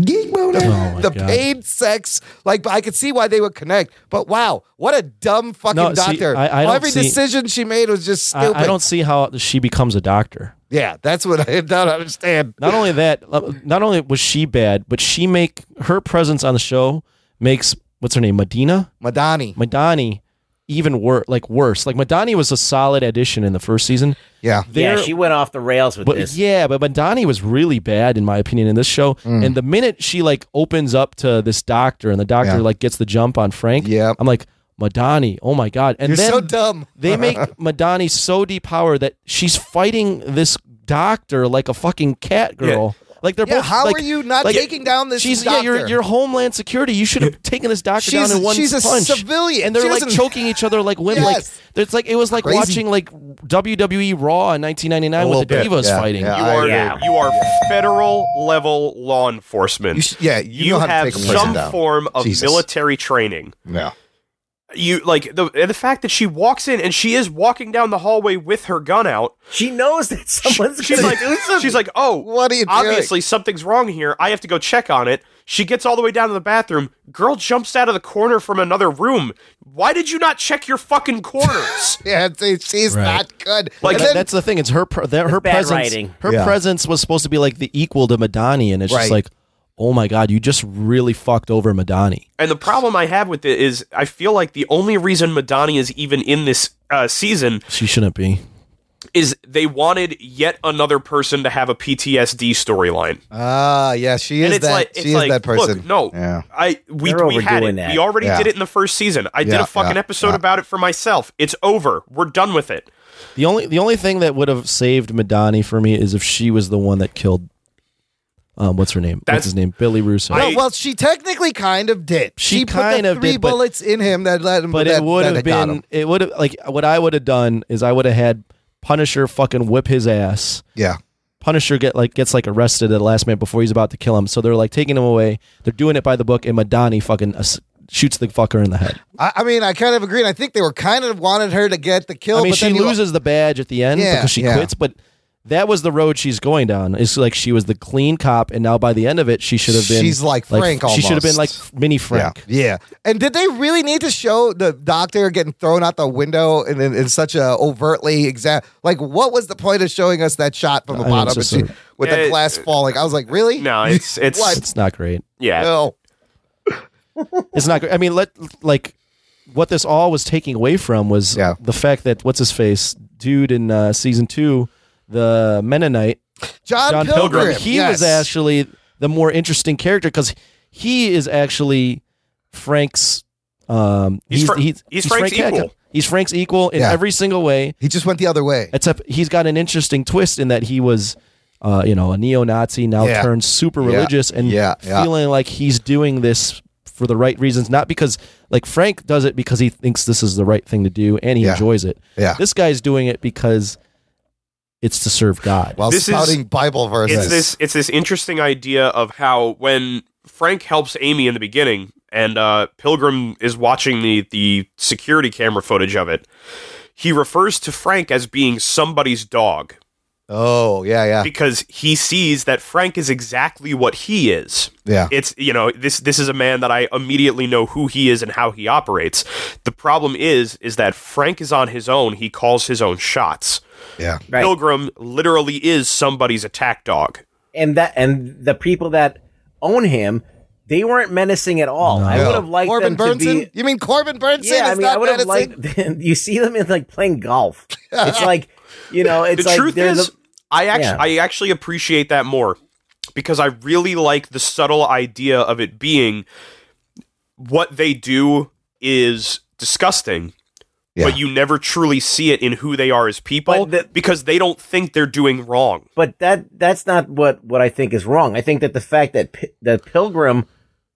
Speaker 4: my
Speaker 1: the
Speaker 4: God.
Speaker 1: paid sex, like I could see why they would connect. But wow, what a dumb fucking
Speaker 4: No, see,
Speaker 1: doctor!
Speaker 4: I- I don't
Speaker 1: Every
Speaker 4: see-
Speaker 1: decision she made was just
Speaker 4: I,
Speaker 1: stupid.
Speaker 4: I don't see how she becomes a doctor.
Speaker 1: yeah, that's what I don't understand.
Speaker 4: Not only that, uh, not only was she bad, but she make her presence on the show makes what's her name Medina
Speaker 1: Madani.
Speaker 4: Madani even worse. Like worse. Like Madani was a solid addition in the first season.
Speaker 1: Yeah,
Speaker 2: yeah,
Speaker 4: There-
Speaker 2: she went off the rails with
Speaker 4: But
Speaker 2: this.
Speaker 4: yeah, but Madani was really bad in my opinion in this show.
Speaker 1: Mm.
Speaker 4: And the minute she like opens up to this doctor and the doctor
Speaker 1: Yeah.
Speaker 4: like gets the jump on Frank,
Speaker 1: Yep.
Speaker 4: I'm like, Madani, oh my god. And
Speaker 1: you're
Speaker 4: then
Speaker 1: so dumb.
Speaker 4: they make Madani so depowered that she's fighting this doctor like a fucking cat girl. Like they're
Speaker 1: Yeah,
Speaker 4: both
Speaker 1: how
Speaker 4: like-
Speaker 1: are you not
Speaker 4: like-
Speaker 1: taking down this?
Speaker 4: She's
Speaker 1: doctor?
Speaker 4: yeah, your your homeland security. You should have taken this doctor
Speaker 1: She's-
Speaker 4: down in one
Speaker 1: she's a
Speaker 4: punch.
Speaker 1: civilian.
Speaker 4: and they're
Speaker 1: She
Speaker 4: like
Speaker 1: doesn't-
Speaker 4: choking each other like women.
Speaker 1: Yes.
Speaker 4: Like it's like it was like
Speaker 1: Crazy.
Speaker 4: watching like WWE Raw in 1999
Speaker 1: A
Speaker 4: with the
Speaker 1: little bit.
Speaker 4: divas
Speaker 1: Yeah,
Speaker 4: fighting.
Speaker 1: yeah.
Speaker 5: You
Speaker 1: I
Speaker 5: are
Speaker 2: agree.
Speaker 5: you are federal level law enforcement.
Speaker 1: You sh- yeah, you know how to
Speaker 5: have
Speaker 1: take a person
Speaker 5: some
Speaker 1: down.
Speaker 5: form of
Speaker 1: Jesus.
Speaker 5: military training.
Speaker 1: yeah.
Speaker 5: You like the and the fact that she walks in and she is walking down the hallway with her gun out.
Speaker 2: She knows that someone's
Speaker 5: She's
Speaker 2: gonna
Speaker 5: like
Speaker 2: do something.
Speaker 5: she's like, "Oh,
Speaker 1: What are you doing?
Speaker 5: obviously something's wrong here. I have to go check on it." She gets all the way down to the bathroom. Girl jumps out of the corner from another room. Why did you not check your fucking corners?
Speaker 1: Yeah, see, she's
Speaker 4: Right.
Speaker 1: not good.
Speaker 5: Like,
Speaker 1: And then-
Speaker 4: that's the thing. It's her pre- that, her
Speaker 2: bad
Speaker 4: presence.
Speaker 2: writing.
Speaker 4: Her
Speaker 1: Yeah.
Speaker 4: presence was supposed to be like the equal to Madani, and it's
Speaker 1: Right.
Speaker 4: just like, oh my god, you just really fucked over Madani.
Speaker 5: And the problem I have with it is I feel like the only reason Madani is even in this uh, season
Speaker 4: She shouldn't be.
Speaker 5: is they wanted yet another person to have a PTSD storyline.
Speaker 1: Ah, yeah, she is
Speaker 5: And it's
Speaker 1: that.
Speaker 5: like it's
Speaker 1: she is
Speaker 5: like
Speaker 1: that person.
Speaker 5: look, no.
Speaker 1: Yeah.
Speaker 5: I we,
Speaker 2: They're
Speaker 5: we had it.
Speaker 2: overdoing that.
Speaker 5: We already
Speaker 1: Yeah.
Speaker 5: did it in the first season. I did
Speaker 1: Yeah,
Speaker 5: a fucking
Speaker 1: yeah,
Speaker 5: episode
Speaker 1: yeah.
Speaker 5: about it for myself. It's over. We're done with it.
Speaker 4: The only the only thing that would have saved Madani for me is if she was the one that killed. Um, what's her name?
Speaker 5: That's-
Speaker 4: what's his name? Billy Russo.
Speaker 5: I-
Speaker 1: No, well, she technically kind of did.
Speaker 4: She
Speaker 1: put the
Speaker 4: kind of
Speaker 1: three
Speaker 4: did, but-
Speaker 1: bullets in him that let him.
Speaker 4: but
Speaker 1: that,
Speaker 4: it would
Speaker 1: that
Speaker 4: have
Speaker 1: got him.
Speaker 4: been it would have like what I would have done is I would have had Punisher fucking whip his ass.
Speaker 1: Yeah,
Speaker 4: Punisher get like gets like arrested at the last minute before he's about to kill him. So they're like taking him away. They're doing it by the book, and Madani fucking ass- shoots the fucker in the head.
Speaker 1: I, I mean, I kind of agree, and I think they were kind of wanted her to get the kill.
Speaker 4: I mean,
Speaker 1: but
Speaker 4: she
Speaker 1: then you-
Speaker 4: loses the badge at the end
Speaker 1: Yeah,
Speaker 4: because she
Speaker 1: yeah.
Speaker 4: quits, but that was the road she's going down. It's like she was the clean cop, and now by the end of it, she should have been.
Speaker 1: She's like Frank
Speaker 4: She should have been like
Speaker 1: almost.
Speaker 4: mini Frank.
Speaker 1: Yeah. And did they really need to show the doctor getting thrown out the window in, in, in such a overtly exact? Like, what was the point of showing us that shot from the
Speaker 4: I know,
Speaker 1: bottom
Speaker 4: it's
Speaker 1: and
Speaker 4: just
Speaker 1: she- with the
Speaker 5: It-
Speaker 1: glass falling? I was like, really?
Speaker 5: No, it's it's
Speaker 1: What?
Speaker 4: It's not great.
Speaker 5: yeah.
Speaker 1: No.
Speaker 4: It's not. I mean, let like what this all was taking away from was the fact that what's his face dude in uh, season two, the Mennonite
Speaker 1: John, Pilgrim.
Speaker 4: He
Speaker 1: yes.
Speaker 4: was actually the more interesting character because he is actually Frank's. Um,
Speaker 5: He's Fra- he's Frank's
Speaker 4: Frank
Speaker 5: equal.
Speaker 4: Hackett. He's Frank's equal in
Speaker 1: Yeah.
Speaker 4: every single way.
Speaker 1: He just went the other way.
Speaker 4: Except he's got an interesting twist in that he was, uh, you know, a neo-Nazi now
Speaker 1: Yeah.
Speaker 4: turned super
Speaker 1: Yeah.
Speaker 4: religious and
Speaker 1: Yeah, yeah.
Speaker 4: feeling like he's doing this for the right reasons, not because like Frank does it because he thinks this is the right thing to do and he
Speaker 1: Yeah.
Speaker 4: enjoys it.
Speaker 1: Yeah.
Speaker 4: this guy's doing it because it's to serve God.
Speaker 1: While
Speaker 5: This is-
Speaker 1: spouting Bible verses.
Speaker 5: It's this it's this interesting idea of how when Frank helps Amy in the beginning and uh, Pilgrim is watching the the security camera footage of it, he refers to Frank as being somebody's dog
Speaker 1: Oh, yeah, yeah.
Speaker 5: because he sees that Frank is exactly what he is.
Speaker 1: Yeah.
Speaker 5: It's you know this this is a man that I immediately know who he is and how he operates. The problem is is that Frank is on his own. He calls his own shots.
Speaker 1: Yeah.
Speaker 2: Right.
Speaker 5: Pilgrim literally is somebody's attack dog.
Speaker 2: and that and the people that own him, they weren't menacing at all. I would have liked
Speaker 1: Corbin
Speaker 2: them to
Speaker 1: Burnson?
Speaker 2: be.
Speaker 1: You mean Corbin Burnson?
Speaker 2: Yeah, I
Speaker 1: is
Speaker 2: mean, I
Speaker 1: not
Speaker 2: would have
Speaker 1: menacing?
Speaker 2: liked. you see them in like playing golf. It's like you know, it's
Speaker 5: the
Speaker 2: like
Speaker 5: truth
Speaker 2: they're
Speaker 5: is,
Speaker 2: the-
Speaker 5: I actually
Speaker 2: Yeah.
Speaker 5: I actually appreciate that more because I really like the subtle idea of it being what they do is disgusting. But you never truly see it in who they are as people
Speaker 2: But the-
Speaker 5: because they don't think they're doing wrong.
Speaker 2: but that that's not what what I think is wrong. I think that the fact that Pi- that Pilgrim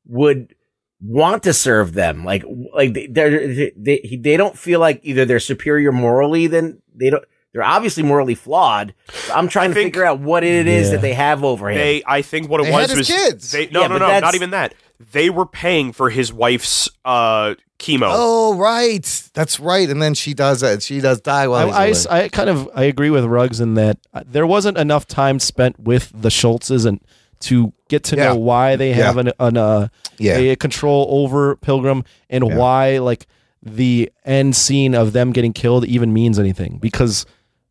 Speaker 2: would want to serve them, like like they they're- they they he- they don't feel like either they're superior morally than they don't. They're obviously morally flawed. I'm trying to
Speaker 5: think-
Speaker 2: figure out what it is
Speaker 4: Yeah.
Speaker 2: that they have over him.
Speaker 5: They, I think, what it
Speaker 1: They
Speaker 5: was
Speaker 1: had
Speaker 5: was
Speaker 1: his kids.
Speaker 5: they no
Speaker 2: Yeah,
Speaker 5: no
Speaker 2: but
Speaker 5: no
Speaker 2: that's-
Speaker 5: not even that they were paying for his wife's uh, chemo.
Speaker 1: Oh, right. That's right. And then she does it. She does die while
Speaker 4: I, I,
Speaker 1: he's away.
Speaker 4: I kind of I agree with Ruggs in that uh, there wasn't enough time spent with the Schultzes and to get to
Speaker 1: Yeah.
Speaker 4: know why they have
Speaker 1: Yeah.
Speaker 4: an, an uh,
Speaker 1: Yeah.
Speaker 4: a control over Pilgrim and why like the end scene of them getting killed even means anything because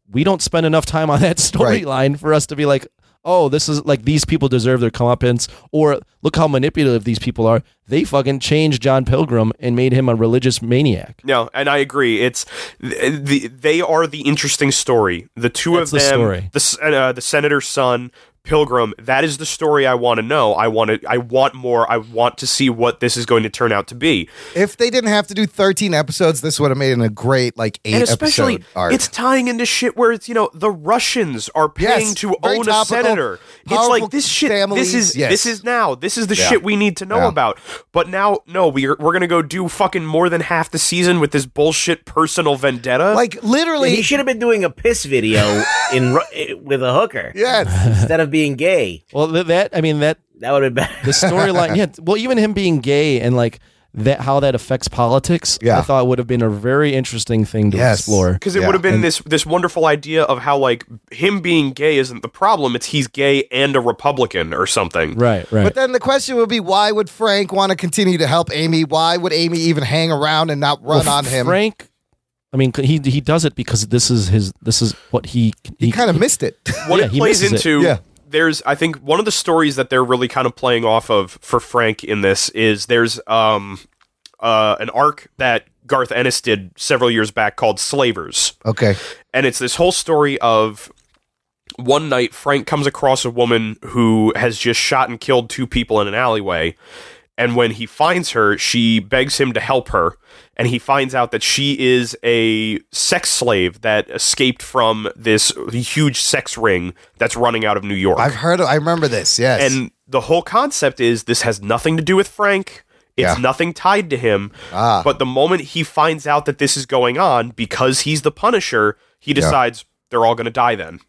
Speaker 4: we don't spend enough time on that
Speaker 1: Right.
Speaker 4: storyline for us to be like oh this is like these people deserve their comeuppance or look how manipulative these people are they fucking changed John Pilgrim and made him a religious maniac
Speaker 5: No, and I agree. It's th- the they are the interesting story. The two
Speaker 4: That's
Speaker 5: of
Speaker 4: the
Speaker 5: them,
Speaker 4: story.
Speaker 5: the s- uh, the senator's son, Pilgrim. That is the story I want to know. I want to. I want more. I want to see what this is going to turn out to be.
Speaker 1: If they didn't have to do 13 episodes, this would have made it a great, like, eight
Speaker 5: and especially,
Speaker 1: episode arc.
Speaker 5: it's tying into shit where it's you know the Russians are
Speaker 1: Yes,
Speaker 5: paying to
Speaker 1: very
Speaker 5: own
Speaker 1: topical,
Speaker 5: a senator. It's
Speaker 1: powerful
Speaker 5: like this shit.
Speaker 1: families,
Speaker 5: this is
Speaker 1: yes.
Speaker 5: this is now. This is the
Speaker 1: Yeah.
Speaker 5: shit we need to know
Speaker 1: Yeah.
Speaker 5: about. But now, no, we're we're gonna go do fucking more than half the season with this bullshit personal vendetta.
Speaker 1: like,
Speaker 2: he
Speaker 1: literally.
Speaker 2: should have been doing a piss video in Ru- eh, with a hooker
Speaker 1: Yes.
Speaker 2: instead of being gay.
Speaker 4: well th- that I mean that
Speaker 2: That would have been better.
Speaker 4: the storyline yeah well even him being gay and like that how that affects politics
Speaker 1: Yeah.
Speaker 4: i thought would have been a very interesting thing to
Speaker 1: Yes.
Speaker 4: explore
Speaker 5: because it
Speaker 1: Yeah.
Speaker 5: would have been this this wonderful idea of how like him being gay isn't the problem; it's he's gay and a Republican or something.
Speaker 4: right right
Speaker 1: But then the question would be why would Frank want to continue to help Amy? Why would Amy even hang around and not run
Speaker 4: Well,
Speaker 1: on him?
Speaker 4: frank i mean he he does it because this is his this is what he
Speaker 1: he kind of missed it.
Speaker 5: What
Speaker 4: Yeah,
Speaker 5: it
Speaker 4: he
Speaker 5: plays
Speaker 4: misses it.
Speaker 5: into
Speaker 1: Yeah.
Speaker 5: there's I think one of the stories that they're really kind of playing off of for Frank in this is there's um uh an arc that Garth Ennis did several years back called Slavers.
Speaker 1: okay.
Speaker 5: and it's this whole story of one night Frank comes across a woman who has just shot and killed two people in an alleyway. And when he finds her, she begs him to help her. And he finds out that she is a sex slave that escaped from this huge sex ring that's running out of New York.
Speaker 1: I've heard, I remember this. Yes.
Speaker 5: And the whole concept is this has nothing to do with Frank. It's
Speaker 1: Yeah.
Speaker 5: nothing tied to him.
Speaker 1: Ah.
Speaker 5: But the moment he finds out that this is going on, because he's the Punisher, he decides they're all going to die then.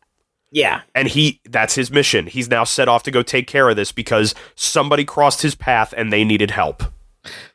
Speaker 2: yeah.
Speaker 5: And he that's his mission. He's now set off to go take care of this because somebody crossed his path and they needed help.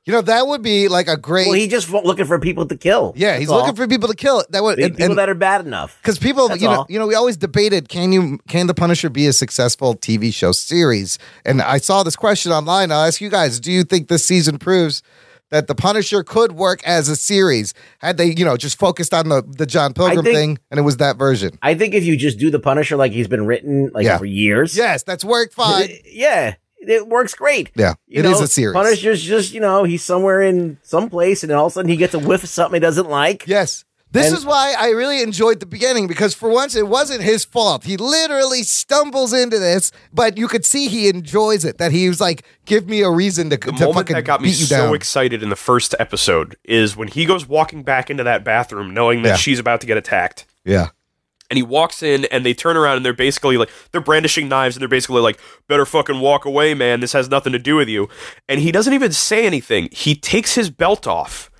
Speaker 1: You know that would be like a great.
Speaker 2: Well, he just wa- looking for people to kill.
Speaker 1: Yeah, he's
Speaker 2: That's all.
Speaker 1: looking for people to kill. That would
Speaker 2: Be- people that are bad enough.
Speaker 1: Because people,
Speaker 2: That's
Speaker 1: you know,
Speaker 2: all.
Speaker 1: you know, we always debated can you can the Punisher be a successful TV show series? And I saw this question online. I'll ask you guys: Do you think this season proves that the Punisher could work as a series? Had they, you know, just focused on the the John Pilgrim
Speaker 2: think-
Speaker 1: thing, and it was that version.
Speaker 2: I think if you just do the Punisher like he's been written like
Speaker 1: Yeah.
Speaker 2: for years,
Speaker 1: Yes, that's worked fine.
Speaker 2: yeah, it works great.
Speaker 1: Yeah,
Speaker 2: You
Speaker 1: it is
Speaker 2: know,
Speaker 1: a series.
Speaker 2: Punisher's just you know he's somewhere in some place, and then all of a sudden he gets a whiff of something he doesn't like.
Speaker 1: Yes. This
Speaker 2: And-
Speaker 1: is why I really enjoyed the beginning because for once it wasn't his fault. He literally stumbles into this, but you could see he enjoys it. That he was like, "Give me a reason to,
Speaker 5: The
Speaker 1: to
Speaker 5: moment
Speaker 1: fucking
Speaker 5: that got me
Speaker 1: beat you
Speaker 5: so
Speaker 1: down."
Speaker 5: excited in the first episode is when he goes walking back into that bathroom knowing that
Speaker 1: Yeah.
Speaker 5: she's about to get attacked.
Speaker 1: yeah,
Speaker 5: And he walks in and they turn around and they're basically like, they're brandishing knives and they're basically like, better fucking walk away, man. This has nothing to do with you. And he doesn't even say anything. He takes his belt off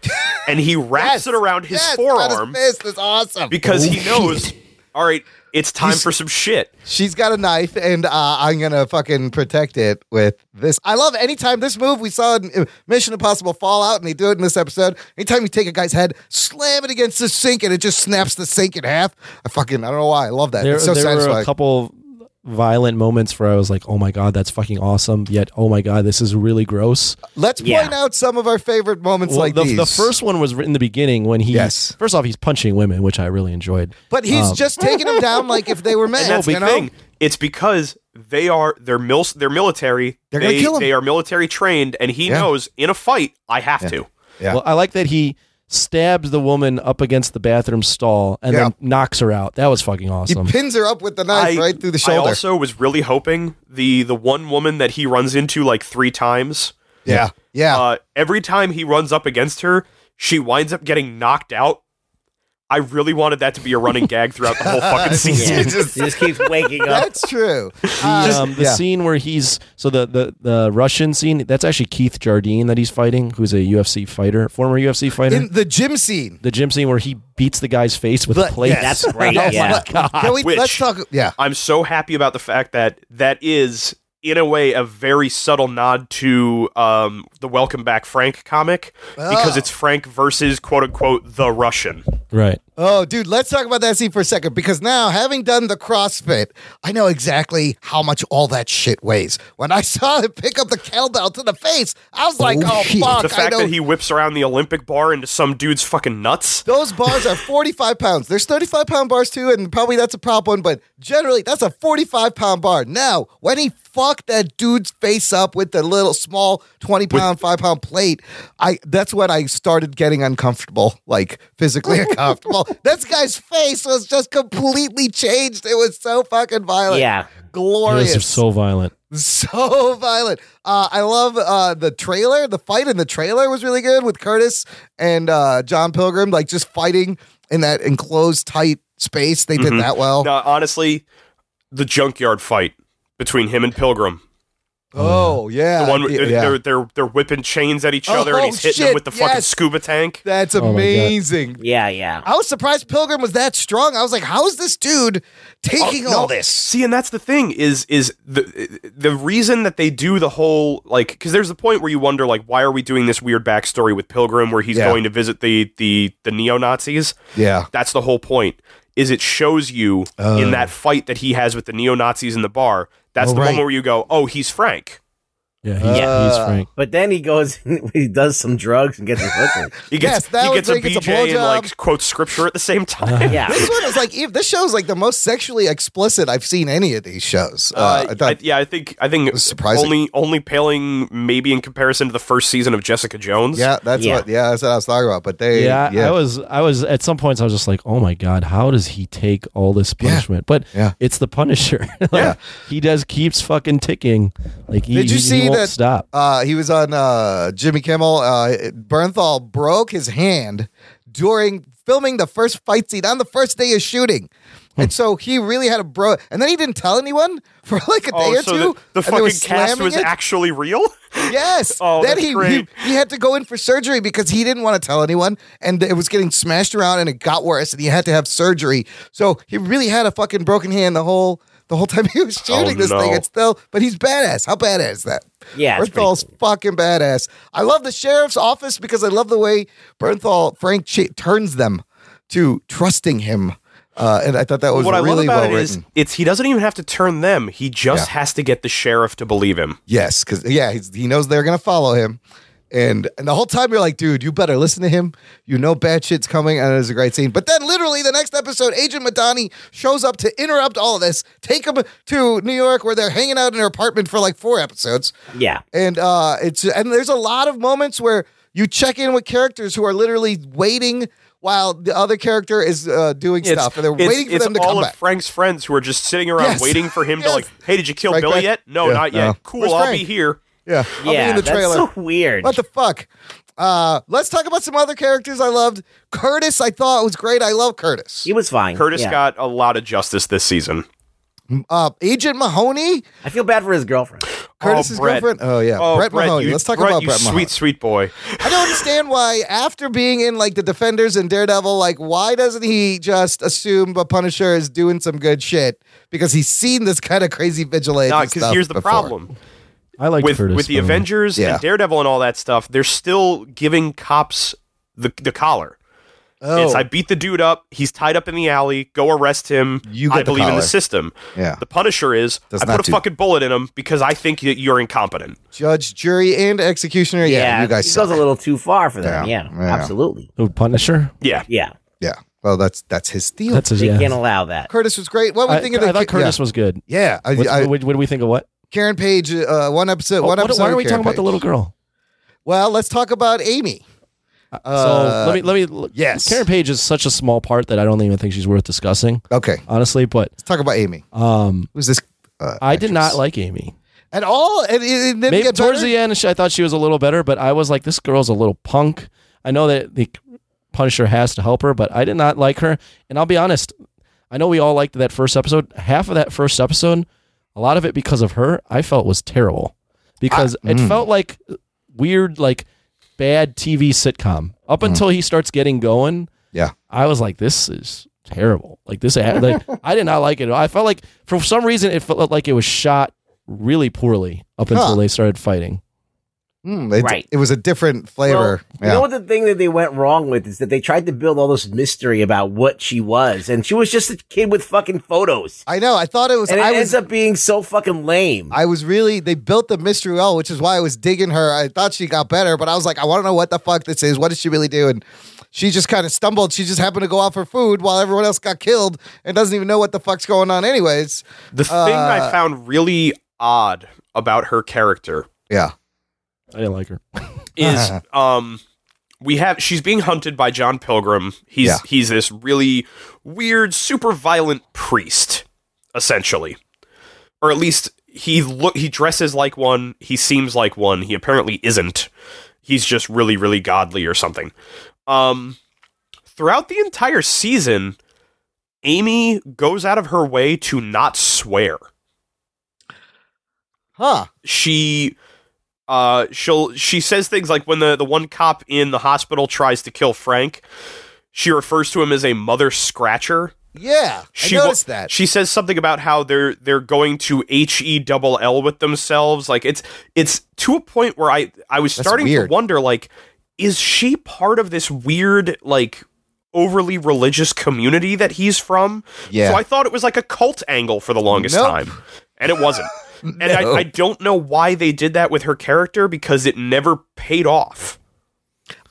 Speaker 5: and he wraps it around his
Speaker 1: Yes, around his
Speaker 5: forearm
Speaker 1: fist is awesome
Speaker 5: because he
Speaker 1: Oh,
Speaker 5: knows, all right, it's time for some shit.
Speaker 1: She's got a knife, and uh, I'm gonna fucking protect it with this. I love anytime this move we saw in uh, Mission Impossible Fallout, and they do it in this episode. Anytime you take a guy's head, slam it against the sink, and it just snaps the sink in half. I fucking I don't know why I love that.
Speaker 4: There,
Speaker 1: it's so
Speaker 4: there
Speaker 1: satisfying.
Speaker 4: were a couple violent moments where I was like, "Oh my god, that's fucking awesome!" Yet, "Oh my god, this is really gross."
Speaker 1: Let's point out some of our favorite moments
Speaker 4: Well,
Speaker 1: like
Speaker 4: the,
Speaker 1: these.
Speaker 4: the first one was in the beginning when he
Speaker 1: Yes.
Speaker 4: first off he's punching women, which I really enjoyed.
Speaker 1: but he's
Speaker 4: Um,
Speaker 1: just taking them down like if they were men.
Speaker 5: and that's
Speaker 1: you
Speaker 5: the
Speaker 1: know?
Speaker 5: thing. It's because they are they're mil- they're military.
Speaker 1: They're gonna
Speaker 5: they
Speaker 1: kill him.
Speaker 5: they are military trained, and he
Speaker 1: Yeah.
Speaker 5: knows in a fight I have to.
Speaker 4: Well, I like that he stabs the woman up against the bathroom stall and then knocks her out. That was fucking
Speaker 1: He
Speaker 4: awesome.
Speaker 1: pins her up with the knife
Speaker 5: I-
Speaker 1: right through the
Speaker 5: I
Speaker 1: shoulder.
Speaker 5: also was really hoping the the one woman that he runs into like three times.
Speaker 1: yeah, yeah.
Speaker 5: Uh, every time he runs up against her, she winds up getting knocked out. I really wanted that to be a running gag throughout the whole fucking season.
Speaker 2: Yeah. he just keeps waking up.
Speaker 1: That's true. Uh,
Speaker 4: The, Uh, um, the
Speaker 1: yeah.
Speaker 4: scene where he's so the, the the Russian scene that's actually Keith Jardine that he's fighting, who's a UFC fighter, former UFC fighter.
Speaker 1: In the gym scene.
Speaker 4: the gym scene where he beats the guy's face with
Speaker 1: But-
Speaker 4: a plate.
Speaker 1: yes.
Speaker 2: That's great,
Speaker 1: Oh my
Speaker 2: yeah.
Speaker 1: God. Can we,
Speaker 5: Which-
Speaker 1: let's talk. Yeah.
Speaker 5: I'm so happy about the fact that that is, in a way, a very subtle nod to um, the Welcome Back Frank comic because
Speaker 1: Oh.
Speaker 5: it's Frank versus quote unquote the Russian.
Speaker 4: Right.
Speaker 1: Oh, dude, let's talk about that scene for a second because now, having done the CrossFit, I know exactly how much all that shit weighs. When I saw him pick up the kettlebell to the face, I was like, oh, fuck.
Speaker 5: the
Speaker 1: I
Speaker 5: fact
Speaker 1: know.
Speaker 5: that he whips around the Olympic bar into some dude's fucking nuts.
Speaker 1: those bars are 45 pounds. There's 35 pound bars too, and probably that's a prop one, but generally that's a 45 pound bar. Now, when he fucked that dude's face up with the little small 20 pound, five pound plate, I that's when I started getting uncomfortable, like physically uncomfortable. this guy's face was just completely changed. It was so fucking violent.
Speaker 2: Yeah.
Speaker 1: Glorious.
Speaker 4: It was so violent.
Speaker 1: So violent. Uh, I love uh, the trailer. The fight in the trailer was really good with Curtis and uh, John Pilgrim, like just fighting in that enclosed, tight space. They
Speaker 5: Mm-hmm.
Speaker 1: did that well.
Speaker 5: Now, honestly, the junkyard fight between him and Pilgrim.
Speaker 1: Oh, yeah.
Speaker 5: The one
Speaker 1: Yeah.
Speaker 5: where they're, they're they're whipping chains at each other
Speaker 1: Oh,
Speaker 5: and he's hitting them
Speaker 1: shit,
Speaker 5: with the fucking
Speaker 1: yes.
Speaker 5: scuba tank.
Speaker 1: That's
Speaker 4: my God.
Speaker 1: amazing.
Speaker 2: Yeah, yeah.
Speaker 1: I was surprised Pilgrim was that strong. I was like, how is this dude taking
Speaker 5: no,
Speaker 1: all this?
Speaker 5: See, and that's the thing is is the the reason that they do the whole like because there's the point where you wonder like why are we doing this weird backstory with Pilgrim where he's
Speaker 1: Yeah.
Speaker 5: going to visit the the the neo Nazis.
Speaker 1: Yeah.
Speaker 5: That's the whole point. Is it shows you in that fight that he has with the neo Nazis in the bar. That's
Speaker 1: Oh,
Speaker 5: the
Speaker 1: right.
Speaker 5: moment where you go, Oh. oh, he's Frank.
Speaker 4: Yeah, he's,
Speaker 1: Uh,
Speaker 2: Yeah.
Speaker 4: he's Frank.
Speaker 2: But then he goes, and he does some drugs and gets a hooker.
Speaker 5: He gets
Speaker 1: Yes, that
Speaker 5: he
Speaker 1: was
Speaker 5: gets a
Speaker 1: Frank, it's a
Speaker 5: BJ and
Speaker 1: blowjob.
Speaker 5: like quotes scripture at the same time.
Speaker 2: yeah,
Speaker 1: This one is like, Eve, this show's like the most sexually explicit I've seen any of these shows.
Speaker 5: Uh,
Speaker 1: I thought-
Speaker 5: I- yeah, I think I think
Speaker 1: was surprising.
Speaker 5: only only paling maybe in comparison to the first season of Jessica Jones.
Speaker 1: yeah, that's
Speaker 2: Yeah.
Speaker 1: what. Yeah, that's what I was talking about. But they,
Speaker 4: yeah, I-
Speaker 1: yeah,
Speaker 4: I was I was at some points I was just like, oh my god, how does he take all this punishment? But
Speaker 1: Yeah.
Speaker 4: it's the Punisher. Like,
Speaker 5: Yeah.
Speaker 4: he does keeps fucking ticking. Like he,
Speaker 1: Did you
Speaker 4: he- he
Speaker 1: see
Speaker 4: won't
Speaker 1: that?
Speaker 4: stop.
Speaker 1: Uh, he was on uh, Jimmy Kimmel. Uh, Bernthal broke his hand during filming the first fight scene on the first day of shooting. And so he really had a bro, and then he didn't tell anyone for like a day
Speaker 5: Oh,
Speaker 1: or
Speaker 5: so
Speaker 1: two.
Speaker 5: the, the
Speaker 1: and they were
Speaker 5: fucking cast
Speaker 1: slamming
Speaker 5: was
Speaker 1: it.
Speaker 5: actually real.
Speaker 1: Yes.
Speaker 5: Oh,
Speaker 1: then
Speaker 5: that's
Speaker 1: he,
Speaker 5: great.
Speaker 1: he he had to go in for surgery because he didn't want to tell anyone, and it was getting smashed around, and it got worse, and he had to have surgery. So he really had a fucking broken hand the whole the whole time he was shooting this
Speaker 5: Oh, no.
Speaker 1: thing. It's still, but he's badass. How badass is that?
Speaker 2: Yeah, it's pretty
Speaker 1: Bernthal's fucking badass. I love the sheriff's office because I love the way Bernthal Frank ch- turns them to trusting him, uh, and I thought that was
Speaker 5: what I love
Speaker 1: really
Speaker 5: about
Speaker 1: well
Speaker 5: it
Speaker 1: written.
Speaker 5: is it's he doesn't even have to turn them. He just has to get the sheriff to believe him.
Speaker 1: Yes, because yeah, he's, he knows they're gonna follow him, and and the whole time you're like, dude, you better listen to him. You know, bad shit's coming, and it's a great scene. But then, literally, the next episode, Agent Madani shows up to interrupt all of this, take him to New York, where they're hanging out in her apartment for like four episodes.
Speaker 2: Yeah.
Speaker 1: And uh, it's and there's a lot of moments where you check in with characters who are literally waiting while the other character is uh, doing
Speaker 5: It's-
Speaker 1: stuff, and they're
Speaker 5: it's-
Speaker 1: waiting for
Speaker 5: it's
Speaker 1: them to
Speaker 5: all
Speaker 1: come
Speaker 5: of
Speaker 1: back.
Speaker 5: Frank's friends who are just sitting around
Speaker 1: Yes.
Speaker 5: waiting for him to like, hey, did you kill
Speaker 1: Frank
Speaker 5: Billy
Speaker 1: back?
Speaker 5: yet? No,
Speaker 1: Yeah.
Speaker 5: not yet.
Speaker 1: No.
Speaker 5: Cool,
Speaker 1: Where's
Speaker 5: I'll
Speaker 1: Frank?
Speaker 5: be here.
Speaker 1: Yeah, I'll be
Speaker 2: Yeah,
Speaker 1: in the
Speaker 2: that's
Speaker 1: trailer.
Speaker 2: so weird.
Speaker 1: What the fuck? Uh, let's talk about some other characters I loved. Curtis, I thought was great. I love Curtis.
Speaker 2: He was fine.
Speaker 5: Curtis
Speaker 2: yeah.
Speaker 5: got a lot of justice this season.
Speaker 1: Uh, Agent Mahoney,
Speaker 2: I feel bad for his girlfriend.
Speaker 1: Curtis's
Speaker 5: Brett.
Speaker 1: girlfriend. Oh yeah,
Speaker 5: Oh,
Speaker 1: Brett, Mahoney.
Speaker 5: you-
Speaker 1: let's talk
Speaker 5: Brett,
Speaker 1: about
Speaker 5: you
Speaker 1: Brett Mahoney.
Speaker 5: Sweet, sweet boy.
Speaker 1: I don't understand why after being in like the Defenders and Daredevil, like why doesn't he just assume the Punisher is doing some good shit because he's seen this kind of crazy vigilante
Speaker 5: Nah,
Speaker 1: stuff.
Speaker 5: here's the
Speaker 1: before.
Speaker 5: problem.
Speaker 4: I like
Speaker 5: with
Speaker 4: Curtis,
Speaker 5: with the
Speaker 4: by way.
Speaker 5: Avengers
Speaker 1: Yeah.
Speaker 5: and Daredevil and all that stuff, they're still giving cops the the collar.
Speaker 1: Oh.
Speaker 5: It's I beat the dude up. He's tied up in the alley. Go arrest him.
Speaker 1: You get
Speaker 5: I
Speaker 1: the
Speaker 5: believe in
Speaker 1: collar.
Speaker 5: the system.
Speaker 1: Yeah.
Speaker 5: The Punisher is
Speaker 1: Does
Speaker 5: I
Speaker 1: not
Speaker 5: put a
Speaker 1: do-
Speaker 5: fucking bullet in him because I think that you're incompetent.
Speaker 1: Judge, jury, and executioner. Yeah, you guys.
Speaker 2: he
Speaker 1: suck.
Speaker 2: goes a little too far for them. Yeah,
Speaker 1: yeah.
Speaker 2: absolutely.
Speaker 4: Who Punisher?
Speaker 5: Yeah,
Speaker 2: yeah.
Speaker 1: Yeah. Well, that's that's his deal.
Speaker 4: That's his.
Speaker 2: They
Speaker 4: yeah.
Speaker 2: can't allow that.
Speaker 1: Curtis was great. What do
Speaker 4: I,
Speaker 1: we think of the
Speaker 4: I thought
Speaker 1: ki-
Speaker 4: Curtis was good.
Speaker 1: Yeah. I-
Speaker 4: What's-
Speaker 1: I-
Speaker 4: what, what do we think of what?
Speaker 1: yeah. Karen Page. Uh, one episode.
Speaker 4: Oh,
Speaker 1: One
Speaker 4: what-
Speaker 1: episode.
Speaker 4: why are
Speaker 1: of
Speaker 4: we
Speaker 1: Karen
Speaker 4: talking about the
Speaker 1: Page.
Speaker 4: little girl?
Speaker 1: Well, let's talk about Amy. Uh,
Speaker 4: so let me let me.
Speaker 1: yes.
Speaker 4: Karen Page is such a small part that I don't even think she's worth discussing,
Speaker 1: Okay,
Speaker 4: honestly. But
Speaker 1: let's talk about Amy.
Speaker 4: um,
Speaker 1: Who's this? Uh,
Speaker 4: I did not
Speaker 1: actress?
Speaker 4: like Amy.
Speaker 1: at all. And it, it didn't
Speaker 4: Maybe
Speaker 1: get
Speaker 4: towards
Speaker 1: better?
Speaker 4: the end, she, I thought she was a little better, but I was like, this girl's a little punk. I know that the Punisher has to help her, but I did not like her. And I'll be honest, I know we all liked that first episode. Half of that first episode, a lot of it because of her, I felt was terrible because it
Speaker 1: mm.
Speaker 4: felt like weird, like bad TV sitcom. Up until he starts getting going,
Speaker 1: Mm. Yeah.
Speaker 4: I was like, this is terrible. Like this, like I did not like it. I felt like for some reason it felt like it was shot really poorly up until
Speaker 1: Huh.
Speaker 4: they started fighting.
Speaker 1: Mm, it,
Speaker 2: Right.
Speaker 1: It was a different
Speaker 2: Well,
Speaker 1: flavor.
Speaker 2: You know what the thing that they went wrong with is that they tried to build all this mystery about what she was, and she was just a kid with fucking photos,
Speaker 1: I know. I thought it was.
Speaker 2: and it
Speaker 1: I
Speaker 2: ends
Speaker 1: was.
Speaker 2: up being so fucking lame.
Speaker 1: I was really. They built the mystery well, which is why I was digging her. I thought she got better, but I was like, I want to know what the fuck this is. What did she really do? And she just kind of stumbled. She just happened to go off her food while everyone else got killed and doesn't even know what the fuck's going on, anyways.
Speaker 5: The thing
Speaker 1: Uh,
Speaker 5: I found really odd about her character
Speaker 1: Yeah.
Speaker 4: I didn't like her.
Speaker 5: is um we have she's being hunted by John Pilgrim. He's
Speaker 1: Yeah.
Speaker 5: he's this really weird, super violent priest, essentially. Or at least he look he dresses like one, he seems like one, he apparently isn't. He's just really, really godly or something. Um throughout the entire season, Amy goes out of her way to not swear
Speaker 1: Huh.
Speaker 5: she uh she'll she says things like when the the one cop in the hospital tries to kill Frank, she refers to him as a mother scratcher.
Speaker 1: Yeah.
Speaker 5: She
Speaker 1: I
Speaker 5: wa-
Speaker 1: noticed that.
Speaker 5: She says something about how they're they're going to H E double L with themselves. Like it's it's to a point where I I was
Speaker 1: That's
Speaker 5: starting
Speaker 1: weird.
Speaker 5: to wonder like is she part of this weird like overly religious community that he's from?
Speaker 1: Yeah.
Speaker 5: So I thought it was like a cult angle for the longest
Speaker 1: Nope.
Speaker 5: time, and it wasn't. And I,
Speaker 1: No.
Speaker 5: I don't know why they did that with her character because it never paid off.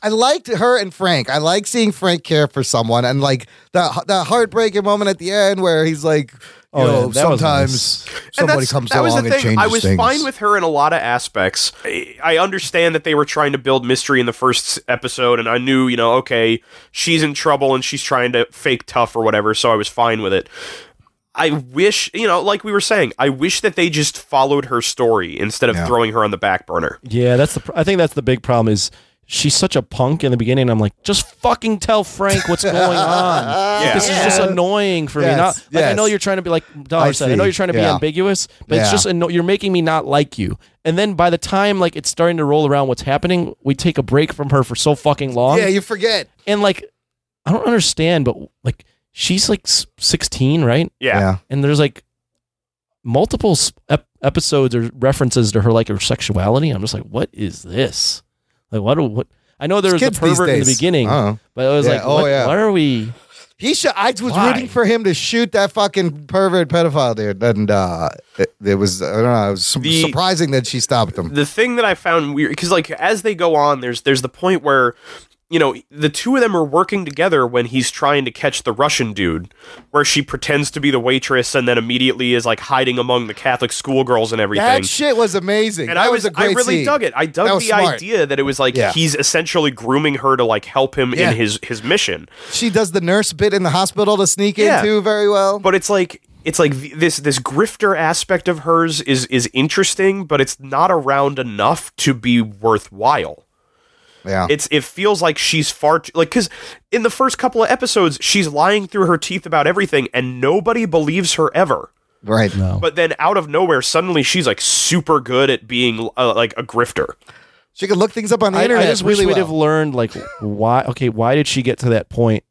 Speaker 1: I liked her and Frank. I like seeing Frank care for someone, and like that that heartbreaking moment at the end where he's like, you
Speaker 4: Oh, yeah,
Speaker 1: know,
Speaker 4: that was
Speaker 1: sometimes
Speaker 5: And
Speaker 1: somebody
Speaker 5: that's-
Speaker 1: comes
Speaker 5: that was
Speaker 1: along and
Speaker 5: the thing.
Speaker 1: changes
Speaker 5: I was
Speaker 1: things.
Speaker 5: fine with her in a lot of aspects. I, I understand that they were trying to build mystery in the first episode, and I knew, you know, okay, she's in trouble and she's trying to fake tough or whatever, so I was fine with it. I wish, you know, like we were saying, I wish that they just followed her story instead of
Speaker 1: Yeah.
Speaker 5: throwing her on the back burner.
Speaker 4: Yeah, that's the. pr- I think that's the big problem is she's such a punk in the beginning. I'm like, just fucking tell Frank what's going on.
Speaker 5: Yeah.
Speaker 4: Uh, This is just annoying for
Speaker 1: Yes,
Speaker 4: me. Not like I
Speaker 1: yes.
Speaker 4: know you're trying to be like
Speaker 1: I
Speaker 4: dollar I, I know
Speaker 1: see.
Speaker 4: you're trying to
Speaker 1: Yeah.
Speaker 4: be ambiguous, but
Speaker 1: Yeah.
Speaker 4: it's just anno- you're making me not like you. And then by the time like it's starting to roll around, what's happening? We take a break from her for so fucking long.
Speaker 1: yeah, you forget.
Speaker 4: and like I don't understand, but like she's like s- 16, right?
Speaker 5: Yeah.
Speaker 4: And there's like multiple s- ep- episodes or references to her like her sexuality. I'm just like, what is this? Like, what? do- What? I know there was
Speaker 1: It's
Speaker 4: a
Speaker 1: kids these
Speaker 4: pervert in the
Speaker 1: days.
Speaker 4: beginning,
Speaker 1: Uh-huh.
Speaker 4: but I was
Speaker 1: Yeah,
Speaker 4: like,
Speaker 1: oh,
Speaker 4: what,
Speaker 1: yeah.
Speaker 4: why are we?
Speaker 1: He should. I was
Speaker 4: Why?
Speaker 1: rooting for him to shoot that fucking pervert pedophile dude, and uh, it, it was I don't know. It was su-
Speaker 5: The-
Speaker 1: surprising that she stopped him.
Speaker 5: the thing that I found weird because like as they go on, there's there's the point where you know the two of them are working together when he's trying to catch the Russian dude, where she pretends to be the waitress and then immediately is like hiding among the Catholic schoolgirls and everything.
Speaker 1: That shit was amazing.
Speaker 5: and
Speaker 1: that
Speaker 5: I
Speaker 1: was, a
Speaker 5: was,
Speaker 1: great
Speaker 5: I really
Speaker 1: scene.
Speaker 5: dug it. I dug
Speaker 1: That
Speaker 5: the
Speaker 1: was smart.
Speaker 5: idea that it was like
Speaker 1: Yeah.
Speaker 5: he's essentially grooming her to like help him
Speaker 1: Yeah.
Speaker 5: in his his mission.
Speaker 1: She does the nurse bit in the hospital to sneak
Speaker 5: Yeah.
Speaker 1: in too very well.
Speaker 5: But it's like it's like th- this this grifter aspect of hers is is interesting, but it's not around enough to be worthwhile.
Speaker 1: Yeah.
Speaker 5: It's it feels like she's far too, like cuz in the first couple of episodes she's lying through her teeth about everything and nobody believes her ever.
Speaker 1: right.
Speaker 5: But then out of nowhere suddenly she's like super good at being uh, like a grifter.
Speaker 1: She could look things up on the
Speaker 4: I,
Speaker 1: internet.
Speaker 4: I just
Speaker 1: really
Speaker 4: wish we'd
Speaker 1: well.
Speaker 4: have learned like why. Okay, why did she get to that point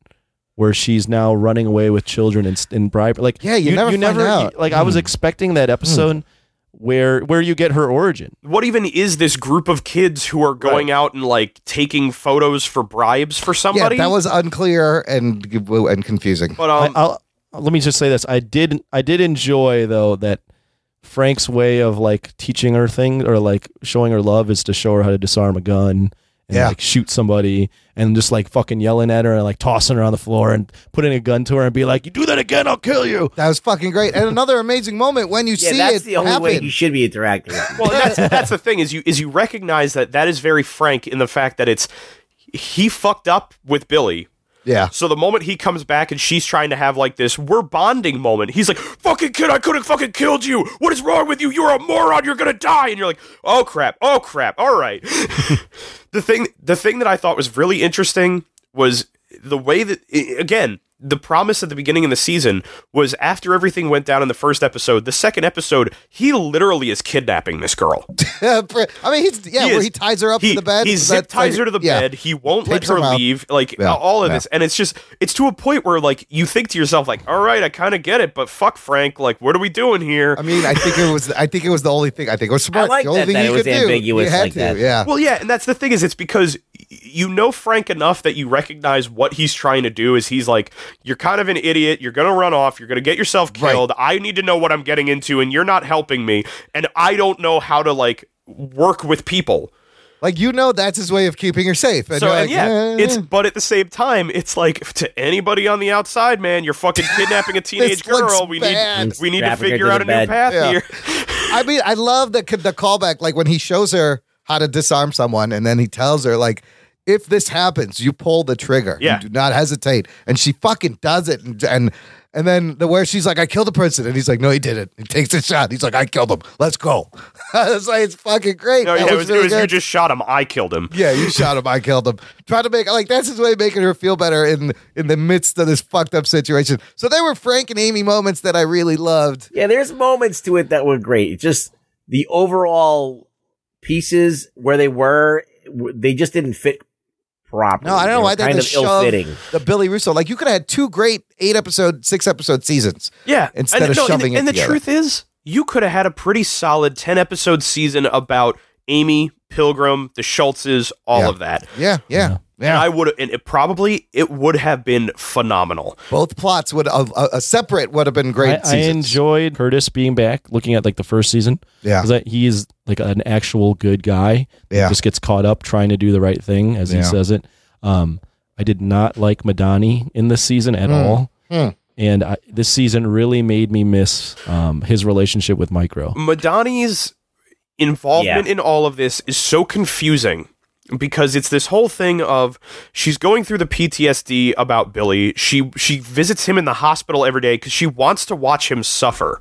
Speaker 4: where she's now running away with children and, s- and bribe? Like
Speaker 1: Yeah, you never find out. Hmm.
Speaker 4: like I was expecting that episode where where you get her origin.
Speaker 5: What even is this group of kids who are going out and like taking photos for bribes for somebody?
Speaker 1: Yeah, that was uh, unclear and and confusing.
Speaker 5: but um,
Speaker 4: I, will let me just say this: I did I did enjoy though that Frank's way of like teaching her thing or like showing her love is to show her how to disarm a gun and
Speaker 1: Yeah.
Speaker 4: like shoot somebody and just like fucking yelling at her and like tossing her on the floor and putting a gun to her and be like, "You do that again, I'll kill you."
Speaker 1: That was fucking great. And another amazing moment when you
Speaker 2: Yeah,
Speaker 1: see
Speaker 2: that's
Speaker 1: it
Speaker 2: the only
Speaker 1: happen.
Speaker 2: way you should be interacting. with it.
Speaker 5: well, that's that's the thing is you is you recognize that that is very frank in the fact that it's he fucked up with Billy.
Speaker 1: yeah.
Speaker 5: So the moment he comes back and she's trying to have like this we're bonding moment, he's like, "Fucking kid, I could have fucking killed you. What is wrong with you? You're a moron. You're gonna die." And you're like, "Oh crap. Oh crap. All right." the thing, the thing that I thought was really interesting was the way that i- again the promise at the beginning of the season was after everything went down in the first episode, the second episode, he literally is kidnapping this girl.
Speaker 1: Yeah, pre- I mean, he's yeah,
Speaker 5: He
Speaker 1: where
Speaker 5: is-
Speaker 1: he ties her up
Speaker 5: he,
Speaker 1: to the bed.
Speaker 5: He
Speaker 1: Is
Speaker 5: zip
Speaker 1: that
Speaker 5: ties
Speaker 1: like-
Speaker 5: her to the
Speaker 1: yeah.
Speaker 5: bed. He won't let
Speaker 1: Tapes
Speaker 5: her
Speaker 1: her mouth.
Speaker 5: leave. Like
Speaker 1: Yeah,
Speaker 5: all of
Speaker 1: yeah.
Speaker 5: this, and it's just it's to a point where like you think to yourself like, all right, I kind of get it, but fuck Frank, like what are we doing here?
Speaker 1: I mean, I think it was. I think it was the only thing. I think it was smart.
Speaker 2: like
Speaker 1: the only
Speaker 2: that-
Speaker 1: thing
Speaker 2: that
Speaker 1: you
Speaker 2: it was
Speaker 1: could do.
Speaker 2: ambiguous
Speaker 1: You had
Speaker 2: like
Speaker 1: to.
Speaker 2: that.
Speaker 1: Yeah.
Speaker 5: well, yeah, and that's the thing is it's because y- you know Frank enough that you recognize what he's trying to do is he's like, you're kind of an idiot. You're gonna run off. You're gonna get yourself
Speaker 1: Right.
Speaker 5: killed. I need to know what I'm getting into, and you're not helping me, and I don't know how to like work with people.
Speaker 1: Like you know, that's his way of keeping her safe. And
Speaker 5: So
Speaker 1: you're
Speaker 5: and
Speaker 1: like,
Speaker 5: yeah,
Speaker 1: eh,
Speaker 5: it's but at the same time, it's like to anybody on the outside, man, you're fucking kidnapping a teenage
Speaker 1: looks
Speaker 5: girl. We
Speaker 1: bad.
Speaker 5: need we need to
Speaker 2: Strapping her
Speaker 5: figure
Speaker 2: to
Speaker 5: out
Speaker 2: the
Speaker 5: a
Speaker 2: bed.
Speaker 5: new path
Speaker 1: Yeah.
Speaker 5: here.
Speaker 1: I mean, I love the the callback. Like when he shows her how to disarm someone, and then he tells her like. If this happens, you pull the trigger.
Speaker 5: Yeah.
Speaker 1: You do not hesitate. And she fucking does it. And and, and then the where she's like, I killed a person. And he's like, No, he didn't. He takes a shot. He's like, I killed him. Let's go. it's like it's fucking great.
Speaker 5: No,
Speaker 1: That
Speaker 5: yeah, it was,
Speaker 1: really
Speaker 5: it was
Speaker 1: good.
Speaker 5: you just shot him. I killed him.
Speaker 1: Yeah, you shot him. I killed him. Trying to make like that's his way of making her feel better in in the midst of this fucked up situation. So there were Frank and Amy moments that I really loved.
Speaker 2: yeah, there's moments to it that were great. It's just the overall pieces where they were, w- they just didn't fit properly.
Speaker 1: No, I don't
Speaker 2: They
Speaker 1: know
Speaker 2: were
Speaker 1: why they had
Speaker 2: kind
Speaker 1: to
Speaker 2: of
Speaker 1: shove
Speaker 2: ill-fitting.
Speaker 1: the Billy Russo. Like you could have had two great eight episode, six episode seasons.
Speaker 5: Yeah.
Speaker 1: Instead of shoving
Speaker 5: and,
Speaker 1: it
Speaker 5: And the
Speaker 1: together.
Speaker 5: truth is, you could have had a pretty solid 10 episode season about Amy, Pilgrim, the Schultzes, all
Speaker 1: Yeah.
Speaker 5: of that.
Speaker 1: Yeah, yeah,
Speaker 5: And
Speaker 1: yeah.
Speaker 5: I would and it probably it would have been phenomenal.
Speaker 1: Both plots would a, a, a separate would have been great.
Speaker 4: I, I
Speaker 1: seasons.
Speaker 4: enjoyed Curtis being back, looking at like the first season.
Speaker 1: Yeah.
Speaker 4: 'Cause I- he is like an actual good guy. that
Speaker 1: Yeah.
Speaker 4: just gets caught up trying to do the right thing as
Speaker 1: Yeah.
Speaker 4: he says it. Um, I did not like Madani in this season at all,
Speaker 1: Hmm.
Speaker 4: and I, this season really made me miss um, his relationship with Micro.
Speaker 5: Madani's involvement in all of this is so confusing because it's this whole thing of she's going through the PTSD about Billy. She she visits him in the hospital every day cuz she wants to watch him suffer.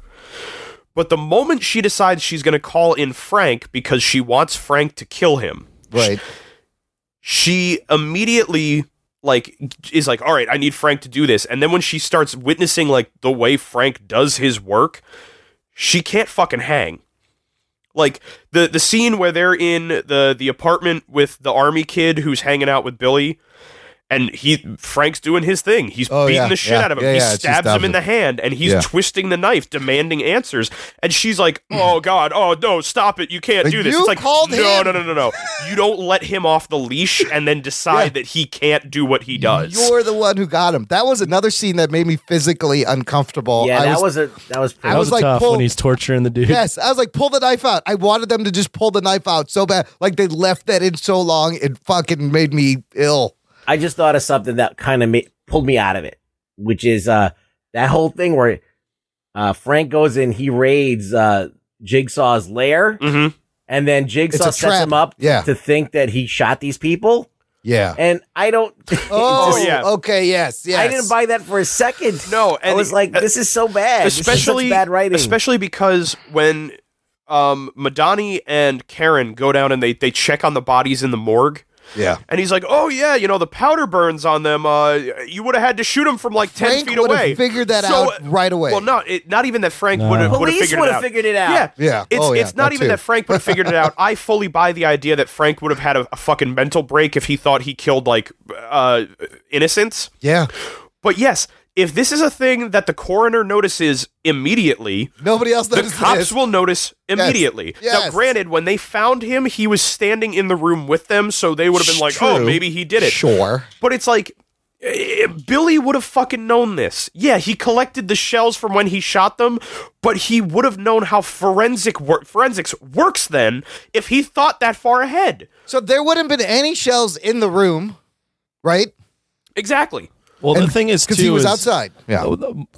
Speaker 5: But the moment she decides she's going to call in Frank because she wants Frank to kill him,
Speaker 1: right.
Speaker 5: she immediately like is like all right i need frank to do this and then when she starts witnessing like the way frank does his work she can't fucking hang like the the scene where they're in the the apartment with the army kid who's hanging out with billy and he Frank's doing his thing. He's
Speaker 1: Oh,
Speaker 5: beating
Speaker 1: yeah,
Speaker 5: the shit
Speaker 1: yeah,
Speaker 5: out of him.
Speaker 1: yeah,
Speaker 5: he
Speaker 1: yeah, she
Speaker 5: stabs
Speaker 1: stabs
Speaker 5: him in
Speaker 1: him.
Speaker 5: the hand, and he's
Speaker 1: Yeah.
Speaker 5: twisting the knife, demanding answers. And she's like, "Oh God, oh no, stop it! You can't
Speaker 1: Like,
Speaker 5: do this."
Speaker 1: you
Speaker 5: it's like,
Speaker 1: called
Speaker 5: no,
Speaker 1: him.
Speaker 5: no, no, no, no. You don't let him off the leash and then decide that he can't do what he does.
Speaker 1: You're the one who got him. That was another scene that made me physically uncomfortable.
Speaker 2: yeah,
Speaker 1: I
Speaker 2: that was, a that was
Speaker 1: I
Speaker 2: pretty.
Speaker 4: That
Speaker 1: was
Speaker 4: was,
Speaker 1: like,
Speaker 4: tough
Speaker 1: pull-
Speaker 4: when he's torturing the dude.
Speaker 1: Yes, I was like, pull the knife out. I wanted them to just pull the knife out so bad. Like they left that in so long, it fucking made me ill.
Speaker 2: I just thought of something that kind of ma- pulled me out of it, which is uh that whole thing where uh Frank goes in, he raids uh Jigsaw's lair,
Speaker 5: Mhm.
Speaker 2: and then Jigsaw
Speaker 1: Mm. It's a
Speaker 2: sets
Speaker 1: trap.
Speaker 2: him up
Speaker 1: Yeah.
Speaker 2: to think that he shot these people.
Speaker 1: Yeah.
Speaker 2: And I don't.
Speaker 1: Oh,
Speaker 2: just-
Speaker 5: yeah.
Speaker 1: okay. Yes. Yes.
Speaker 2: I didn't buy that for a second.
Speaker 5: No, and
Speaker 2: I was like,
Speaker 5: uh,
Speaker 2: this is so bad. This is such
Speaker 5: especially
Speaker 2: bad writing.
Speaker 5: especially because when um Madani and Karen go down and they they check on the bodies in the morgue.
Speaker 1: Yeah.
Speaker 5: And he's like, "Oh yeah, you know the powder burns on them. Uh, you would have had to shoot them from like ten
Speaker 1: Frank
Speaker 5: feet
Speaker 1: would've
Speaker 5: away."
Speaker 1: figured that
Speaker 5: So,
Speaker 1: out right away.
Speaker 5: Well, not it, not even that Frank
Speaker 4: No.
Speaker 5: would have would have
Speaker 2: Police
Speaker 5: figured it
Speaker 2: would've
Speaker 5: out.
Speaker 2: figured it out.
Speaker 5: Yeah,
Speaker 1: Yeah.
Speaker 5: It's
Speaker 1: Oh, yeah,
Speaker 5: it's not
Speaker 1: that
Speaker 5: even
Speaker 1: too.
Speaker 5: that Frank would have figured it out. I fully buy the idea that Frank would have had a, a fucking mental break if he thought he killed like uh, innocents.
Speaker 1: yeah.
Speaker 5: But yes, if this is a thing that the coroner notices immediately,
Speaker 1: Nobody else
Speaker 5: the
Speaker 1: noticed
Speaker 5: cops
Speaker 1: this.
Speaker 5: will notice immediately. Now,
Speaker 1: Yes.
Speaker 5: granted, when they found him, he was standing in the room with them, so they would have been like, "Oh,
Speaker 1: True.
Speaker 5: maybe he did it."
Speaker 1: Sure.
Speaker 5: But it's like eh, Billy would have fucking known this. Yeah, he collected the shells from when he shot them, but he would have known how forensic wor- forensics works then if he thought that far ahead.
Speaker 1: So there wouldn't have been any shells in the room, right?
Speaker 5: Exactly.
Speaker 4: Well, the
Speaker 1: And-
Speaker 4: thing is, too,
Speaker 1: Because he was
Speaker 4: is-
Speaker 1: outside. Yeah.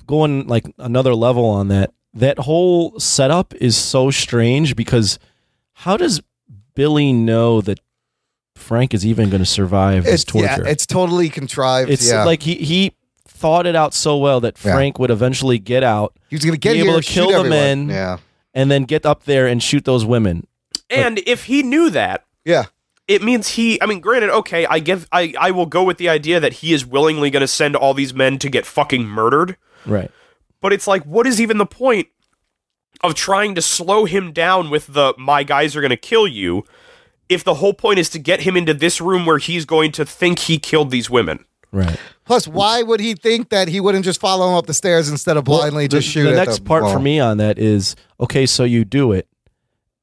Speaker 4: going like another level on that. That whole setup is so strange because how does Billy know that Frank is even going to survive this
Speaker 1: It's
Speaker 4: torture?
Speaker 1: yeah. It's totally contrived.
Speaker 4: It's
Speaker 1: yeah.
Speaker 4: like he he thought it out so well that
Speaker 1: Yeah.
Speaker 4: Frank would eventually get out
Speaker 1: he was gonna get
Speaker 4: be
Speaker 1: here,
Speaker 4: able to
Speaker 1: shoot
Speaker 4: kill the
Speaker 1: everyone.
Speaker 4: men.
Speaker 1: Yeah.
Speaker 4: and then get up there and shoot those women.
Speaker 5: And if he knew that,
Speaker 1: Yeah.
Speaker 5: it means he i mean granted okay i give i i will go with the idea that he is willingly going to send all these men to get fucking murdered
Speaker 4: Right.
Speaker 5: but it's like what is even the point of trying to slow him down with the my guys are going to kill you if the whole point is to get him into this room where he's going to think he killed these women
Speaker 4: Right.
Speaker 1: Plus, why would he think that he wouldn't just follow him up the stairs instead of blindly
Speaker 4: the,
Speaker 1: just shoot?
Speaker 4: The
Speaker 1: at
Speaker 4: next part for
Speaker 1: wall?
Speaker 4: me on that is okay. So you do it.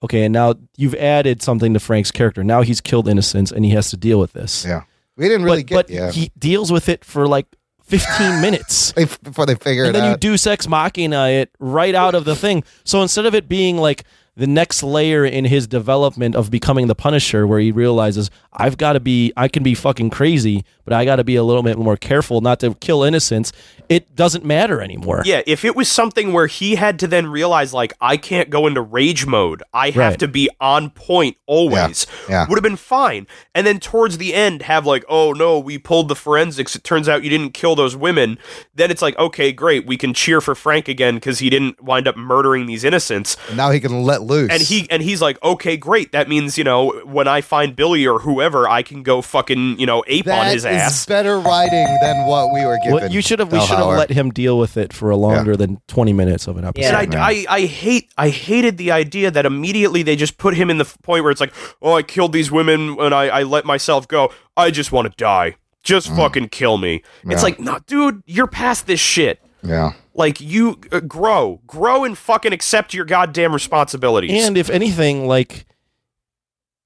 Speaker 4: Okay, and now you've added something to Frank's character. Now he's killed innocents, and he has to deal with this.
Speaker 1: Yeah. We didn't really
Speaker 4: but
Speaker 1: get.
Speaker 4: but
Speaker 1: yeah.
Speaker 4: he deals with it for like 15 minutes.
Speaker 1: They- before they figure
Speaker 4: and
Speaker 1: it
Speaker 4: then
Speaker 1: out.
Speaker 4: you do sex machina it right out of the thing. So instead of it being like the next layer in his development of becoming the Punisher, where he realizes I've got to be, I can be fucking crazy, but I got to be a little bit more careful not to kill innocents. It doesn't matter anymore.
Speaker 5: yeah if it was something where he had to then realize like i can't go into rage mode i have
Speaker 4: Right.
Speaker 5: to be on point always
Speaker 1: Yeah, yeah.
Speaker 5: would have been fine and then towards the end have like oh no we pulled the forensics it turns out you didn't kill those women then it's like okay great we can cheer for frank again because he didn't wind up murdering these innocents
Speaker 1: And now he can let loose.
Speaker 5: and he and he's like okay great that means you know when i find billy or whoever i can go fucking you know ape
Speaker 1: That
Speaker 5: on his
Speaker 1: is
Speaker 5: ass
Speaker 1: better writing than what we were given.
Speaker 4: What you should have, we should have let him deal with it for a longer than 20 minutes of an episode.
Speaker 2: Yeah.
Speaker 5: And I, I, I hate I hated the idea that immediately they just put him in the f- point where it's like, oh, I killed these women and I, I let myself go. I just want to die. Just fucking kill me. It's like, no, dude, you're past this shit.
Speaker 1: Yeah.
Speaker 5: Like you uh, grow, grow and fucking accept your goddamn responsibilities.
Speaker 4: And if anything, like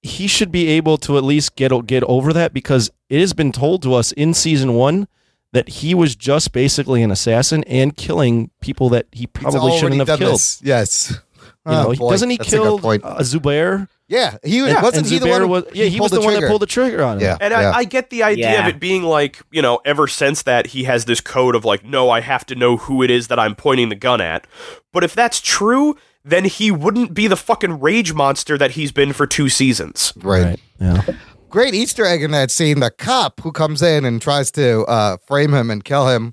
Speaker 4: he should be able to at least get o- get over that because it has been told to us in season one that he was just basically an assassin and killing people that he
Speaker 1: He's
Speaker 4: probably
Speaker 1: already
Speaker 4: shouldn't have
Speaker 1: done
Speaker 4: killed.
Speaker 1: this. Yes. Ah, You
Speaker 4: You know, he- doesn't he kill uh, Zubair?
Speaker 1: yeah, he was-
Speaker 4: And-
Speaker 1: wasn't
Speaker 4: and
Speaker 1: he the
Speaker 4: Zubair
Speaker 1: one. who-
Speaker 4: was- yeah, he, was the,
Speaker 1: pulled
Speaker 4: one that
Speaker 1: trigger?
Speaker 4: pulled the trigger on him.
Speaker 1: Yeah,
Speaker 5: And
Speaker 1: yeah.
Speaker 5: I, I get the idea
Speaker 2: Yeah.
Speaker 5: of it being like, you know, ever since that he has this code of like, no, I have to know who it is that I'm pointing the gun at. But if that's true, then he wouldn't be the fucking rage monster that he's been for two seasons.
Speaker 1: right.
Speaker 4: Right. Yeah.
Speaker 1: Great Easter egg in that scene. The cop who comes in and tries to uh, frame him and kill him.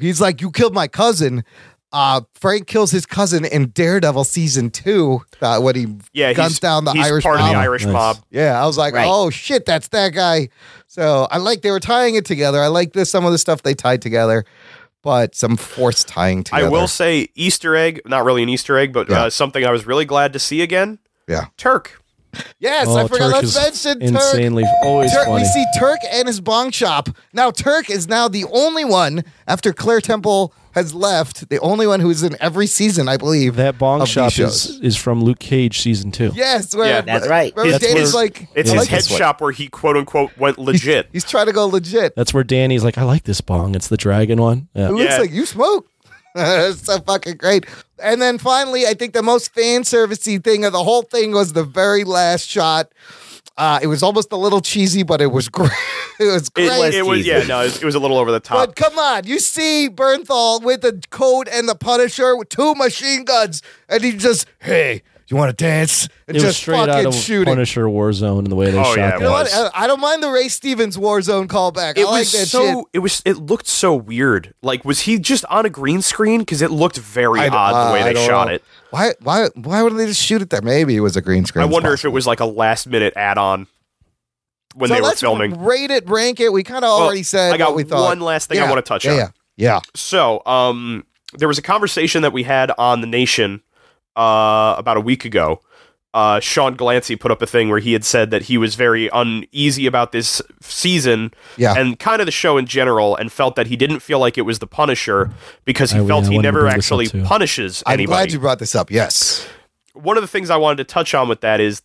Speaker 1: He's like, "You killed my cousin." Uh, Frank kills his cousin in Daredevil season two. Uh, when he
Speaker 5: Yeah, he's,
Speaker 1: guns down the
Speaker 5: he's
Speaker 1: Irish
Speaker 5: part of the
Speaker 1: mob.
Speaker 5: Irish
Speaker 4: Nice.
Speaker 5: mob.
Speaker 1: Yeah, I was like,
Speaker 2: Right.
Speaker 1: oh shit, that's that guy. So I like they were tying it together. I like this some of the stuff they tied together, but some force tying together.
Speaker 5: I will say Easter egg, not really an Easter egg, but
Speaker 1: Yeah.
Speaker 5: uh, something I was really glad to see again.
Speaker 1: Yeah.
Speaker 5: Turk.
Speaker 1: Yes,
Speaker 4: Oh,
Speaker 1: I forgot.
Speaker 4: Turk
Speaker 1: Let's
Speaker 4: is
Speaker 1: mention
Speaker 4: insanely
Speaker 1: Turk.
Speaker 4: always
Speaker 1: Turk- We
Speaker 4: funny.
Speaker 1: see Turk and his bong chop. Now Turk is now the only one after Claire Temple has left. The only one who's in every season, I believe.
Speaker 4: That bong
Speaker 1: of these
Speaker 4: shop
Speaker 1: shows.
Speaker 4: is, is from Luke Cage season two.
Speaker 1: Yes, where,
Speaker 5: Yeah, that's
Speaker 1: right. Where
Speaker 5: That's
Speaker 1: Dana's
Speaker 5: where-
Speaker 1: like,
Speaker 5: it's
Speaker 1: I
Speaker 5: his
Speaker 1: like
Speaker 5: head
Speaker 1: this one.
Speaker 5: shop where he quote unquote went legit.
Speaker 1: He's trying to go legit.
Speaker 4: That's where Danny's like, I like this bong. It's the dragon one. Yeah.
Speaker 1: It looks like you smoke. That's so fucking great. And then finally, I think the most fan servicey thing of the whole thing was the very last shot. Uh, it was almost a little cheesy, but it was great. it was
Speaker 5: It,
Speaker 1: great.
Speaker 5: it was yeah no it was, it was a little over the top.
Speaker 1: But come on, you see Bernthal with the coat and the Punisher with two machine guns, and he just, hey, you want to dance?
Speaker 4: it
Speaker 1: And
Speaker 4: was
Speaker 1: just
Speaker 4: straight
Speaker 1: fucking
Speaker 4: out of
Speaker 1: shoot it.
Speaker 4: Punisher Warzone and the way they
Speaker 5: Oh,
Speaker 4: shot
Speaker 5: yeah, it
Speaker 4: that.
Speaker 5: was.
Speaker 1: But I I don't mind the Ray Stevens Warzone callback. I
Speaker 5: it
Speaker 1: like
Speaker 5: was
Speaker 1: that
Speaker 5: so
Speaker 1: shit.
Speaker 5: it was it looked so weird. Like was he just on a green screen? Because it looked very
Speaker 1: I d-
Speaker 5: odd the
Speaker 1: uh, I
Speaker 5: way they
Speaker 1: don't
Speaker 5: shot
Speaker 1: know.
Speaker 5: it.
Speaker 1: Why? Why? Why wouldn't they just shoot it there? Maybe it was a green screen.
Speaker 5: I wonder if it was like a last minute add on when
Speaker 1: so
Speaker 5: they were
Speaker 1: let's
Speaker 5: filming.
Speaker 1: Rate it, rank it. We kind of already said
Speaker 5: I got
Speaker 1: what we thought.
Speaker 5: one last thing I
Speaker 1: Yeah,
Speaker 5: wanna touch
Speaker 1: yeah,
Speaker 5: on.
Speaker 1: Yeah, yeah.
Speaker 5: So, um, there was a conversation that we had on the Nation uh, about a week ago. Uh, Sean Glancy put up a thing where he had said that he was very uneasy about this season
Speaker 1: Yeah.
Speaker 5: and kind of the show in general, and felt that he didn't feel like it was the Punisher because he
Speaker 1: I- Oh, yeah,
Speaker 5: felt
Speaker 1: I
Speaker 5: he
Speaker 1: wanted to
Speaker 5: never
Speaker 1: bring this up
Speaker 5: actually
Speaker 1: too.
Speaker 5: punishes
Speaker 1: I'm
Speaker 5: anybody
Speaker 1: glad you brought this up. Yes.
Speaker 5: one of the things I wanted to touch on with that is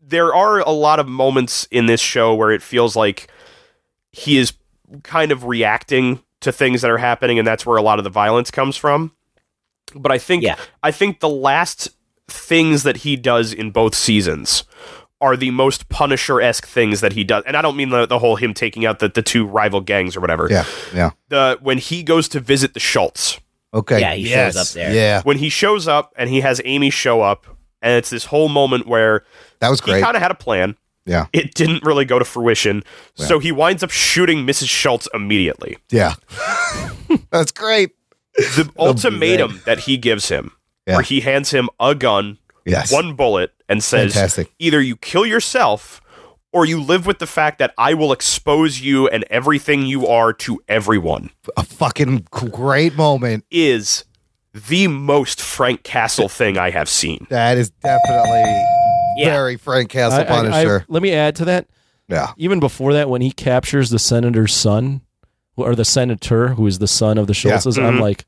Speaker 5: there are a lot of moments in this show where it feels like he is kind of reacting to things that are happening, and that's where a lot of the violence comes from. But I think I think the last things that he does in both seasons are the most Punisher esque things that he does, and I don't mean the, the whole him taking out the, the two rival gangs or whatever.
Speaker 1: Yeah. Yeah.
Speaker 5: The when he goes to visit the Schultz.
Speaker 1: Okay. Yeah, he shows Yes. up there. Yeah.
Speaker 5: When he shows up and he has Amy show up, and it's this whole moment where
Speaker 1: that was
Speaker 5: He
Speaker 1: great.
Speaker 5: kind of had a plan.
Speaker 1: Yeah.
Speaker 5: It didn't really go to fruition, so he winds up shooting Mrs. Schultz immediately.
Speaker 1: Yeah. That's great.
Speaker 5: The ultimatum that he gives him, where he hands him a gun,
Speaker 1: Yes.
Speaker 5: one bullet, and says,
Speaker 1: Fantastic.
Speaker 5: "Either you kill yourself." Or you live with the fact that I will expose you and everything you are to everyone.
Speaker 1: A fucking great moment.
Speaker 5: is the most Frank Castle thing I have seen.
Speaker 1: That is definitely very Frank Castle
Speaker 4: I- I- I-
Speaker 1: Punisher.
Speaker 4: let me add to that.
Speaker 1: Yeah.
Speaker 4: Even before that, when he captures the senator's son, or the senator who is the son of the Schultzes, I'm
Speaker 9: Mhm.
Speaker 4: like,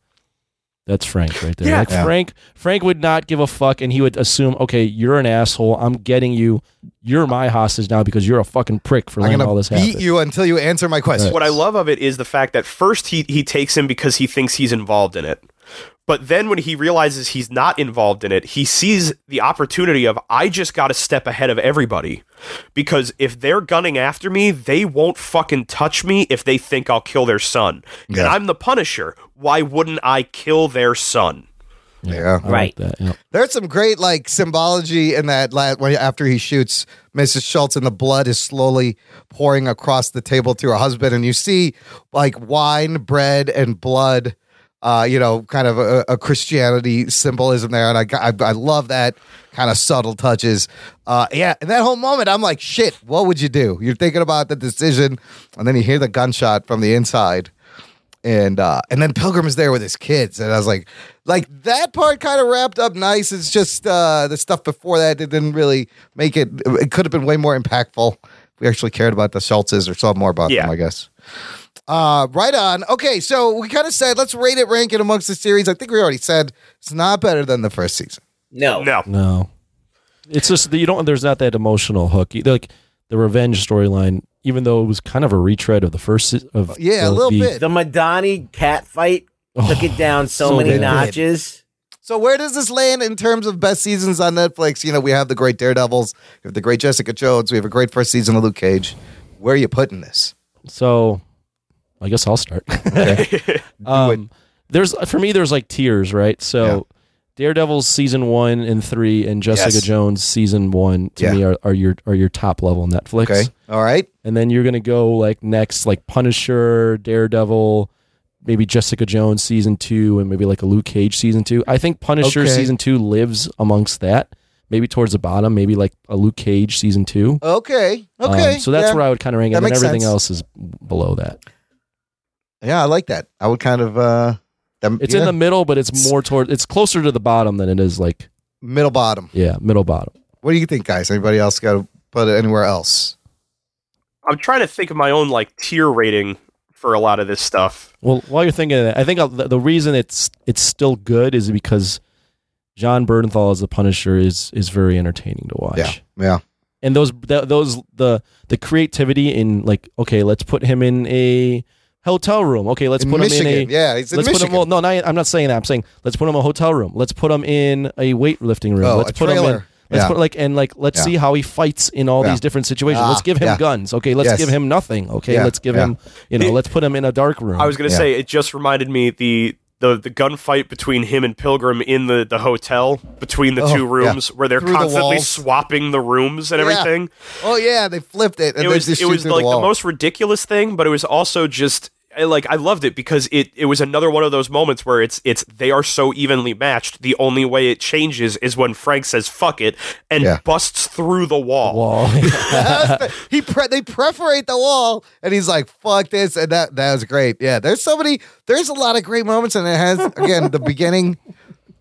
Speaker 4: that's Frank right there.
Speaker 9: Yeah.
Speaker 4: Like
Speaker 9: Yeah.
Speaker 4: Frank, Frank would not give a fuck, and he would assume, okay, you're an asshole. I'm getting you. You're my hostage now because you're a fucking prick for
Speaker 1: I'm
Speaker 4: letting
Speaker 1: gonna
Speaker 4: all this
Speaker 1: beat
Speaker 4: happen.
Speaker 1: you until you answer my question.
Speaker 5: What I love of it is the fact that first he he takes him because he thinks he's involved in it. But then when he realizes he's not involved in it, he sees the opportunity of I just got to step ahead of everybody because if they're gunning after me, they won't fucking touch me if they think I'll kill their son. And
Speaker 1: Yeah.
Speaker 5: I'm the punisher. Why wouldn't I kill their son?
Speaker 1: Yeah.
Speaker 5: Right.
Speaker 1: There's some great like symbology in that last when after he shoots Mrs. Schultz and the blood is slowly pouring across the table to her husband, and you see like wine, bread, and blood. Uh, you know, kind of a, a Christianity symbolism there, and I, I I love that kind of subtle touches. Uh, yeah, in that whole moment, I'm like, shit, what would you do? You're thinking about the decision, and then you hear the gunshot from the inside and uh and then pilgrim is there with his kids and i was like like that part kind of wrapped up nice it's just uh the stuff before that it didn't really make it it could have been way more impactful if we actually cared about the schultzes or saw more about them i guess uh right on okay so we kind of said let's rate it rank it amongst the series i think we already said it's not better than the first season
Speaker 2: No.
Speaker 5: No.
Speaker 4: No. It's just that you don't. There's not that emotional hook. Either, Like the revenge storyline, even though it was kind of a retread of the first se-
Speaker 1: Uh,
Speaker 4: of the- the-
Speaker 2: The Madani cat fight took it down so,
Speaker 4: so
Speaker 2: many
Speaker 4: good.
Speaker 2: notches.
Speaker 1: so where does this land in terms of best seasons on netflix you know we have the great daredevils we have the great jessica jones we have a great first season of luke cage where are you putting this
Speaker 4: So, I guess I'll start. um, there's for me, there's like tiers, right? So, Daredevil's season one and three, and Jessica
Speaker 1: Yes.
Speaker 4: Jones season one to
Speaker 1: Yeah.
Speaker 4: me are, are your are your top level Netflix.
Speaker 1: Okay. All right.
Speaker 4: And then you're gonna go like next, like Punisher, Daredevil, maybe Jessica Jones season two, and maybe like a Luke Cage season two. I think Punisher
Speaker 1: Okay.
Speaker 4: season two lives amongst that. Maybe towards the bottom, maybe like a Luke Cage season two.
Speaker 1: Okay.
Speaker 4: Um,
Speaker 1: Okay.
Speaker 4: so that's
Speaker 1: yeah.
Speaker 4: where I would kind of rank it.
Speaker 1: That
Speaker 4: And then
Speaker 1: makes
Speaker 4: everything
Speaker 1: sense.
Speaker 4: else is below that.
Speaker 1: Yeah, I like that. I would kind of. uh them-
Speaker 4: It's in
Speaker 1: yeah.
Speaker 4: the middle, but it's more toward. It's closer to the bottom than it is like
Speaker 1: middle bottom.
Speaker 4: Yeah, middle bottom.
Speaker 1: What do you think, guys? Anybody else got to put it anywhere else?
Speaker 5: I'm trying to think of my own like tier rating for a lot of this stuff.
Speaker 4: Well, while you're thinking of that, I think I'll, the, the reason it's it's still good is because John Bernthal as the Punisher is is very entertaining to watch.
Speaker 1: Yeah, yeah.
Speaker 4: And those th- those the the creativity in like okay, let's put him in a hotel room. Okay, let's
Speaker 1: In
Speaker 4: put him
Speaker 1: Michigan.
Speaker 4: in a
Speaker 1: Yeah, he's in
Speaker 4: let's Put him,
Speaker 1: Michigan.
Speaker 4: well, no, not, I'm not saying that. I'm saying let's put him in a hotel room. Let's put him in a weightlifting room.
Speaker 1: Oh,
Speaker 4: let's
Speaker 1: a
Speaker 4: put him in.
Speaker 1: trailer.
Speaker 4: Let's
Speaker 1: Yeah.
Speaker 4: put like and like let's
Speaker 1: Yeah.
Speaker 4: see how he fights in all
Speaker 1: Yeah.
Speaker 4: these different situations.
Speaker 1: Ah,
Speaker 4: let's give him
Speaker 1: yeah.
Speaker 4: guns. Okay, let's
Speaker 1: Yes.
Speaker 4: give him nothing. Okay,
Speaker 1: Yeah,
Speaker 4: let's give
Speaker 1: yeah.
Speaker 4: him you know, let's put him in a dark room.
Speaker 5: I was gonna say it just reminded me the the the gunfight between him and Pilgrim in the the hotel between the
Speaker 1: Oh,
Speaker 5: two
Speaker 1: yeah.
Speaker 5: rooms where they're
Speaker 1: Through the
Speaker 5: constantly
Speaker 1: walls.
Speaker 5: swapping the rooms and
Speaker 1: Yeah.
Speaker 5: everything.
Speaker 1: Oh yeah, they flipped it. And
Speaker 5: it
Speaker 1: they
Speaker 5: was
Speaker 1: just
Speaker 5: it
Speaker 1: shoot
Speaker 5: was
Speaker 1: through
Speaker 5: like
Speaker 1: the,
Speaker 5: the,
Speaker 1: wall.
Speaker 5: most ridiculous thing, but it was also just I, like I loved it because it it was another one of those moments where it's it's they are so evenly matched. The only way it changes is when Frank says "fuck it" and
Speaker 1: Yeah.
Speaker 5: busts through the wall.
Speaker 1: he pre- they perforate the wall, and he's like, "Fuck this!" And that that was great. Yeah, there's so many. There's a lot of great moments, and it has again the beginning,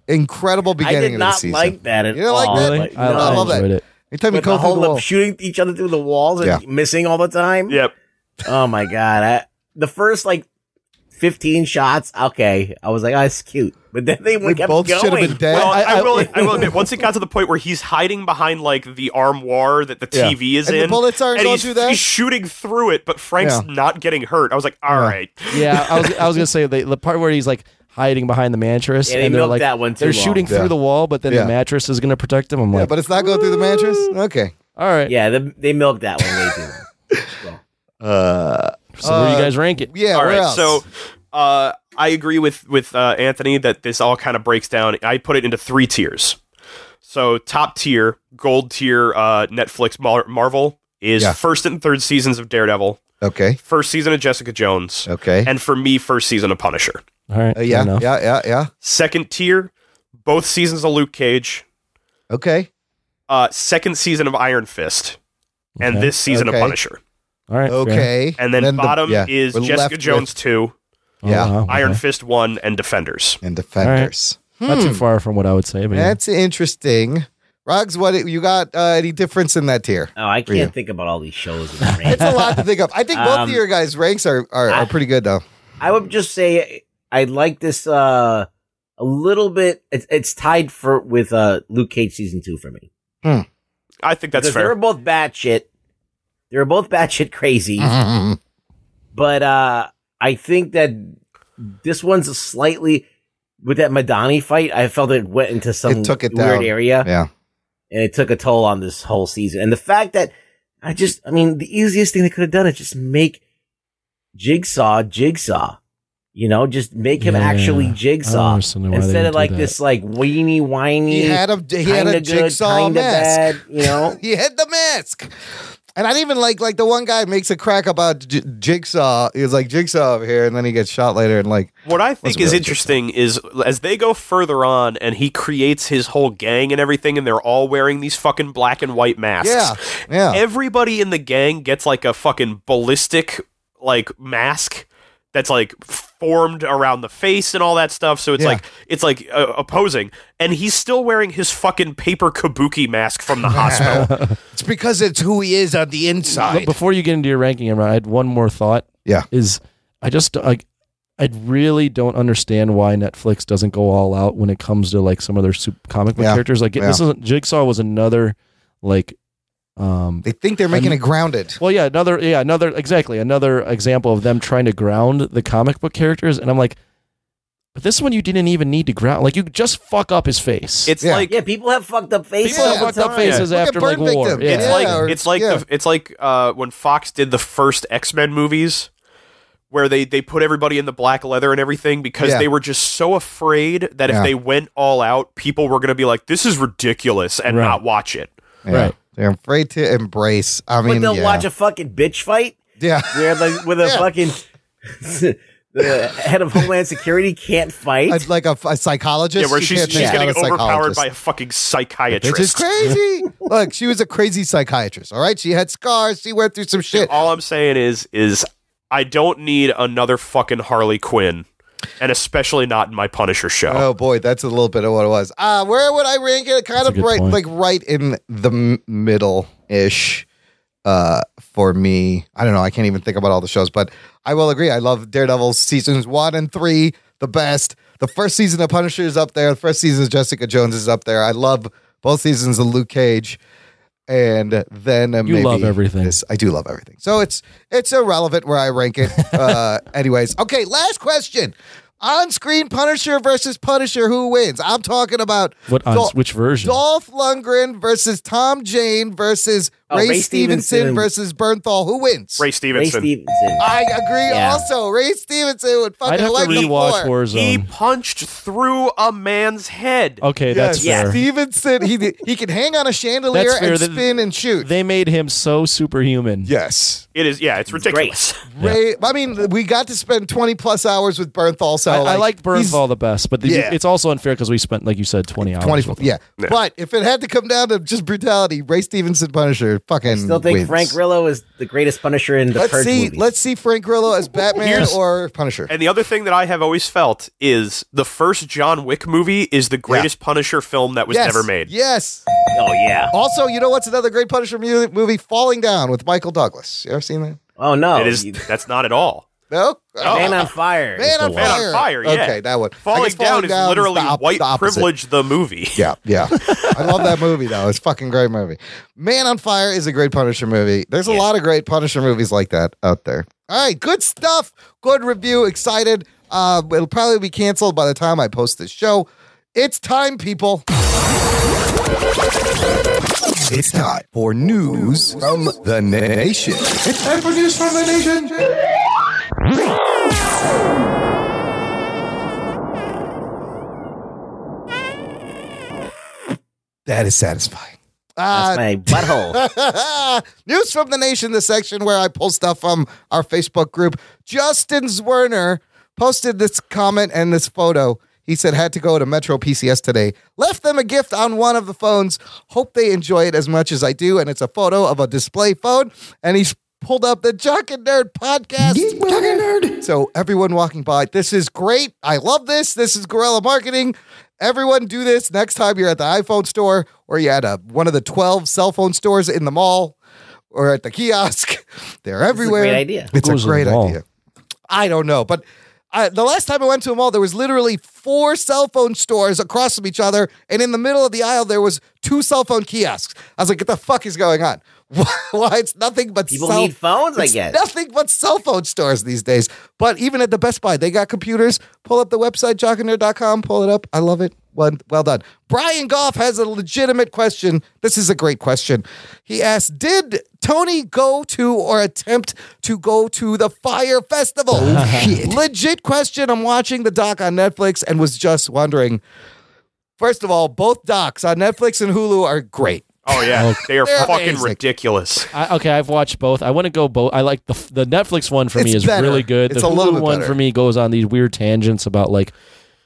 Speaker 1: incredible
Speaker 2: I
Speaker 1: beginning
Speaker 2: did
Speaker 1: of the
Speaker 2: not
Speaker 1: season.
Speaker 2: like that at
Speaker 1: you don't
Speaker 2: all.
Speaker 1: like that?
Speaker 2: Like,
Speaker 1: I,
Speaker 2: no.
Speaker 1: love that. Anytime you
Speaker 2: With
Speaker 1: go through the
Speaker 2: the whole
Speaker 1: wall,
Speaker 2: of shooting each other through the walls and
Speaker 1: Yeah.
Speaker 2: missing all the time.
Speaker 5: Yep.
Speaker 2: Oh my god! I, the first like fifteen shots, okay, I was like, oh, it's cute, but then they went kept going.
Speaker 5: Well, I, will. I will admit, once it got to the point where he's hiding behind like the armoire that the
Speaker 1: Yeah.
Speaker 5: TV is
Speaker 1: And the
Speaker 5: in,
Speaker 1: bullets aren't
Speaker 5: and
Speaker 1: going
Speaker 5: he's,
Speaker 1: through that?
Speaker 5: he's shooting through it, but Frank's
Speaker 4: Yeah.
Speaker 5: not getting hurt. I was like, all right,
Speaker 4: Yeah, I was I was gonna say the, the part where he's like hiding behind the mattress
Speaker 5: Yeah, they
Speaker 4: and they're
Speaker 5: milked
Speaker 4: like
Speaker 5: that one too
Speaker 4: they're
Speaker 5: long.
Speaker 4: shooting
Speaker 5: Yeah.
Speaker 4: through the wall, but then
Speaker 5: Yeah.
Speaker 4: the mattress is gonna protect him. I'm
Speaker 1: yeah,
Speaker 4: like,
Speaker 1: but it's not going through the mattress. Okay.
Speaker 4: all right,
Speaker 2: yeah, they, they milked that one way too. long.
Speaker 4: Uh, so where do you guys rank it?
Speaker 5: All right. So, uh, I agree with with uh, Anthony that this all kind of breaks down. I put it into three tiers. So, top tier, gold tier, uh, Netflix Mar- Marvel is
Speaker 1: Yeah.
Speaker 5: first and third seasons of Daredevil,
Speaker 1: Okay.
Speaker 5: first season of Jessica Jones,
Speaker 1: Okay.
Speaker 5: and for me, first season of Punisher.
Speaker 4: All right.
Speaker 1: Uh, yeah,
Speaker 4: enough.
Speaker 1: yeah. Yeah. Yeah.
Speaker 5: Second tier, both seasons of Luke Cage,
Speaker 1: Okay.
Speaker 5: uh, second season of Iron Fist, and
Speaker 4: Okay.
Speaker 5: this season
Speaker 1: Okay.
Speaker 5: of Punisher.
Speaker 4: all right, fair.
Speaker 1: Okay.
Speaker 5: And then,
Speaker 1: Then the-
Speaker 5: bottom
Speaker 1: yeah,
Speaker 5: is
Speaker 1: we're left
Speaker 5: Jessica
Speaker 1: with-
Speaker 5: Jones 2,
Speaker 4: Oh,
Speaker 1: Yeah.
Speaker 4: wow,
Speaker 5: Iron
Speaker 4: okay.
Speaker 5: Fist 1, and Defenders.
Speaker 1: And
Speaker 4: All right.
Speaker 1: defenders.
Speaker 4: Not
Speaker 1: Hmm.
Speaker 4: too far from what I would say, but yeah.
Speaker 1: That's interesting. Rogs, what you got? Uh, any difference in that tier?
Speaker 2: Oh, I
Speaker 1: For you.
Speaker 2: can't think about all these shows. and
Speaker 1: It's a lot to think of. I think both
Speaker 2: Um,
Speaker 1: of your guys' ranks are, are, are pretty good though.
Speaker 2: I would just say I like this uh a little bit. It's, it's tied for with uh Luke Cage season two for me.
Speaker 5: I think that's
Speaker 2: Because They
Speaker 5: fair.
Speaker 2: were both batshit. They were both batshit crazy.
Speaker 5: Mm-hmm.
Speaker 2: but uh I think that this one's a slightly with that Madani fight. I felt it went into some
Speaker 1: It took it
Speaker 2: weird
Speaker 1: down.
Speaker 2: area.
Speaker 1: Yeah.
Speaker 2: and it took a toll on this whole season. And the fact that I just, I mean, the easiest thing they could have done is just make Jigsaw Jigsaw. You know, just make him
Speaker 4: Yeah.
Speaker 2: actually
Speaker 4: I don't
Speaker 2: Jigsaw
Speaker 4: understand why they
Speaker 2: instead
Speaker 4: didn't
Speaker 2: of
Speaker 4: do
Speaker 2: like
Speaker 4: that.
Speaker 2: this like weeny whiny.
Speaker 1: He had a he had a
Speaker 2: kinda good,
Speaker 1: jigsaw
Speaker 2: kinda
Speaker 1: mask.
Speaker 2: bad, you know.
Speaker 1: he had the mask. And I didn't even like like the one guy makes a crack about J- Jigsaw. He was like Jigsaw over here, and then he gets shot later. And like,
Speaker 5: What I think
Speaker 1: Wasn't
Speaker 5: is
Speaker 1: really
Speaker 5: interesting is as they go further on and he creates his whole gang and everything, and they're all wearing these fucking black and white masks.
Speaker 1: Yeah, yeah.
Speaker 5: Everybody in the gang gets like a fucking ballistic like mask that's like formed around the face and all that stuff. So it's
Speaker 1: Yeah.
Speaker 5: like it's like uh, opposing, and he's still wearing his fucking paper kabuki mask from the hospital.
Speaker 1: it's because it's who he is on the
Speaker 4: But
Speaker 1: inside.
Speaker 4: before you get into your ranking, Emma, I had one more thought.
Speaker 1: Yeah.
Speaker 4: Is I just like I really don't understand why Netflix doesn't go all out when it comes to like some of their super comic book
Speaker 1: Yeah.
Speaker 4: characters. Like this
Speaker 1: Yeah.
Speaker 4: is Jigsaw was another like um
Speaker 1: They think they're making
Speaker 4: I'm-
Speaker 1: it grounded.
Speaker 4: well yeah, another yeah, another exactly, another example of them trying to ground the comic book characters and I'm like but this one you didn't even need to ground. Like you just fuck up his face.
Speaker 5: It's like
Speaker 2: yeah, people have fucked up faces.
Speaker 4: People have
Speaker 2: all the
Speaker 4: fucked up
Speaker 2: time.
Speaker 4: faces
Speaker 1: Look at
Speaker 4: after like
Speaker 1: burn
Speaker 4: war.
Speaker 1: victims.
Speaker 4: Yeah.
Speaker 5: It's
Speaker 1: Yeah,
Speaker 5: like
Speaker 1: or-
Speaker 5: it's like
Speaker 1: yeah.
Speaker 5: the, it's like uh, when Fox did the first X Men movies, where they they put everybody in the black leather and everything because
Speaker 1: Yeah.
Speaker 5: they were just so afraid that
Speaker 1: Yeah.
Speaker 5: if they went all out, people were going to be like, "This is ridiculous," and
Speaker 4: Right.
Speaker 5: not watch it.
Speaker 1: Yeah.
Speaker 4: Right.
Speaker 1: They're afraid to embrace. I
Speaker 2: But
Speaker 1: mean,
Speaker 2: they'll
Speaker 1: yeah.
Speaker 2: watch a fucking bitch fight
Speaker 1: yeah.
Speaker 2: where like with a fucking the head of Homeland Security can't fight.
Speaker 1: I'd like a, a psychologist.
Speaker 5: yeah, where
Speaker 1: You
Speaker 5: she's
Speaker 1: can't
Speaker 5: she's
Speaker 1: take out
Speaker 5: getting
Speaker 1: a
Speaker 5: overpowered
Speaker 1: psychologist.
Speaker 5: by a fucking
Speaker 1: Which
Speaker 5: psychiatrist.
Speaker 1: is crazy. Look, she was a crazy psychiatrist. All right, she had scars. She went through some shit.
Speaker 5: all I'm saying is is I don't need another fucking Harley Quinn and especially not in my Punisher show.
Speaker 1: Oh boy, that's a little bit of what it was. Uh, where would I rank it? Kind
Speaker 5: That's a
Speaker 1: of
Speaker 5: good
Speaker 1: right,
Speaker 5: point.
Speaker 1: like right in the m- middle ish. Uh, for me, I don't know. I can't even think about all the shows, but I will agree. I love Daredevil seasons one and three the best. The first season of Punisher is up there. The first season of Jessica Jones is up there. I love both seasons of Luke Cage, and then uh,
Speaker 4: You
Speaker 1: maybe
Speaker 4: love everything.
Speaker 1: I do love everything. So it's it's irrelevant where I rank it. Uh, anyways, okay. Last question: On screen Punisher versus Punisher, who wins? I'm talking about
Speaker 4: What on- which version?
Speaker 1: Dolph Lundgren versus Tom Jane versus
Speaker 4: Oh,
Speaker 1: Ray,
Speaker 4: Ray
Speaker 1: Stevenson,
Speaker 4: Stevenson.
Speaker 1: versus Bernthal. Who wins?
Speaker 5: Ray Stevenson.
Speaker 1: I agree.
Speaker 5: Yeah.
Speaker 1: Also, Ray Stevenson would fucking
Speaker 4: I'd have to
Speaker 1: wipe the
Speaker 4: rewatch
Speaker 1: floor.
Speaker 4: Warzone. He
Speaker 5: punched through a man's head.
Speaker 1: Oh.
Speaker 4: Okay, that's fair.
Speaker 1: Stevenson, he he can hang on a chandelier
Speaker 4: That's fair.
Speaker 1: and
Speaker 4: That-
Speaker 1: spin and shoot.
Speaker 4: They made him so superhuman.
Speaker 1: Yes.
Speaker 5: It is, yeah, it's ridiculous.
Speaker 1: Ray, I mean, we got to spend twenty plus hours with Bernthal. So
Speaker 4: I,
Speaker 1: like,
Speaker 4: I like Bernthal the best, but the,
Speaker 1: Yeah.
Speaker 4: it's also unfair because we spent, like you said, 20 hours.
Speaker 1: 24
Speaker 4: with him.
Speaker 1: yeah. But if it had to come down to just brutality, Ray Stevenson Punisher fucking
Speaker 2: Still think
Speaker 1: wins.
Speaker 2: Frank Grillo is the greatest Punisher in the
Speaker 1: let's
Speaker 2: Purge
Speaker 1: see,
Speaker 2: movies.
Speaker 1: let's see Frank Grillo as Batman
Speaker 5: Here's-
Speaker 1: or Punisher.
Speaker 5: And the other thing that I have always felt is the first John Wick movie is the greatest Punisher film that was
Speaker 1: yes.
Speaker 5: ever made.
Speaker 1: Yes.
Speaker 2: Oh yeah.
Speaker 1: Also, you know what's another great Punisher mu- movie? Falling Down with Michael Douglas. You ever seen that?
Speaker 2: Oh no,
Speaker 5: it is. that's not at all.
Speaker 1: No.
Speaker 5: Oh,
Speaker 2: Man on Fire.
Speaker 1: Man on
Speaker 5: Man
Speaker 1: Fire.
Speaker 5: on Fire. Yeah.
Speaker 1: Okay, that one. I
Speaker 5: Falling
Speaker 1: guess
Speaker 5: down
Speaker 1: Falling
Speaker 5: is
Speaker 1: Down is
Speaker 5: literally
Speaker 1: the op-
Speaker 5: white
Speaker 1: the opposite.
Speaker 5: privilege. The movie.
Speaker 1: Yeah, yeah. I love that movie though. It's a fucking great movie. Man on Fire is a great Punisher movie. There's a lot of great Punisher movies like that out there. All right, good stuff. Good review. Excited. Uh, it'll probably be canceled by the time I post this show. It's time, people. It's time for news from the nation. It's time for news from the nation. That is satisfying.
Speaker 2: That's my butthole.
Speaker 1: News from the nation, the section where I pull stuff from our Facebook group. Justin Zwerner posted this comment and this photo. He said, had to go to Metro PCS today. Left them a gift on one of the phones. Hope they enjoy it as much as I do. And it's a photo of a display phone. And he's pulled up the Jock and Nerd podcast. So everyone walking by, this is great. I love this. This is guerrilla marketing. Everyone do this next time you're at the iPhone store or you're at a, one of the 12 cell phone stores in the mall or at the kiosk. They're everywhere.
Speaker 2: great idea.
Speaker 1: It's a
Speaker 2: Goes in the
Speaker 1: great
Speaker 2: mall.
Speaker 1: idea. I don't know, but I, the last time I went to a mall, there was literally four cell phone stores across from each other, and in the middle of the aisle there was two cell phone kiosks. I was like, "What the fuck is going on? Why it's nothing but
Speaker 2: People
Speaker 1: cell-
Speaker 2: need phones, I
Speaker 1: it's
Speaker 2: guess.
Speaker 1: nothing but cell phone stores these days." But even at the Best Buy, they got computers. Pull up the website jockin'er.com, pull it up. I love it. Well, well done. Brian Goff has a legitimate question. This is a great question. He asked, "Did Tony go to or attempt to go to the Fire Festival?" Legit question. I'm watching the doc on Netflix and was just wondering. First of all, both docs on Netflix and Hulu are great.
Speaker 5: Oh yeah, they are
Speaker 1: They're
Speaker 5: fucking
Speaker 1: amazing.
Speaker 5: ridiculous.
Speaker 4: I, okay, I've watched both. I want to go both. I like the the Netflix one for me
Speaker 1: It's
Speaker 4: is
Speaker 1: better.
Speaker 4: really good. The
Speaker 1: It's a
Speaker 4: Hulu
Speaker 1: little bit
Speaker 4: one
Speaker 1: better.
Speaker 4: for me goes on these weird tangents about like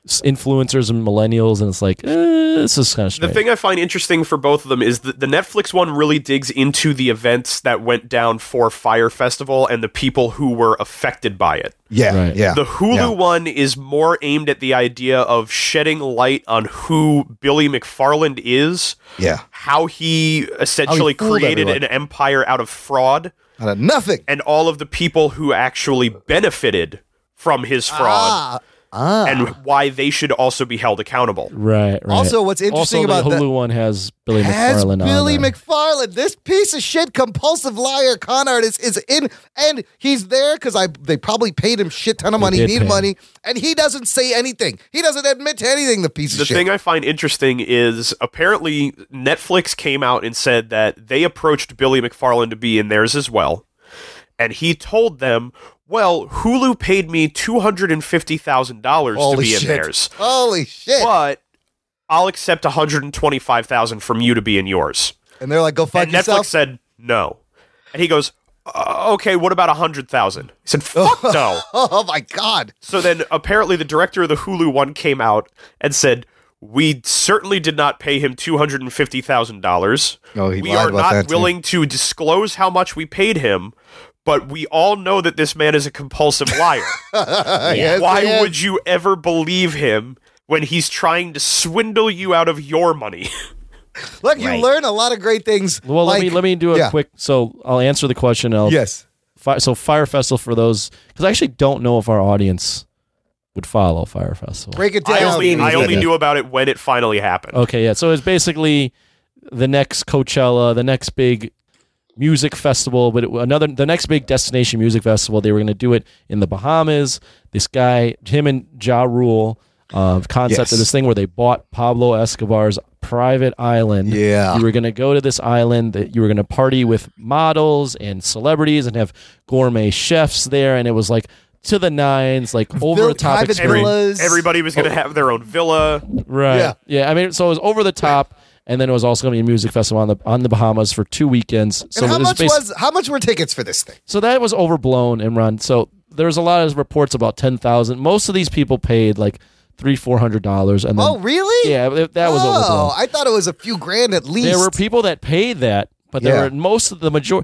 Speaker 4: s- influencers and millennials, and it's like eh, this is kind of
Speaker 5: The
Speaker 4: strange.
Speaker 5: thing I find interesting for both of them is that the Netflix one really digs into the events that went down for Fire Festival and the people who were affected by it.
Speaker 1: Yeah, yeah.
Speaker 5: The Hulu one is more aimed at the idea of shedding light on who Billy McFarland is,
Speaker 1: Yeah.
Speaker 5: how he essentially
Speaker 1: fooled
Speaker 5: created
Speaker 1: everyone.
Speaker 5: an empire out of fraud,
Speaker 1: Out of nothing,
Speaker 5: and all of the people who actually benefited from his fraud.
Speaker 1: Ah,
Speaker 5: And why they should also be held accountable.
Speaker 4: Right, right.
Speaker 1: Also, what's interesting
Speaker 4: Also,
Speaker 1: about
Speaker 4: the
Speaker 1: that-
Speaker 4: Hulu one has Billy
Speaker 1: Has
Speaker 4: McFarlane on.
Speaker 1: Billy
Speaker 4: there.
Speaker 1: McFarland, this piece of shit compulsive liar con artist is in and he's there because I they probably paid him shit ton of
Speaker 5: They
Speaker 1: money,
Speaker 5: did
Speaker 1: need
Speaker 5: pay him.
Speaker 1: money, and he doesn't say anything. He doesn't admit to anything, the piece
Speaker 5: the
Speaker 1: of shit.
Speaker 5: thing I find interesting is apparently Netflix came out and said that they approached Billy McFarland to be in theirs as well, and he told them, "Well, Hulu paid me two hundred and fifty thousand dollars to
Speaker 1: Holy
Speaker 5: be
Speaker 1: shit.
Speaker 5: in theirs,
Speaker 1: Holy shit.
Speaker 5: but I'll accept one hundred and twenty-five thousand from you to be in yours."
Speaker 1: And they're like, go fuck
Speaker 5: and
Speaker 1: yourself.
Speaker 5: Netflix said no, and he goes, "Uh, "Okay, what about a hundred thousand? He said, "Fuck no."
Speaker 1: oh my god.
Speaker 5: So then apparently the director of the Hulu one came out and said, "We certainly did not pay him two hundred and fifty thousand dollars.
Speaker 1: No, Oh, he
Speaker 5: we
Speaker 1: lied
Speaker 5: are
Speaker 1: about that,
Speaker 5: not
Speaker 1: too.
Speaker 5: willing to disclose how much we paid him, But we all know that this man is a compulsive liar.
Speaker 1: Yes,
Speaker 5: Why
Speaker 1: he is.
Speaker 5: would you ever believe him when he's trying to swindle you out of your money?
Speaker 1: Look, you learn a lot of great things.
Speaker 4: Well, let me
Speaker 1: like-
Speaker 4: let me do a
Speaker 1: Yeah.
Speaker 4: quick. So I'll answer the question. I'll,
Speaker 1: Yes.
Speaker 4: Fi- so Fire Festival for those because I actually don't know if our audience would follow Fire Festival.
Speaker 1: Break it
Speaker 5: I
Speaker 1: down.
Speaker 5: only, I only
Speaker 4: Yeah.
Speaker 5: knew about it when it finally happened.
Speaker 1: Oh.
Speaker 4: Okay, yeah. So it's basically the next Coachella, the next big music festival, but it, another the next big destination music festival. They were going to do it in the Bahamas. This guy, him and Ja Rule, uh, concept
Speaker 1: Yes.
Speaker 4: of this thing where they bought Pablo Escobar's private island.
Speaker 1: Yeah,
Speaker 4: you were going to go to this island that you were going to party with models and celebrities and have gourmet chefs there, and it was like. To the nines, like over the top
Speaker 5: Every-
Speaker 4: experience.
Speaker 5: everybody was
Speaker 1: Oh.
Speaker 5: going to have their own villa.
Speaker 4: Right. Yeah. I mean, so it was over the top, and then it was also going to be a music festival on the on the Bahamas for two weekends. So
Speaker 1: and how
Speaker 4: it was
Speaker 1: much
Speaker 4: basi-
Speaker 1: was how much were tickets for this thing?
Speaker 4: so that was overblown, Imran. So there's a lot of reports about ten thousand. Most of these people paid like three four hundred dollars, and then,
Speaker 1: Oh, really?
Speaker 4: yeah, that that was
Speaker 1: Oh,
Speaker 4: overblown.
Speaker 1: I thought it was a few grand at least.
Speaker 4: There were people that paid that, but there
Speaker 1: Yeah.
Speaker 4: were most of the major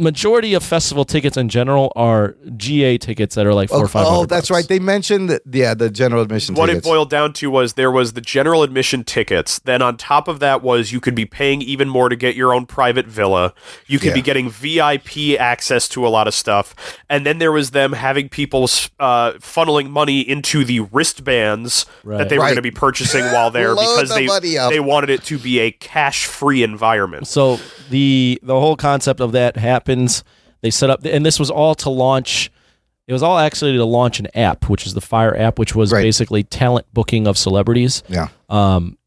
Speaker 4: majority of festival tickets in general are GA tickets that are like four or five.
Speaker 1: oh, that's right. They mentioned that, yeah the general admission
Speaker 5: What
Speaker 1: tickets.
Speaker 5: it boiled down to was there was the general admission tickets. Then on top of that was you could be paying even more to get your own private villa. You could be
Speaker 1: Yeah.
Speaker 5: getting VIP access to a lot of stuff. And then there was them having people s- uh, funneling money into the wristbands
Speaker 4: Right.
Speaker 5: that they were
Speaker 4: Right.
Speaker 5: going to be purchasing while there
Speaker 1: Load
Speaker 5: because
Speaker 1: the
Speaker 5: they
Speaker 1: money up.
Speaker 5: they wanted it to be a cash free environment.
Speaker 4: So the the whole concept of that happens. They set up, and this was all to launch. It was all actually to launch an app, which is the Fire app, which was basically talent booking of celebrities.
Speaker 1: Yeah.
Speaker 4: Um,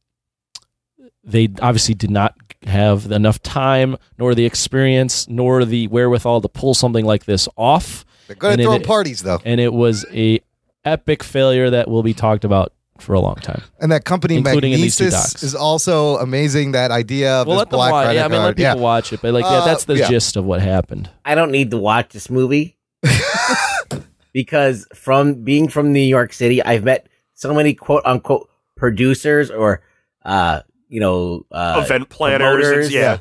Speaker 4: they obviously did not have enough time, nor the experience, nor the wherewithal to pull something like this off. They're
Speaker 1: good at throwing parties, though,
Speaker 4: and it was a epic failure that will be talked about for a long time.
Speaker 1: And that company
Speaker 4: Including in these two
Speaker 1: Magnesis
Speaker 4: docs.
Speaker 1: is also amazing. That idea of
Speaker 4: Well,
Speaker 1: this
Speaker 4: let them
Speaker 1: black
Speaker 4: watch.
Speaker 1: credit
Speaker 4: Yeah, I mean, let
Speaker 1: card.
Speaker 4: people
Speaker 1: Yeah.
Speaker 4: watch it, but like, yeah,
Speaker 1: Uh,
Speaker 4: that's the
Speaker 1: yeah.
Speaker 4: gist of what happened.
Speaker 2: I don't need to watch this movie because from being from New York City, I've met so many quote unquote producers or uh, you know uh,
Speaker 5: Event planners,
Speaker 2: promoters,
Speaker 5: it's- yeah.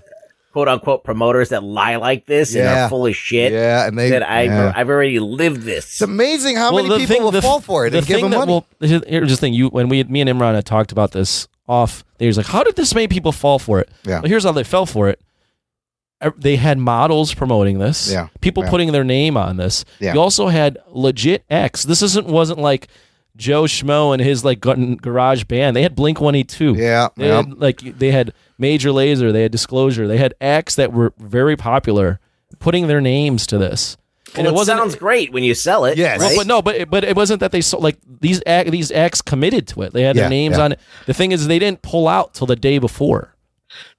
Speaker 2: quote unquote promoters that lie like this and
Speaker 1: Yeah.
Speaker 2: are full of shit.
Speaker 1: Yeah, and they-
Speaker 2: that I
Speaker 1: yeah.
Speaker 2: I've already lived this.
Speaker 1: It's amazing how
Speaker 4: Well,
Speaker 1: many people will
Speaker 4: the
Speaker 1: fall for it
Speaker 4: the
Speaker 1: and give
Speaker 4: thing
Speaker 1: them
Speaker 4: that
Speaker 1: money.
Speaker 4: will- here- here's the thing: you when we, me and Imran had talked about this off, they was like, "How did this many people fall for it?"
Speaker 1: Yeah.
Speaker 4: Well, here's how they fell for it: Ev- they had models promoting this,
Speaker 1: Yeah.
Speaker 4: people
Speaker 1: Yeah.
Speaker 4: putting their name on this.
Speaker 1: Yeah.
Speaker 4: You also had legit acts. This isn't wasn't like Joe Schmo and his like gun- garage band. They had Blink One Eight Two.
Speaker 1: Yeah,
Speaker 4: They
Speaker 1: yeah.
Speaker 4: had, like they had Major Laser. They had Disclosure. They had acts that were very popular, putting their names to this.
Speaker 2: Well, it, sounds great when you sell it.
Speaker 4: Well,
Speaker 2: right?
Speaker 4: but no, but it- but it wasn't that they sold like these ac- these acts committed to it. They had
Speaker 1: Yeah,
Speaker 4: their names
Speaker 1: yeah.
Speaker 4: on it. The thing is, they didn't pull out till the day before.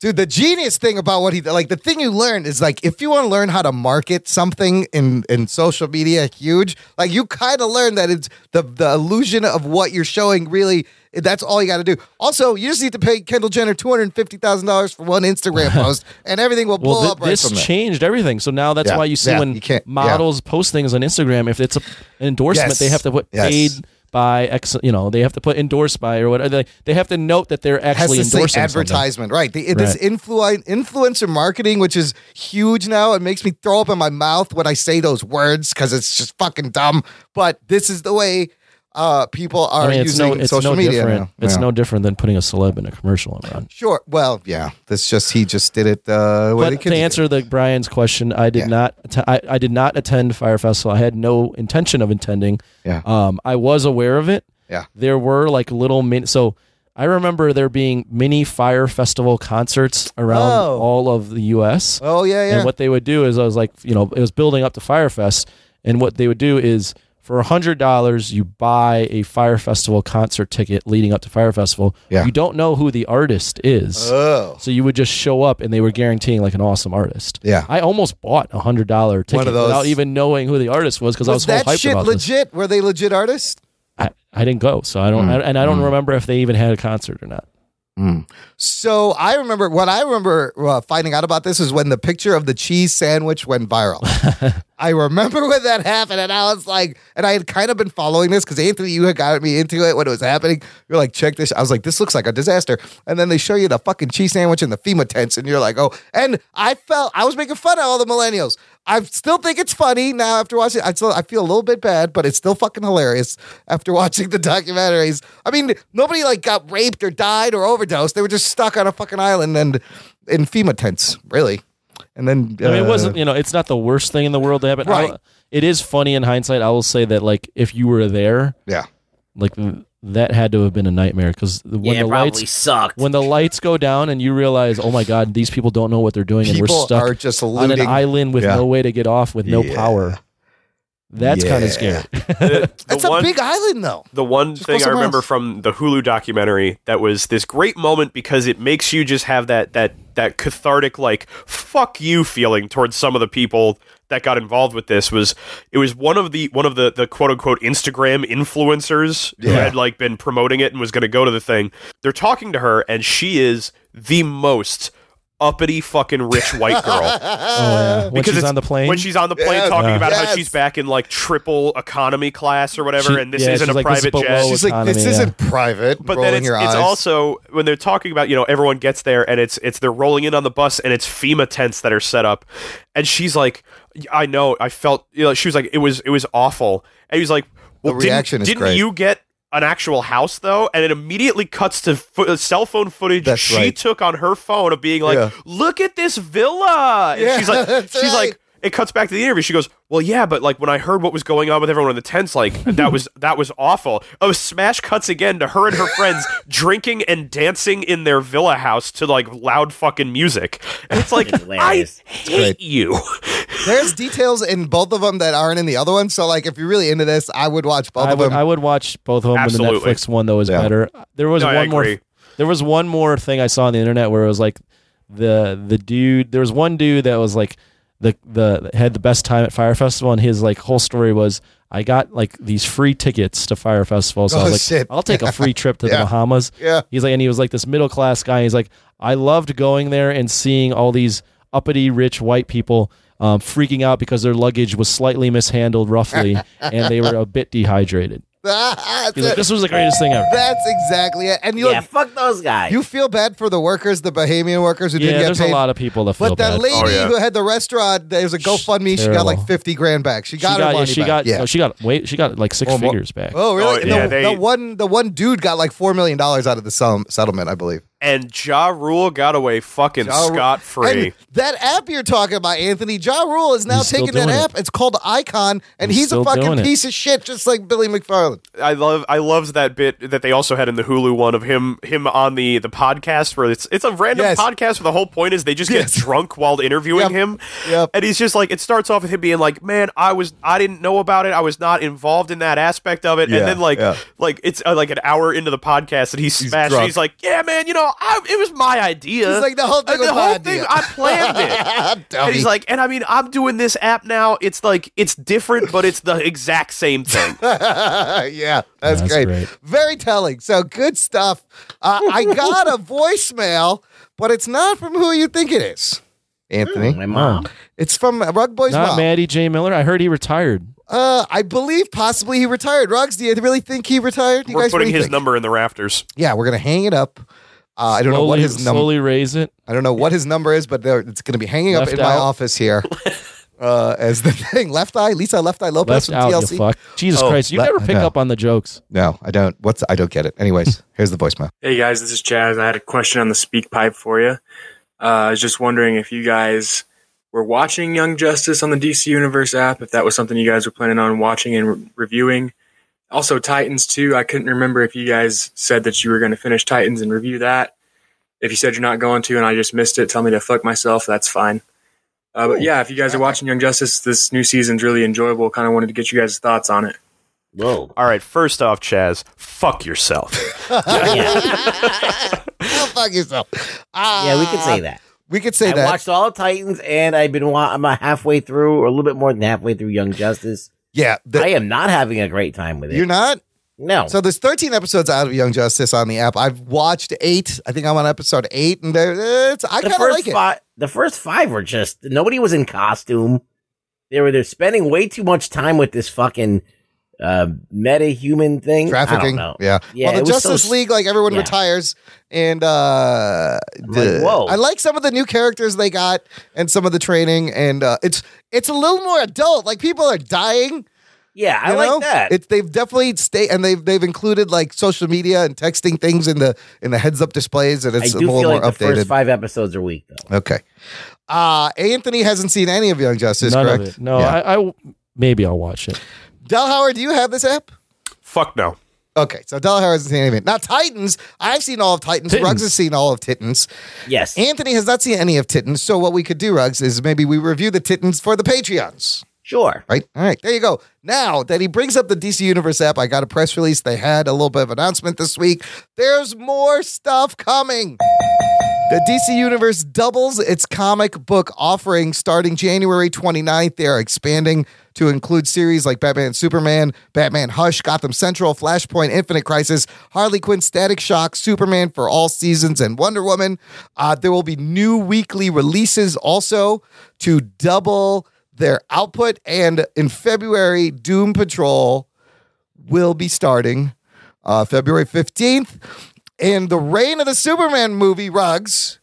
Speaker 1: Dude, the genius thing about what he like the thing you learn is like if you want to learn how to market something in in social media huge, like you kind of learn that it's the the illusion of what you're showing really that's all you got to do. Also, you just need to pay Kendall Jenner two hundred fifty thousand dollars for one Instagram post, and everything will blow
Speaker 4: Well, thi-
Speaker 1: up right
Speaker 4: this
Speaker 1: from there.
Speaker 4: changed everything. So now that's
Speaker 1: Yeah,
Speaker 4: why you see
Speaker 1: yeah,
Speaker 4: when
Speaker 1: you can't- yeah.
Speaker 4: models post things on Instagram, if it's a, an endorsement,
Speaker 1: Yes,
Speaker 4: they have to put
Speaker 1: yes.
Speaker 4: paid by X. You know, they have to put endorsed by or whatever. They, they have to note that they're
Speaker 1: has
Speaker 4: actually
Speaker 1: to say
Speaker 4: endorsing something.
Speaker 1: advertisement, right? The, This
Speaker 4: Right.
Speaker 1: influ- influencer marketing, which is huge now, it makes me throw up in my mouth when I say those words because it's just fucking dumb. But this is the way uh, people are
Speaker 4: I mean, it's
Speaker 1: using
Speaker 4: no, it's
Speaker 1: social
Speaker 4: no
Speaker 1: media
Speaker 4: different.
Speaker 1: now.
Speaker 4: It's
Speaker 1: Yeah.
Speaker 4: no different than putting a celeb in a commercial. Around.
Speaker 1: sure. Well, yeah, that's just he just did it. Uh, what
Speaker 4: but to answer the Brian's question, I did not. att- I, I did not attend Fire Festival. I had no intention of attending.
Speaker 1: Yeah.
Speaker 4: Um, I was aware of it.
Speaker 1: Yeah.
Speaker 4: There were like little mini. So I remember there being mini Fire Festival concerts around
Speaker 1: Oh.
Speaker 4: all of the U.S.
Speaker 1: Oh yeah, yeah.
Speaker 4: And what they would do is I was like, you know, it was building up to Firefest, and what they would do is for a hundred dollars you buy a Fire Festival concert ticket leading up to Fire Festival.
Speaker 1: Yeah.
Speaker 4: You don't know who the artist is.
Speaker 1: Oh.
Speaker 4: So you would just show up and they were guaranteeing like an awesome artist.
Speaker 1: Yeah.
Speaker 4: I almost bought a hundred dollar ticket
Speaker 1: of those-
Speaker 4: without even knowing who the artist was because I was
Speaker 1: was
Speaker 4: so
Speaker 1: that
Speaker 4: hyped
Speaker 1: shit
Speaker 4: about this.
Speaker 1: legit? Were they legit artists?
Speaker 2: Hmm.
Speaker 1: Hmm.
Speaker 4: I, I didn't go, so I don't, I, and I don't remember if they even had a concert or not.
Speaker 1: So I remember what I remember uh, finding out about this is when the picture of the cheese sandwich went viral. I remember when that happened, and I was like, and I had kind of been following this because Anthony, you had got me into it when it was happening. You're like, check this. I was like, this looks like a disaster. And then they show you the fucking cheese sandwich and the FEMA tents, and you're like, oh. And I felt I was making fun of all the millennials. I still think it's funny now after watching. I still I feel a little bit bad, but it's still fucking hilarious after watching the documentaries. I mean, nobody like got raped or died or overdosed. They were just stuck on a fucking island and in FEMA tents, really. And then
Speaker 4: I mean,
Speaker 1: uh,
Speaker 4: it wasn't. You know, it's not the worst thing in the world to happen.
Speaker 1: Right.
Speaker 4: I'll- It is funny in hindsight. I will say that, like, if you were there,
Speaker 1: yeah,
Speaker 4: like th- that had to have been a nightmare because when
Speaker 2: Yeah,
Speaker 4: the
Speaker 2: it probably
Speaker 4: lights
Speaker 2: sucked.
Speaker 4: when the lights go down and you realize, oh my god, these people don't know what they're doing, and
Speaker 1: People
Speaker 4: we're stuck
Speaker 1: are just
Speaker 4: on an
Speaker 1: looting.
Speaker 4: island with
Speaker 1: Yeah.
Speaker 4: no way to get off, with no
Speaker 1: Yeah.
Speaker 4: power. That's kind of scary.
Speaker 1: That's a big island, though.
Speaker 5: The one
Speaker 1: go
Speaker 5: thing I
Speaker 1: somewhere
Speaker 5: remember
Speaker 1: else.
Speaker 5: from the Hulu documentary that was this great moment because it makes you just have that that that cathartic like fuck you feeling towards some of the people that got involved with this was it was one of the one of the the quote unquote Instagram influencers who had like been promoting it and was going to go to the thing. They're talking to her and she is the most uppity fucking rich white girl.
Speaker 4: Oh, yeah.
Speaker 1: Uh,
Speaker 4: When
Speaker 5: Because
Speaker 4: she's
Speaker 5: it's-
Speaker 4: on the plane,
Speaker 5: When she's on the plane
Speaker 1: Yes.
Speaker 5: talking
Speaker 4: Yeah.
Speaker 5: about how
Speaker 1: Yes.
Speaker 5: she's back in like triple economy class or whatever,
Speaker 4: She-
Speaker 5: and this
Speaker 4: yeah,
Speaker 5: isn't a
Speaker 4: she's like, this is
Speaker 5: private
Speaker 4: below
Speaker 5: jet.
Speaker 1: She's like,
Speaker 4: economy,
Speaker 1: this
Speaker 4: yeah.
Speaker 1: isn't private.
Speaker 5: But
Speaker 1: rolling
Speaker 5: then it's,
Speaker 1: your
Speaker 5: it's
Speaker 1: eyes.
Speaker 5: also when they're talking about you know everyone gets there and it's it's they're rolling in on the bus and it's FEMA tents that are set up, and she's like, I know, I felt you know she was like it was it was awful, and he was like, well, didn't-
Speaker 1: reaction is
Speaker 5: didn't
Speaker 1: great.
Speaker 5: you get an actual house though and it immediately cuts to fo- uh, cell phone footage
Speaker 1: That's
Speaker 5: she
Speaker 1: right.
Speaker 5: took on her phone of being like
Speaker 1: Yeah.
Speaker 5: look at this villa and
Speaker 1: Yeah,
Speaker 5: she's like
Speaker 1: that's
Speaker 5: she's
Speaker 1: right.
Speaker 5: like it cuts back to the interview. She goes, "Well, yeah, but like when I heard what was going on with everyone in the tents, like that was that was awful." Oh, smash cuts again to her and her friends drinking and dancing in their villa house to like loud fucking music. And it's like, I
Speaker 2: Hilarious.
Speaker 5: hate you.
Speaker 1: There's details in both of them that aren't in the other one. So, like, if you're really into this, I would watch both
Speaker 4: I
Speaker 1: of
Speaker 4: would,
Speaker 1: them.
Speaker 4: I would watch both of them. But the
Speaker 5: Absolutely.
Speaker 4: Netflix one though is
Speaker 1: Yeah.
Speaker 4: better. There was
Speaker 5: No, I
Speaker 4: one more.
Speaker 5: agree.
Speaker 4: There was one more thing I saw on the internet where it was like the the dude. There was one dude that was like the the had the best time at Fire Festival, and his like whole story was I got like these free tickets to Fire Festival, so I
Speaker 1: Oh,
Speaker 4: was like,
Speaker 1: shit.
Speaker 4: I'll take a free trip to
Speaker 1: Yeah.
Speaker 4: the Bahamas.
Speaker 1: Yeah.
Speaker 4: He's like, and he was like this middle class guy. He's like, I loved going there and seeing all these uppity rich white people um, freaking out because their luggage was slightly mishandled roughly and they were a bit dehydrated.
Speaker 1: That's,
Speaker 4: He's like,
Speaker 1: it.
Speaker 4: this was the greatest thing ever.
Speaker 1: That's exactly it. And you,
Speaker 2: yeah, fuck those guys.
Speaker 1: you feel bad for the workers, the Bahamian workers who
Speaker 4: Yeah,
Speaker 1: didn't
Speaker 4: there's
Speaker 1: get paid.
Speaker 4: a lot of people that feel
Speaker 1: but that
Speaker 4: bad.
Speaker 1: lady
Speaker 5: Oh, yeah.
Speaker 1: who had the restaurant, there was a GoFundMe. She got
Speaker 4: terrible.
Speaker 1: like 50 grand back. She
Speaker 4: she
Speaker 1: got
Speaker 4: got,
Speaker 1: her
Speaker 4: yeah,
Speaker 1: money
Speaker 4: she
Speaker 1: back.
Speaker 4: got,
Speaker 1: yeah.
Speaker 4: no, she got, wait, she got like six
Speaker 1: Oh, mo-
Speaker 4: figures back.
Speaker 1: Oh really?
Speaker 5: Oh,
Speaker 1: And
Speaker 5: yeah,
Speaker 1: the,
Speaker 5: they-
Speaker 1: the one the one dude got like four million dollars out of the sum, settlement, I believe.
Speaker 5: And Ja Rule got away fucking
Speaker 1: Ja Rule-
Speaker 5: scot free.
Speaker 1: And that app you're talking about, Anthony Ja Rule, is now
Speaker 4: He's still
Speaker 1: taking that
Speaker 4: doing it.
Speaker 1: app. It's called Icon, and he's,
Speaker 4: He's
Speaker 1: a
Speaker 4: still doing
Speaker 1: fucking
Speaker 4: it.
Speaker 1: piece of shit, just like Billy McFarland.
Speaker 5: I love I loved that bit that they also had in the Hulu one of him him on the the podcast where it's it's a random
Speaker 1: Yes.
Speaker 5: podcast where the whole point is they just
Speaker 1: Yes.
Speaker 5: get drunk while interviewing
Speaker 1: Yep.
Speaker 5: him.
Speaker 1: Yep.
Speaker 5: And he's just like it starts off with him being like, "Man, I was I didn't know about it. I was not involved in that aspect of it."
Speaker 1: Yeah,
Speaker 5: and then like
Speaker 1: yeah.
Speaker 5: like it's uh, like an hour into the podcast and he's smashed and
Speaker 1: drunk.
Speaker 5: he's like, "Yeah, man, you know, I, it was my idea."
Speaker 1: He's like, "The whole thing
Speaker 5: Uh, the
Speaker 1: was my
Speaker 5: whole thing
Speaker 1: idea."
Speaker 5: I planned it."
Speaker 1: Ah,
Speaker 5: And he's like, and I mean, I'm doing this app now. It's like, it's different, but it's the exact same thing.
Speaker 1: yeah, that's,
Speaker 4: That's
Speaker 1: great.
Speaker 4: great.
Speaker 1: Very telling. So good stuff. Uh, I got a voicemail, but it's not from who you think it is, Anthony.
Speaker 5: Hmm.
Speaker 2: My mom.
Speaker 1: It's from Rug Boy's
Speaker 4: Not
Speaker 1: mom.
Speaker 4: Maddie J. Miller. I heard he retired.
Speaker 1: Uh, I believe possibly he retired. Rugs, do you really think he retired? You
Speaker 5: We're
Speaker 1: guys, what do
Speaker 5: putting
Speaker 1: you
Speaker 5: his
Speaker 1: think?
Speaker 5: number in the rafters.
Speaker 1: Yeah, we're gonna hang it up. Uh, I don't know what
Speaker 4: Slowly-
Speaker 1: his number.
Speaker 4: Slowly raise it.
Speaker 1: I don't know what his number is, but there, it's going to be hanging up
Speaker 4: Left
Speaker 1: in my
Speaker 4: out.
Speaker 1: office here uh, as the thing. Left eye, Lisa Left Eye Lopez
Speaker 4: Left
Speaker 1: from
Speaker 4: out,
Speaker 1: TLC.
Speaker 4: you fuck. Jesus
Speaker 1: Oh,
Speaker 4: Christ. You
Speaker 1: le-
Speaker 4: never
Speaker 1: I
Speaker 4: pick
Speaker 1: know.
Speaker 4: up on the jokes.
Speaker 1: No, I don't. What's I don't get it. Anyways, here's the voicemail.
Speaker 13: Hey guys, this is Chaz. I had a question on the speak pipe for you. Uh, I was just wondering if you guys were watching Young Justice on the DC Universe app, if that was something you guys were planning on watching and re- reviewing. Also, Titans too. I couldn't remember if you guys said that you were going to finish Titans and review that. If you said you're not going to and I just missed it, tell me to fuck myself. That's fine. Uh, but yeah, if you guys are watching Young Justice, this new season's really enjoyable. Kind of wanted to get you guys' thoughts on it.
Speaker 2: Whoa.
Speaker 5: All right, first off, Chaz, fuck yourself.
Speaker 1: Go fuck yourself. Uh,
Speaker 2: Yeah, we could say that.
Speaker 1: We could say
Speaker 2: I
Speaker 1: that.
Speaker 2: watched all of Titans, and I've been wa- I'm uh, halfway through, or a little bit more than halfway through Young Justice.
Speaker 1: yeah, the-
Speaker 2: I am not having a great time with it.
Speaker 1: you're not.
Speaker 2: No.
Speaker 1: So there's 13 episodes out of Young Justice on the app. I've watched eight. I think I'm on episode eight, and there- it's I
Speaker 2: The
Speaker 1: kind of
Speaker 2: first
Speaker 1: like it.
Speaker 2: fi- The first five were just nobody was in costume. They were they're spending way too much time with this fucking uh, meta human thing. I don't
Speaker 1: Trafficking,
Speaker 2: know.
Speaker 1: yeah.
Speaker 2: yeah.
Speaker 1: well,
Speaker 2: it
Speaker 1: the
Speaker 2: was so
Speaker 1: Justice
Speaker 2: s-
Speaker 1: League, like everyone
Speaker 2: yeah.
Speaker 1: retires, and uh, the-
Speaker 2: like, whoa.
Speaker 1: I like some of the new characters they got and some of the training, and uh, it's it's a little more adult. Like people are dying.
Speaker 2: Yeah, I
Speaker 1: you
Speaker 2: like
Speaker 1: know?
Speaker 2: that.
Speaker 1: It's they've definitely stay and they've they've included like social media and texting things in the in the heads up displays, and
Speaker 2: I
Speaker 1: it's
Speaker 2: do
Speaker 1: a little
Speaker 2: feel
Speaker 1: more
Speaker 2: like the
Speaker 1: updated.
Speaker 2: first five episodes are weak though.
Speaker 1: okay. Uh Anthony hasn't seen any of Young Justice,
Speaker 4: None
Speaker 1: correct?
Speaker 4: of it. No,
Speaker 1: Yeah.
Speaker 4: I, I maybe I'll watch it.
Speaker 1: Del Howard, do you have this app?
Speaker 5: Fuck no.
Speaker 1: Okay, so Del Howard hasn't seen any of it. Now Titans, I've seen all of Titans.
Speaker 4: Titans.
Speaker 1: Ruggs has seen all of Titans.
Speaker 2: Yes.
Speaker 1: Anthony has not seen any of Titans. So what we could do, Ruggs, is maybe we review the Titans for the Patreons.
Speaker 2: Sure.
Speaker 1: Right? All right. There you go. Now that he brings up the DC Universe app, I got a press release. They had a little bit of announcement this week. There's more stuff coming. The DC Universe doubles its comic book offering starting January 29th. They are expanding to include series like Batman and Superman, Batman Hush, Gotham Central, Flashpoint, Infinite Crisis, Harley Quinn, Static Shock, Superman for all seasons, and Wonder Woman. Uh, there will be new weekly releases also to double their output. And in February, Doom Patrol will be starting uh, February 15th. And the Reign of the Superman movie, Rugs,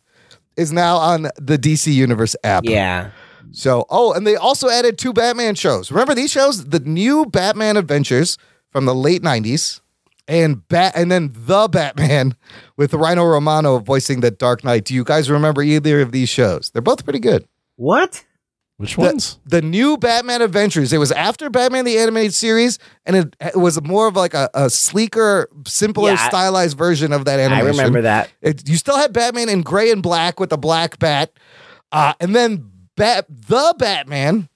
Speaker 1: is now on the DC Universe app.
Speaker 2: Yeah.
Speaker 1: So, oh, and they also added two Batman shows. Remember these shows? The new Batman Adventures from the late 90s and Bat and then The Batman with Rhino Romano voicing the Dark Knight. Do you guys remember either of these shows? They're both pretty good.
Speaker 2: What?
Speaker 4: Which
Speaker 1: The-
Speaker 4: ones?
Speaker 1: The, new Batman Adventures. It was after Batman the Animated Series, and it, it was more of like a, a sleeker, simpler,
Speaker 2: Yeah, I-
Speaker 1: stylized version of that animation.
Speaker 2: I remember that.
Speaker 1: It, you still had Batman in gray and black with the black bat, uh, and then Bat the Batman.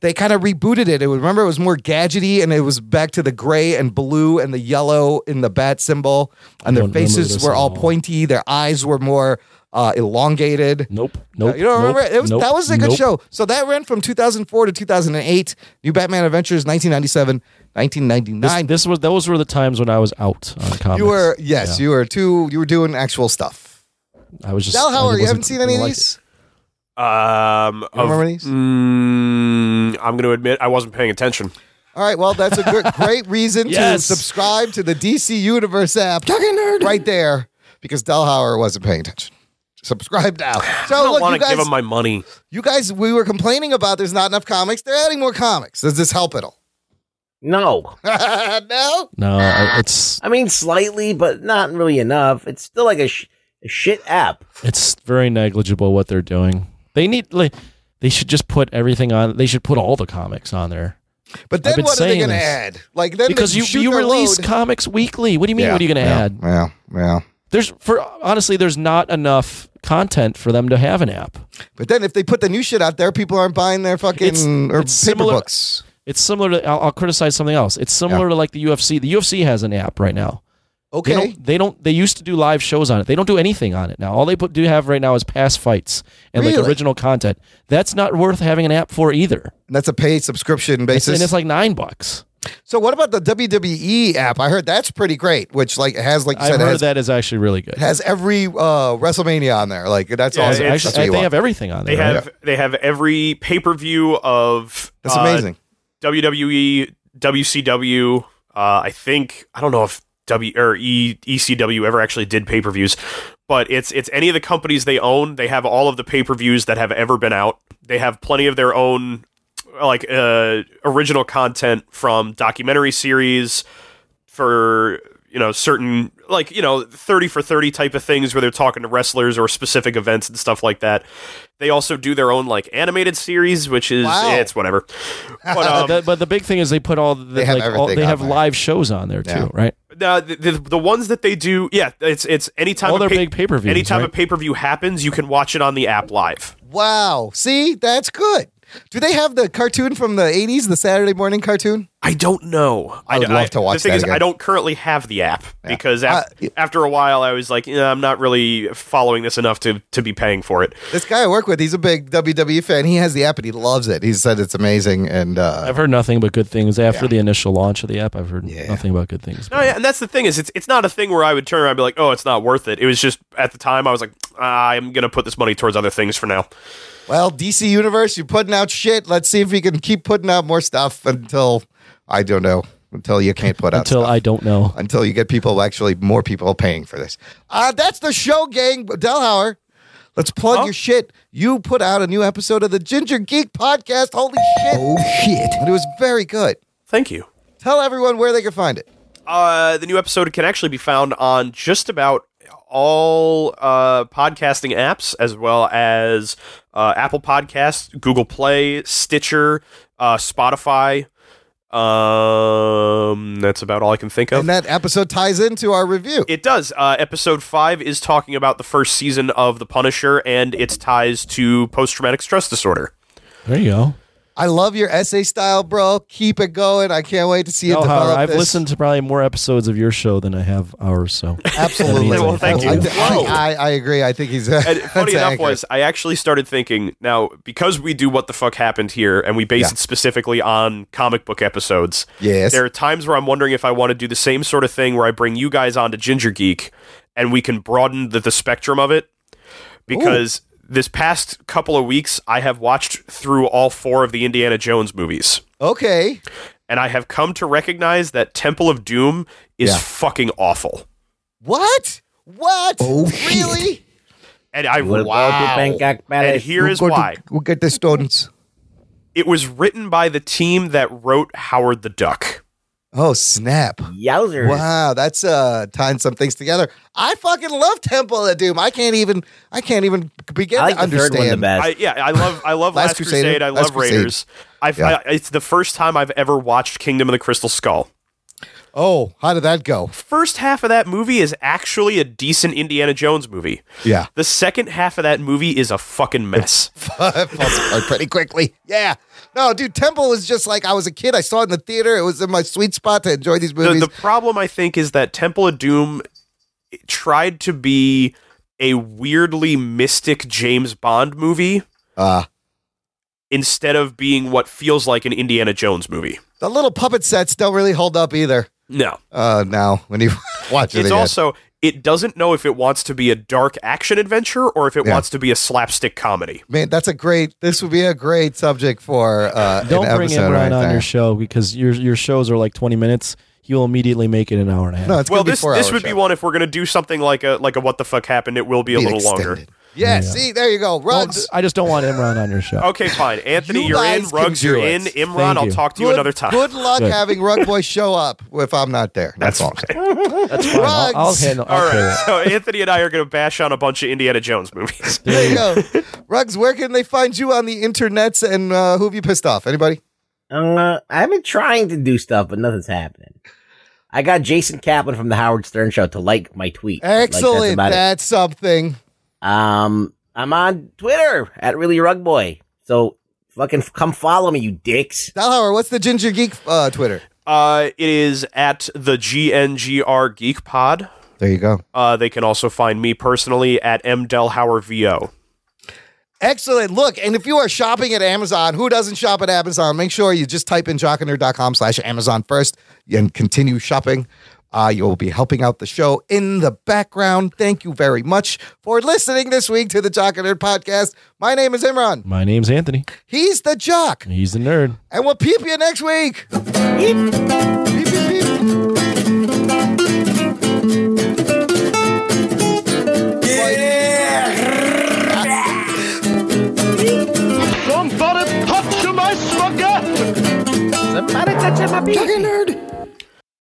Speaker 1: They kind of rebooted it. It was, remember it was more gadgety, and it was back to the gray and blue and the yellow in the bat symbol, and their
Speaker 4: don't remember
Speaker 1: faces
Speaker 4: this
Speaker 1: were
Speaker 4: at
Speaker 1: all
Speaker 4: all.
Speaker 1: pointy. Their eyes were more uh, elongated.
Speaker 4: Nope. Nope.
Speaker 1: Uh, You don't
Speaker 4: nope,
Speaker 1: remember? It was,
Speaker 4: nope,
Speaker 1: that was a good
Speaker 4: nope.
Speaker 1: show. So that ran from 2004 to 2008. New Batman Adventures, 1997, 1999.
Speaker 4: This, this was those were the times when I was out on comics.
Speaker 1: you were yes, you were too. You were doing actual stuff.
Speaker 4: I was just.
Speaker 1: Del
Speaker 4: I
Speaker 1: Howard, you
Speaker 4: wasn't-
Speaker 1: haven't seen any of
Speaker 4: liked
Speaker 1: these?
Speaker 5: Um,
Speaker 1: You remember these?
Speaker 5: Mm, I'm going to admit I wasn't paying attention.
Speaker 1: All right, well, that's a good, great reason
Speaker 4: Yes.
Speaker 1: to subscribe to the DC Universe app right there because Del Howard wasn't paying attention. Subscribe now.
Speaker 5: I
Speaker 1: So
Speaker 5: don't
Speaker 1: Oh, look, you
Speaker 5: want to
Speaker 1: guys,
Speaker 5: give him my money.
Speaker 1: you guys, we were complaining about there's not enough comics. They're adding more comics. Does this help at all?
Speaker 2: No.
Speaker 1: no.
Speaker 4: it. No, I- it's
Speaker 2: I mean slightly, but not really enough. It's still like a, sh- a shit app.
Speaker 4: it's very negligible what they're doing. They need like they should just put everything on. They should put all the comics on there
Speaker 1: But
Speaker 4: I've
Speaker 1: then
Speaker 4: been
Speaker 1: what are they
Speaker 4: saying
Speaker 1: going to
Speaker 4: this.
Speaker 1: add? Like then
Speaker 4: because
Speaker 1: they
Speaker 4: you
Speaker 1: shoot
Speaker 4: you
Speaker 1: their
Speaker 4: release
Speaker 1: load.
Speaker 4: comics weekly. What do you mean?
Speaker 1: Yeah,
Speaker 4: what are you going to
Speaker 1: yeah,
Speaker 4: add?
Speaker 1: Yeah, yeah.
Speaker 4: There's for honestly, there's not enough content for them to have an app.
Speaker 1: But then if they put the new shit out there, people aren't buying their fucking
Speaker 4: It's-
Speaker 1: or
Speaker 4: it's
Speaker 1: paper
Speaker 4: similar-
Speaker 1: books.
Speaker 4: It's similar to I'll, I'll criticize something else. It's similar to like the UFC. The UFC has an app right now.
Speaker 1: Okay.
Speaker 4: They don't, they don't. They used to do live shows on it. They don't do anything on it now. All they put, do have right now is past fights and like
Speaker 1: Really?
Speaker 4: original content. That's not worth having an app for either.
Speaker 1: That's a paid subscription
Speaker 4: It's,
Speaker 1: basis.
Speaker 4: and it's like nine bucks.
Speaker 1: so what about the WWE app? I heard that's pretty great, which like has like you
Speaker 4: I've
Speaker 1: said
Speaker 4: heard
Speaker 1: has,
Speaker 4: that is actually really good.
Speaker 1: has every uh WrestleMania on there. Like that's
Speaker 5: Yeah,
Speaker 1: all.
Speaker 5: it's-
Speaker 1: that's
Speaker 4: Actually,
Speaker 1: what
Speaker 4: they
Speaker 1: you want.
Speaker 4: have everything on
Speaker 5: They
Speaker 4: there. right?
Speaker 5: have they have every pay per view of
Speaker 1: That's
Speaker 5: uh,
Speaker 1: amazing.
Speaker 5: WWE, WCW. Uh, I think I don't know if W or e, ECW ever actually did pay per views, but it's it's any of the companies they own. They have all of the pay per views that have ever been out. They have plenty of their own like uh, original content from documentary series for you know certain like you know 30 for 30 type of things where they're talking to wrestlers or specific events and stuff like that they also do their own like animated series which is
Speaker 1: Wow.
Speaker 5: eh, it's whatever but
Speaker 4: But
Speaker 5: um,
Speaker 4: the, but the big thing is they put all the,
Speaker 1: They have
Speaker 4: like, all,
Speaker 1: everything
Speaker 4: they
Speaker 1: on
Speaker 4: have
Speaker 1: there.
Speaker 4: live shows on there too,
Speaker 1: Yeah.
Speaker 4: right?
Speaker 5: the, the, the ones that they do yeah it's it's anytime
Speaker 4: All
Speaker 5: a
Speaker 4: their big pay-per-views,
Speaker 5: anytime
Speaker 4: right?
Speaker 5: a pay-per-view happens you can watch it on the app live
Speaker 1: Wow. See, that's good. Do they have the cartoon from the '80s, the Saturday morning cartoon?
Speaker 5: i I don't know.
Speaker 1: I would love to watch
Speaker 5: The thing
Speaker 1: that
Speaker 5: is,
Speaker 1: again.
Speaker 5: I don't currently have the app because af- after a while, I was like, yeah, I'm not really following this enough to to be paying for it.
Speaker 1: This guy I work with, he's a big WWE fan. He has the app and he loves it. He said it's amazing. And uh,
Speaker 4: I've heard nothing but good things after the initial launch of the app. I've heard nothing but good things.
Speaker 5: No, yeah, and that's the thing is, it's it's not a thing where I would turn around and be like, oh, it's not worth it. It was just at the time I was like, ah, I'm gonna put this money towards other things for now.
Speaker 1: well, DC Universe, you're putting out shit. Let's see if you can keep putting out more stuff until I don't know. Until you can't put out
Speaker 4: Until I don't know.
Speaker 1: Until you get people actually more people paying for this. Uh, that's the show, gang. Delhauer, let's plug your shit. You put out a new episode of the Ginger Geek Podcast. Holy shit! Oh shit! And it was very good.
Speaker 5: Thank you.
Speaker 1: Tell everyone where they can find it.
Speaker 5: Uh, the new episode can actually be found on just about all uh, podcasting apps, as well as uh, Apple Podcasts, Google Play, Stitcher, uh, Spotify. Um, that's about all I can think of.
Speaker 1: And that episode ties into our review.
Speaker 5: It does. Uh, episode five is talking about the first season of The Punisher and its ties to post traumatic stress disorder.
Speaker 4: There you go.
Speaker 1: I love your essay style, bro. Keep it going. I can't wait to see it
Speaker 4: No,
Speaker 1: develop.
Speaker 4: however, I've
Speaker 1: this.
Speaker 4: listened to probably more episodes of your show than I have ours. So
Speaker 1: Absolutely.
Speaker 4: That means
Speaker 5: Well, thank
Speaker 1: I, I,
Speaker 5: you.
Speaker 1: I, I agree. I think he's. Uh,
Speaker 5: And funny enough was I actually started thinking now because we do what the fuck happened here and we base it specifically on comic book episodes.
Speaker 1: Yes.
Speaker 5: There are times where I'm wondering if I want to do the same sort of thing where I bring you guys on to Ginger Geek and we can broaden the, the spectrum of it because this past couple of weeks I have watched through all four of the Indiana Jones movies.
Speaker 1: Okay.
Speaker 5: And I have come to recognize that Temple of Doom is
Speaker 1: Yeah.
Speaker 5: fucking awful.
Speaker 1: What? What? really?
Speaker 5: And I
Speaker 1: What about the Bangkok
Speaker 5: And here is
Speaker 1: We'll go to-
Speaker 5: why.
Speaker 1: we'll get the students.
Speaker 5: It was written by the team that wrote Howard the Duck.
Speaker 1: Oh snap!
Speaker 2: Yowzers!
Speaker 1: Wow, that's uh tying some things together. I fucking love Temple of Doom. I can't even. I can't even begin
Speaker 2: I like
Speaker 1: to
Speaker 2: the third
Speaker 1: understand.
Speaker 2: one the best.
Speaker 5: I, yeah, I love I love
Speaker 1: Last
Speaker 5: Last,
Speaker 1: Crusade,
Speaker 5: Crusade. I
Speaker 1: Last
Speaker 5: love
Speaker 1: Crusade.
Speaker 5: Raiders. I've,
Speaker 1: Yeah.
Speaker 5: I, it's the first time I've ever watched Kingdom of the Crystal Skull.
Speaker 1: Oh, how did that go?
Speaker 5: First half of that movie is actually a decent Indiana Jones movie.
Speaker 1: Yeah.
Speaker 5: The second half of that movie is a fucking mess.
Speaker 1: falls apart pretty quickly. Yeah. No, dude, Temple was just like I was a kid. I saw it in the theater. It was in my sweet spot to enjoy these
Speaker 5: the,
Speaker 1: movies.
Speaker 5: the problem I think is that Temple of Doom tried to be a weirdly mystic James Bond movie
Speaker 1: uh,
Speaker 5: instead of being what feels like an Indiana Jones movie.
Speaker 1: the little puppet sets don't really hold up either.
Speaker 5: No.
Speaker 1: Uh, now when you watch it,
Speaker 5: It's
Speaker 1: again.
Speaker 5: also it doesn't know if it wants to be a dark action adventure or if it
Speaker 1: Yeah.
Speaker 5: wants to be a slapstick comedy.
Speaker 1: man, that's a great. This would be a great subject for uh,
Speaker 4: Don't
Speaker 1: an
Speaker 4: bring
Speaker 1: episode
Speaker 4: everyone
Speaker 1: right
Speaker 4: on
Speaker 1: there.
Speaker 4: your show because your your shows are like twenty minutes. You will immediately make it an hour and a half.
Speaker 1: No, it's
Speaker 5: Well,
Speaker 1: gonna
Speaker 5: this
Speaker 1: be four
Speaker 5: this
Speaker 1: hours.
Speaker 5: would be one if we're going to do something like a like a what the fuck happened. It will be a
Speaker 1: Be
Speaker 5: little longer.
Speaker 1: extended. Yeah, see, there you go. Rugs.
Speaker 4: I just don't want Imran on your show.
Speaker 5: Okay, fine. Anthony,
Speaker 1: You
Speaker 5: you are in.
Speaker 1: guys can
Speaker 5: Rugs,
Speaker 1: do
Speaker 5: you're
Speaker 1: it.
Speaker 5: in. Imran,
Speaker 4: Thank
Speaker 5: I'll
Speaker 4: you.
Speaker 5: talk to you
Speaker 1: Good-
Speaker 5: another time.
Speaker 1: Good luck
Speaker 4: Good.
Speaker 1: having Rug Boy show up if I'm not there. That's, all. I'm saying.
Speaker 4: That's fine. I'll, I'll
Speaker 1: Rugs.
Speaker 4: handle.
Speaker 5: All
Speaker 4: I'll carry
Speaker 5: right.
Speaker 4: it.
Speaker 5: So Anthony and I are going to bash on a bunch of Indiana Jones movies.
Speaker 1: There you go. Rugs, where can they find you on the internets and uh, who have you pissed off? Anybody?
Speaker 2: Uh, I've been trying to do stuff, but nothing's happening. I got Jason Kaplan from the Howard Stern Show to like my tweet. Like, that's
Speaker 1: Excellent.
Speaker 2: about it.
Speaker 1: that's something.
Speaker 2: Um, I'm on Twitter at really rug boy. So fucking f- come follow me, you dicks.
Speaker 1: Dalhauer, what's the Ginger Geek uh, Twitter?
Speaker 5: Uh, it is at the GNGR Geek Pod.
Speaker 1: There you go.
Speaker 5: Uh, they can also find me personally at mdelhauer vo.
Speaker 1: Excellent. Look, and if you are shopping at Amazon, who doesn't shop at Amazon? Make sure you just type in jockandnerd.com slash Amazon first and continue shopping. Uh, you'll be helping out the show in the background. Thank you very much for listening this week to the Jock and Nerd podcast. My name is Imran.
Speaker 4: My name's Anthony.
Speaker 1: He's the Jock,
Speaker 4: He's the nerd.
Speaker 1: and we'll peep you next week. Peep, peep, peep.
Speaker 10: Somebody touch my peepee. Talking nerd.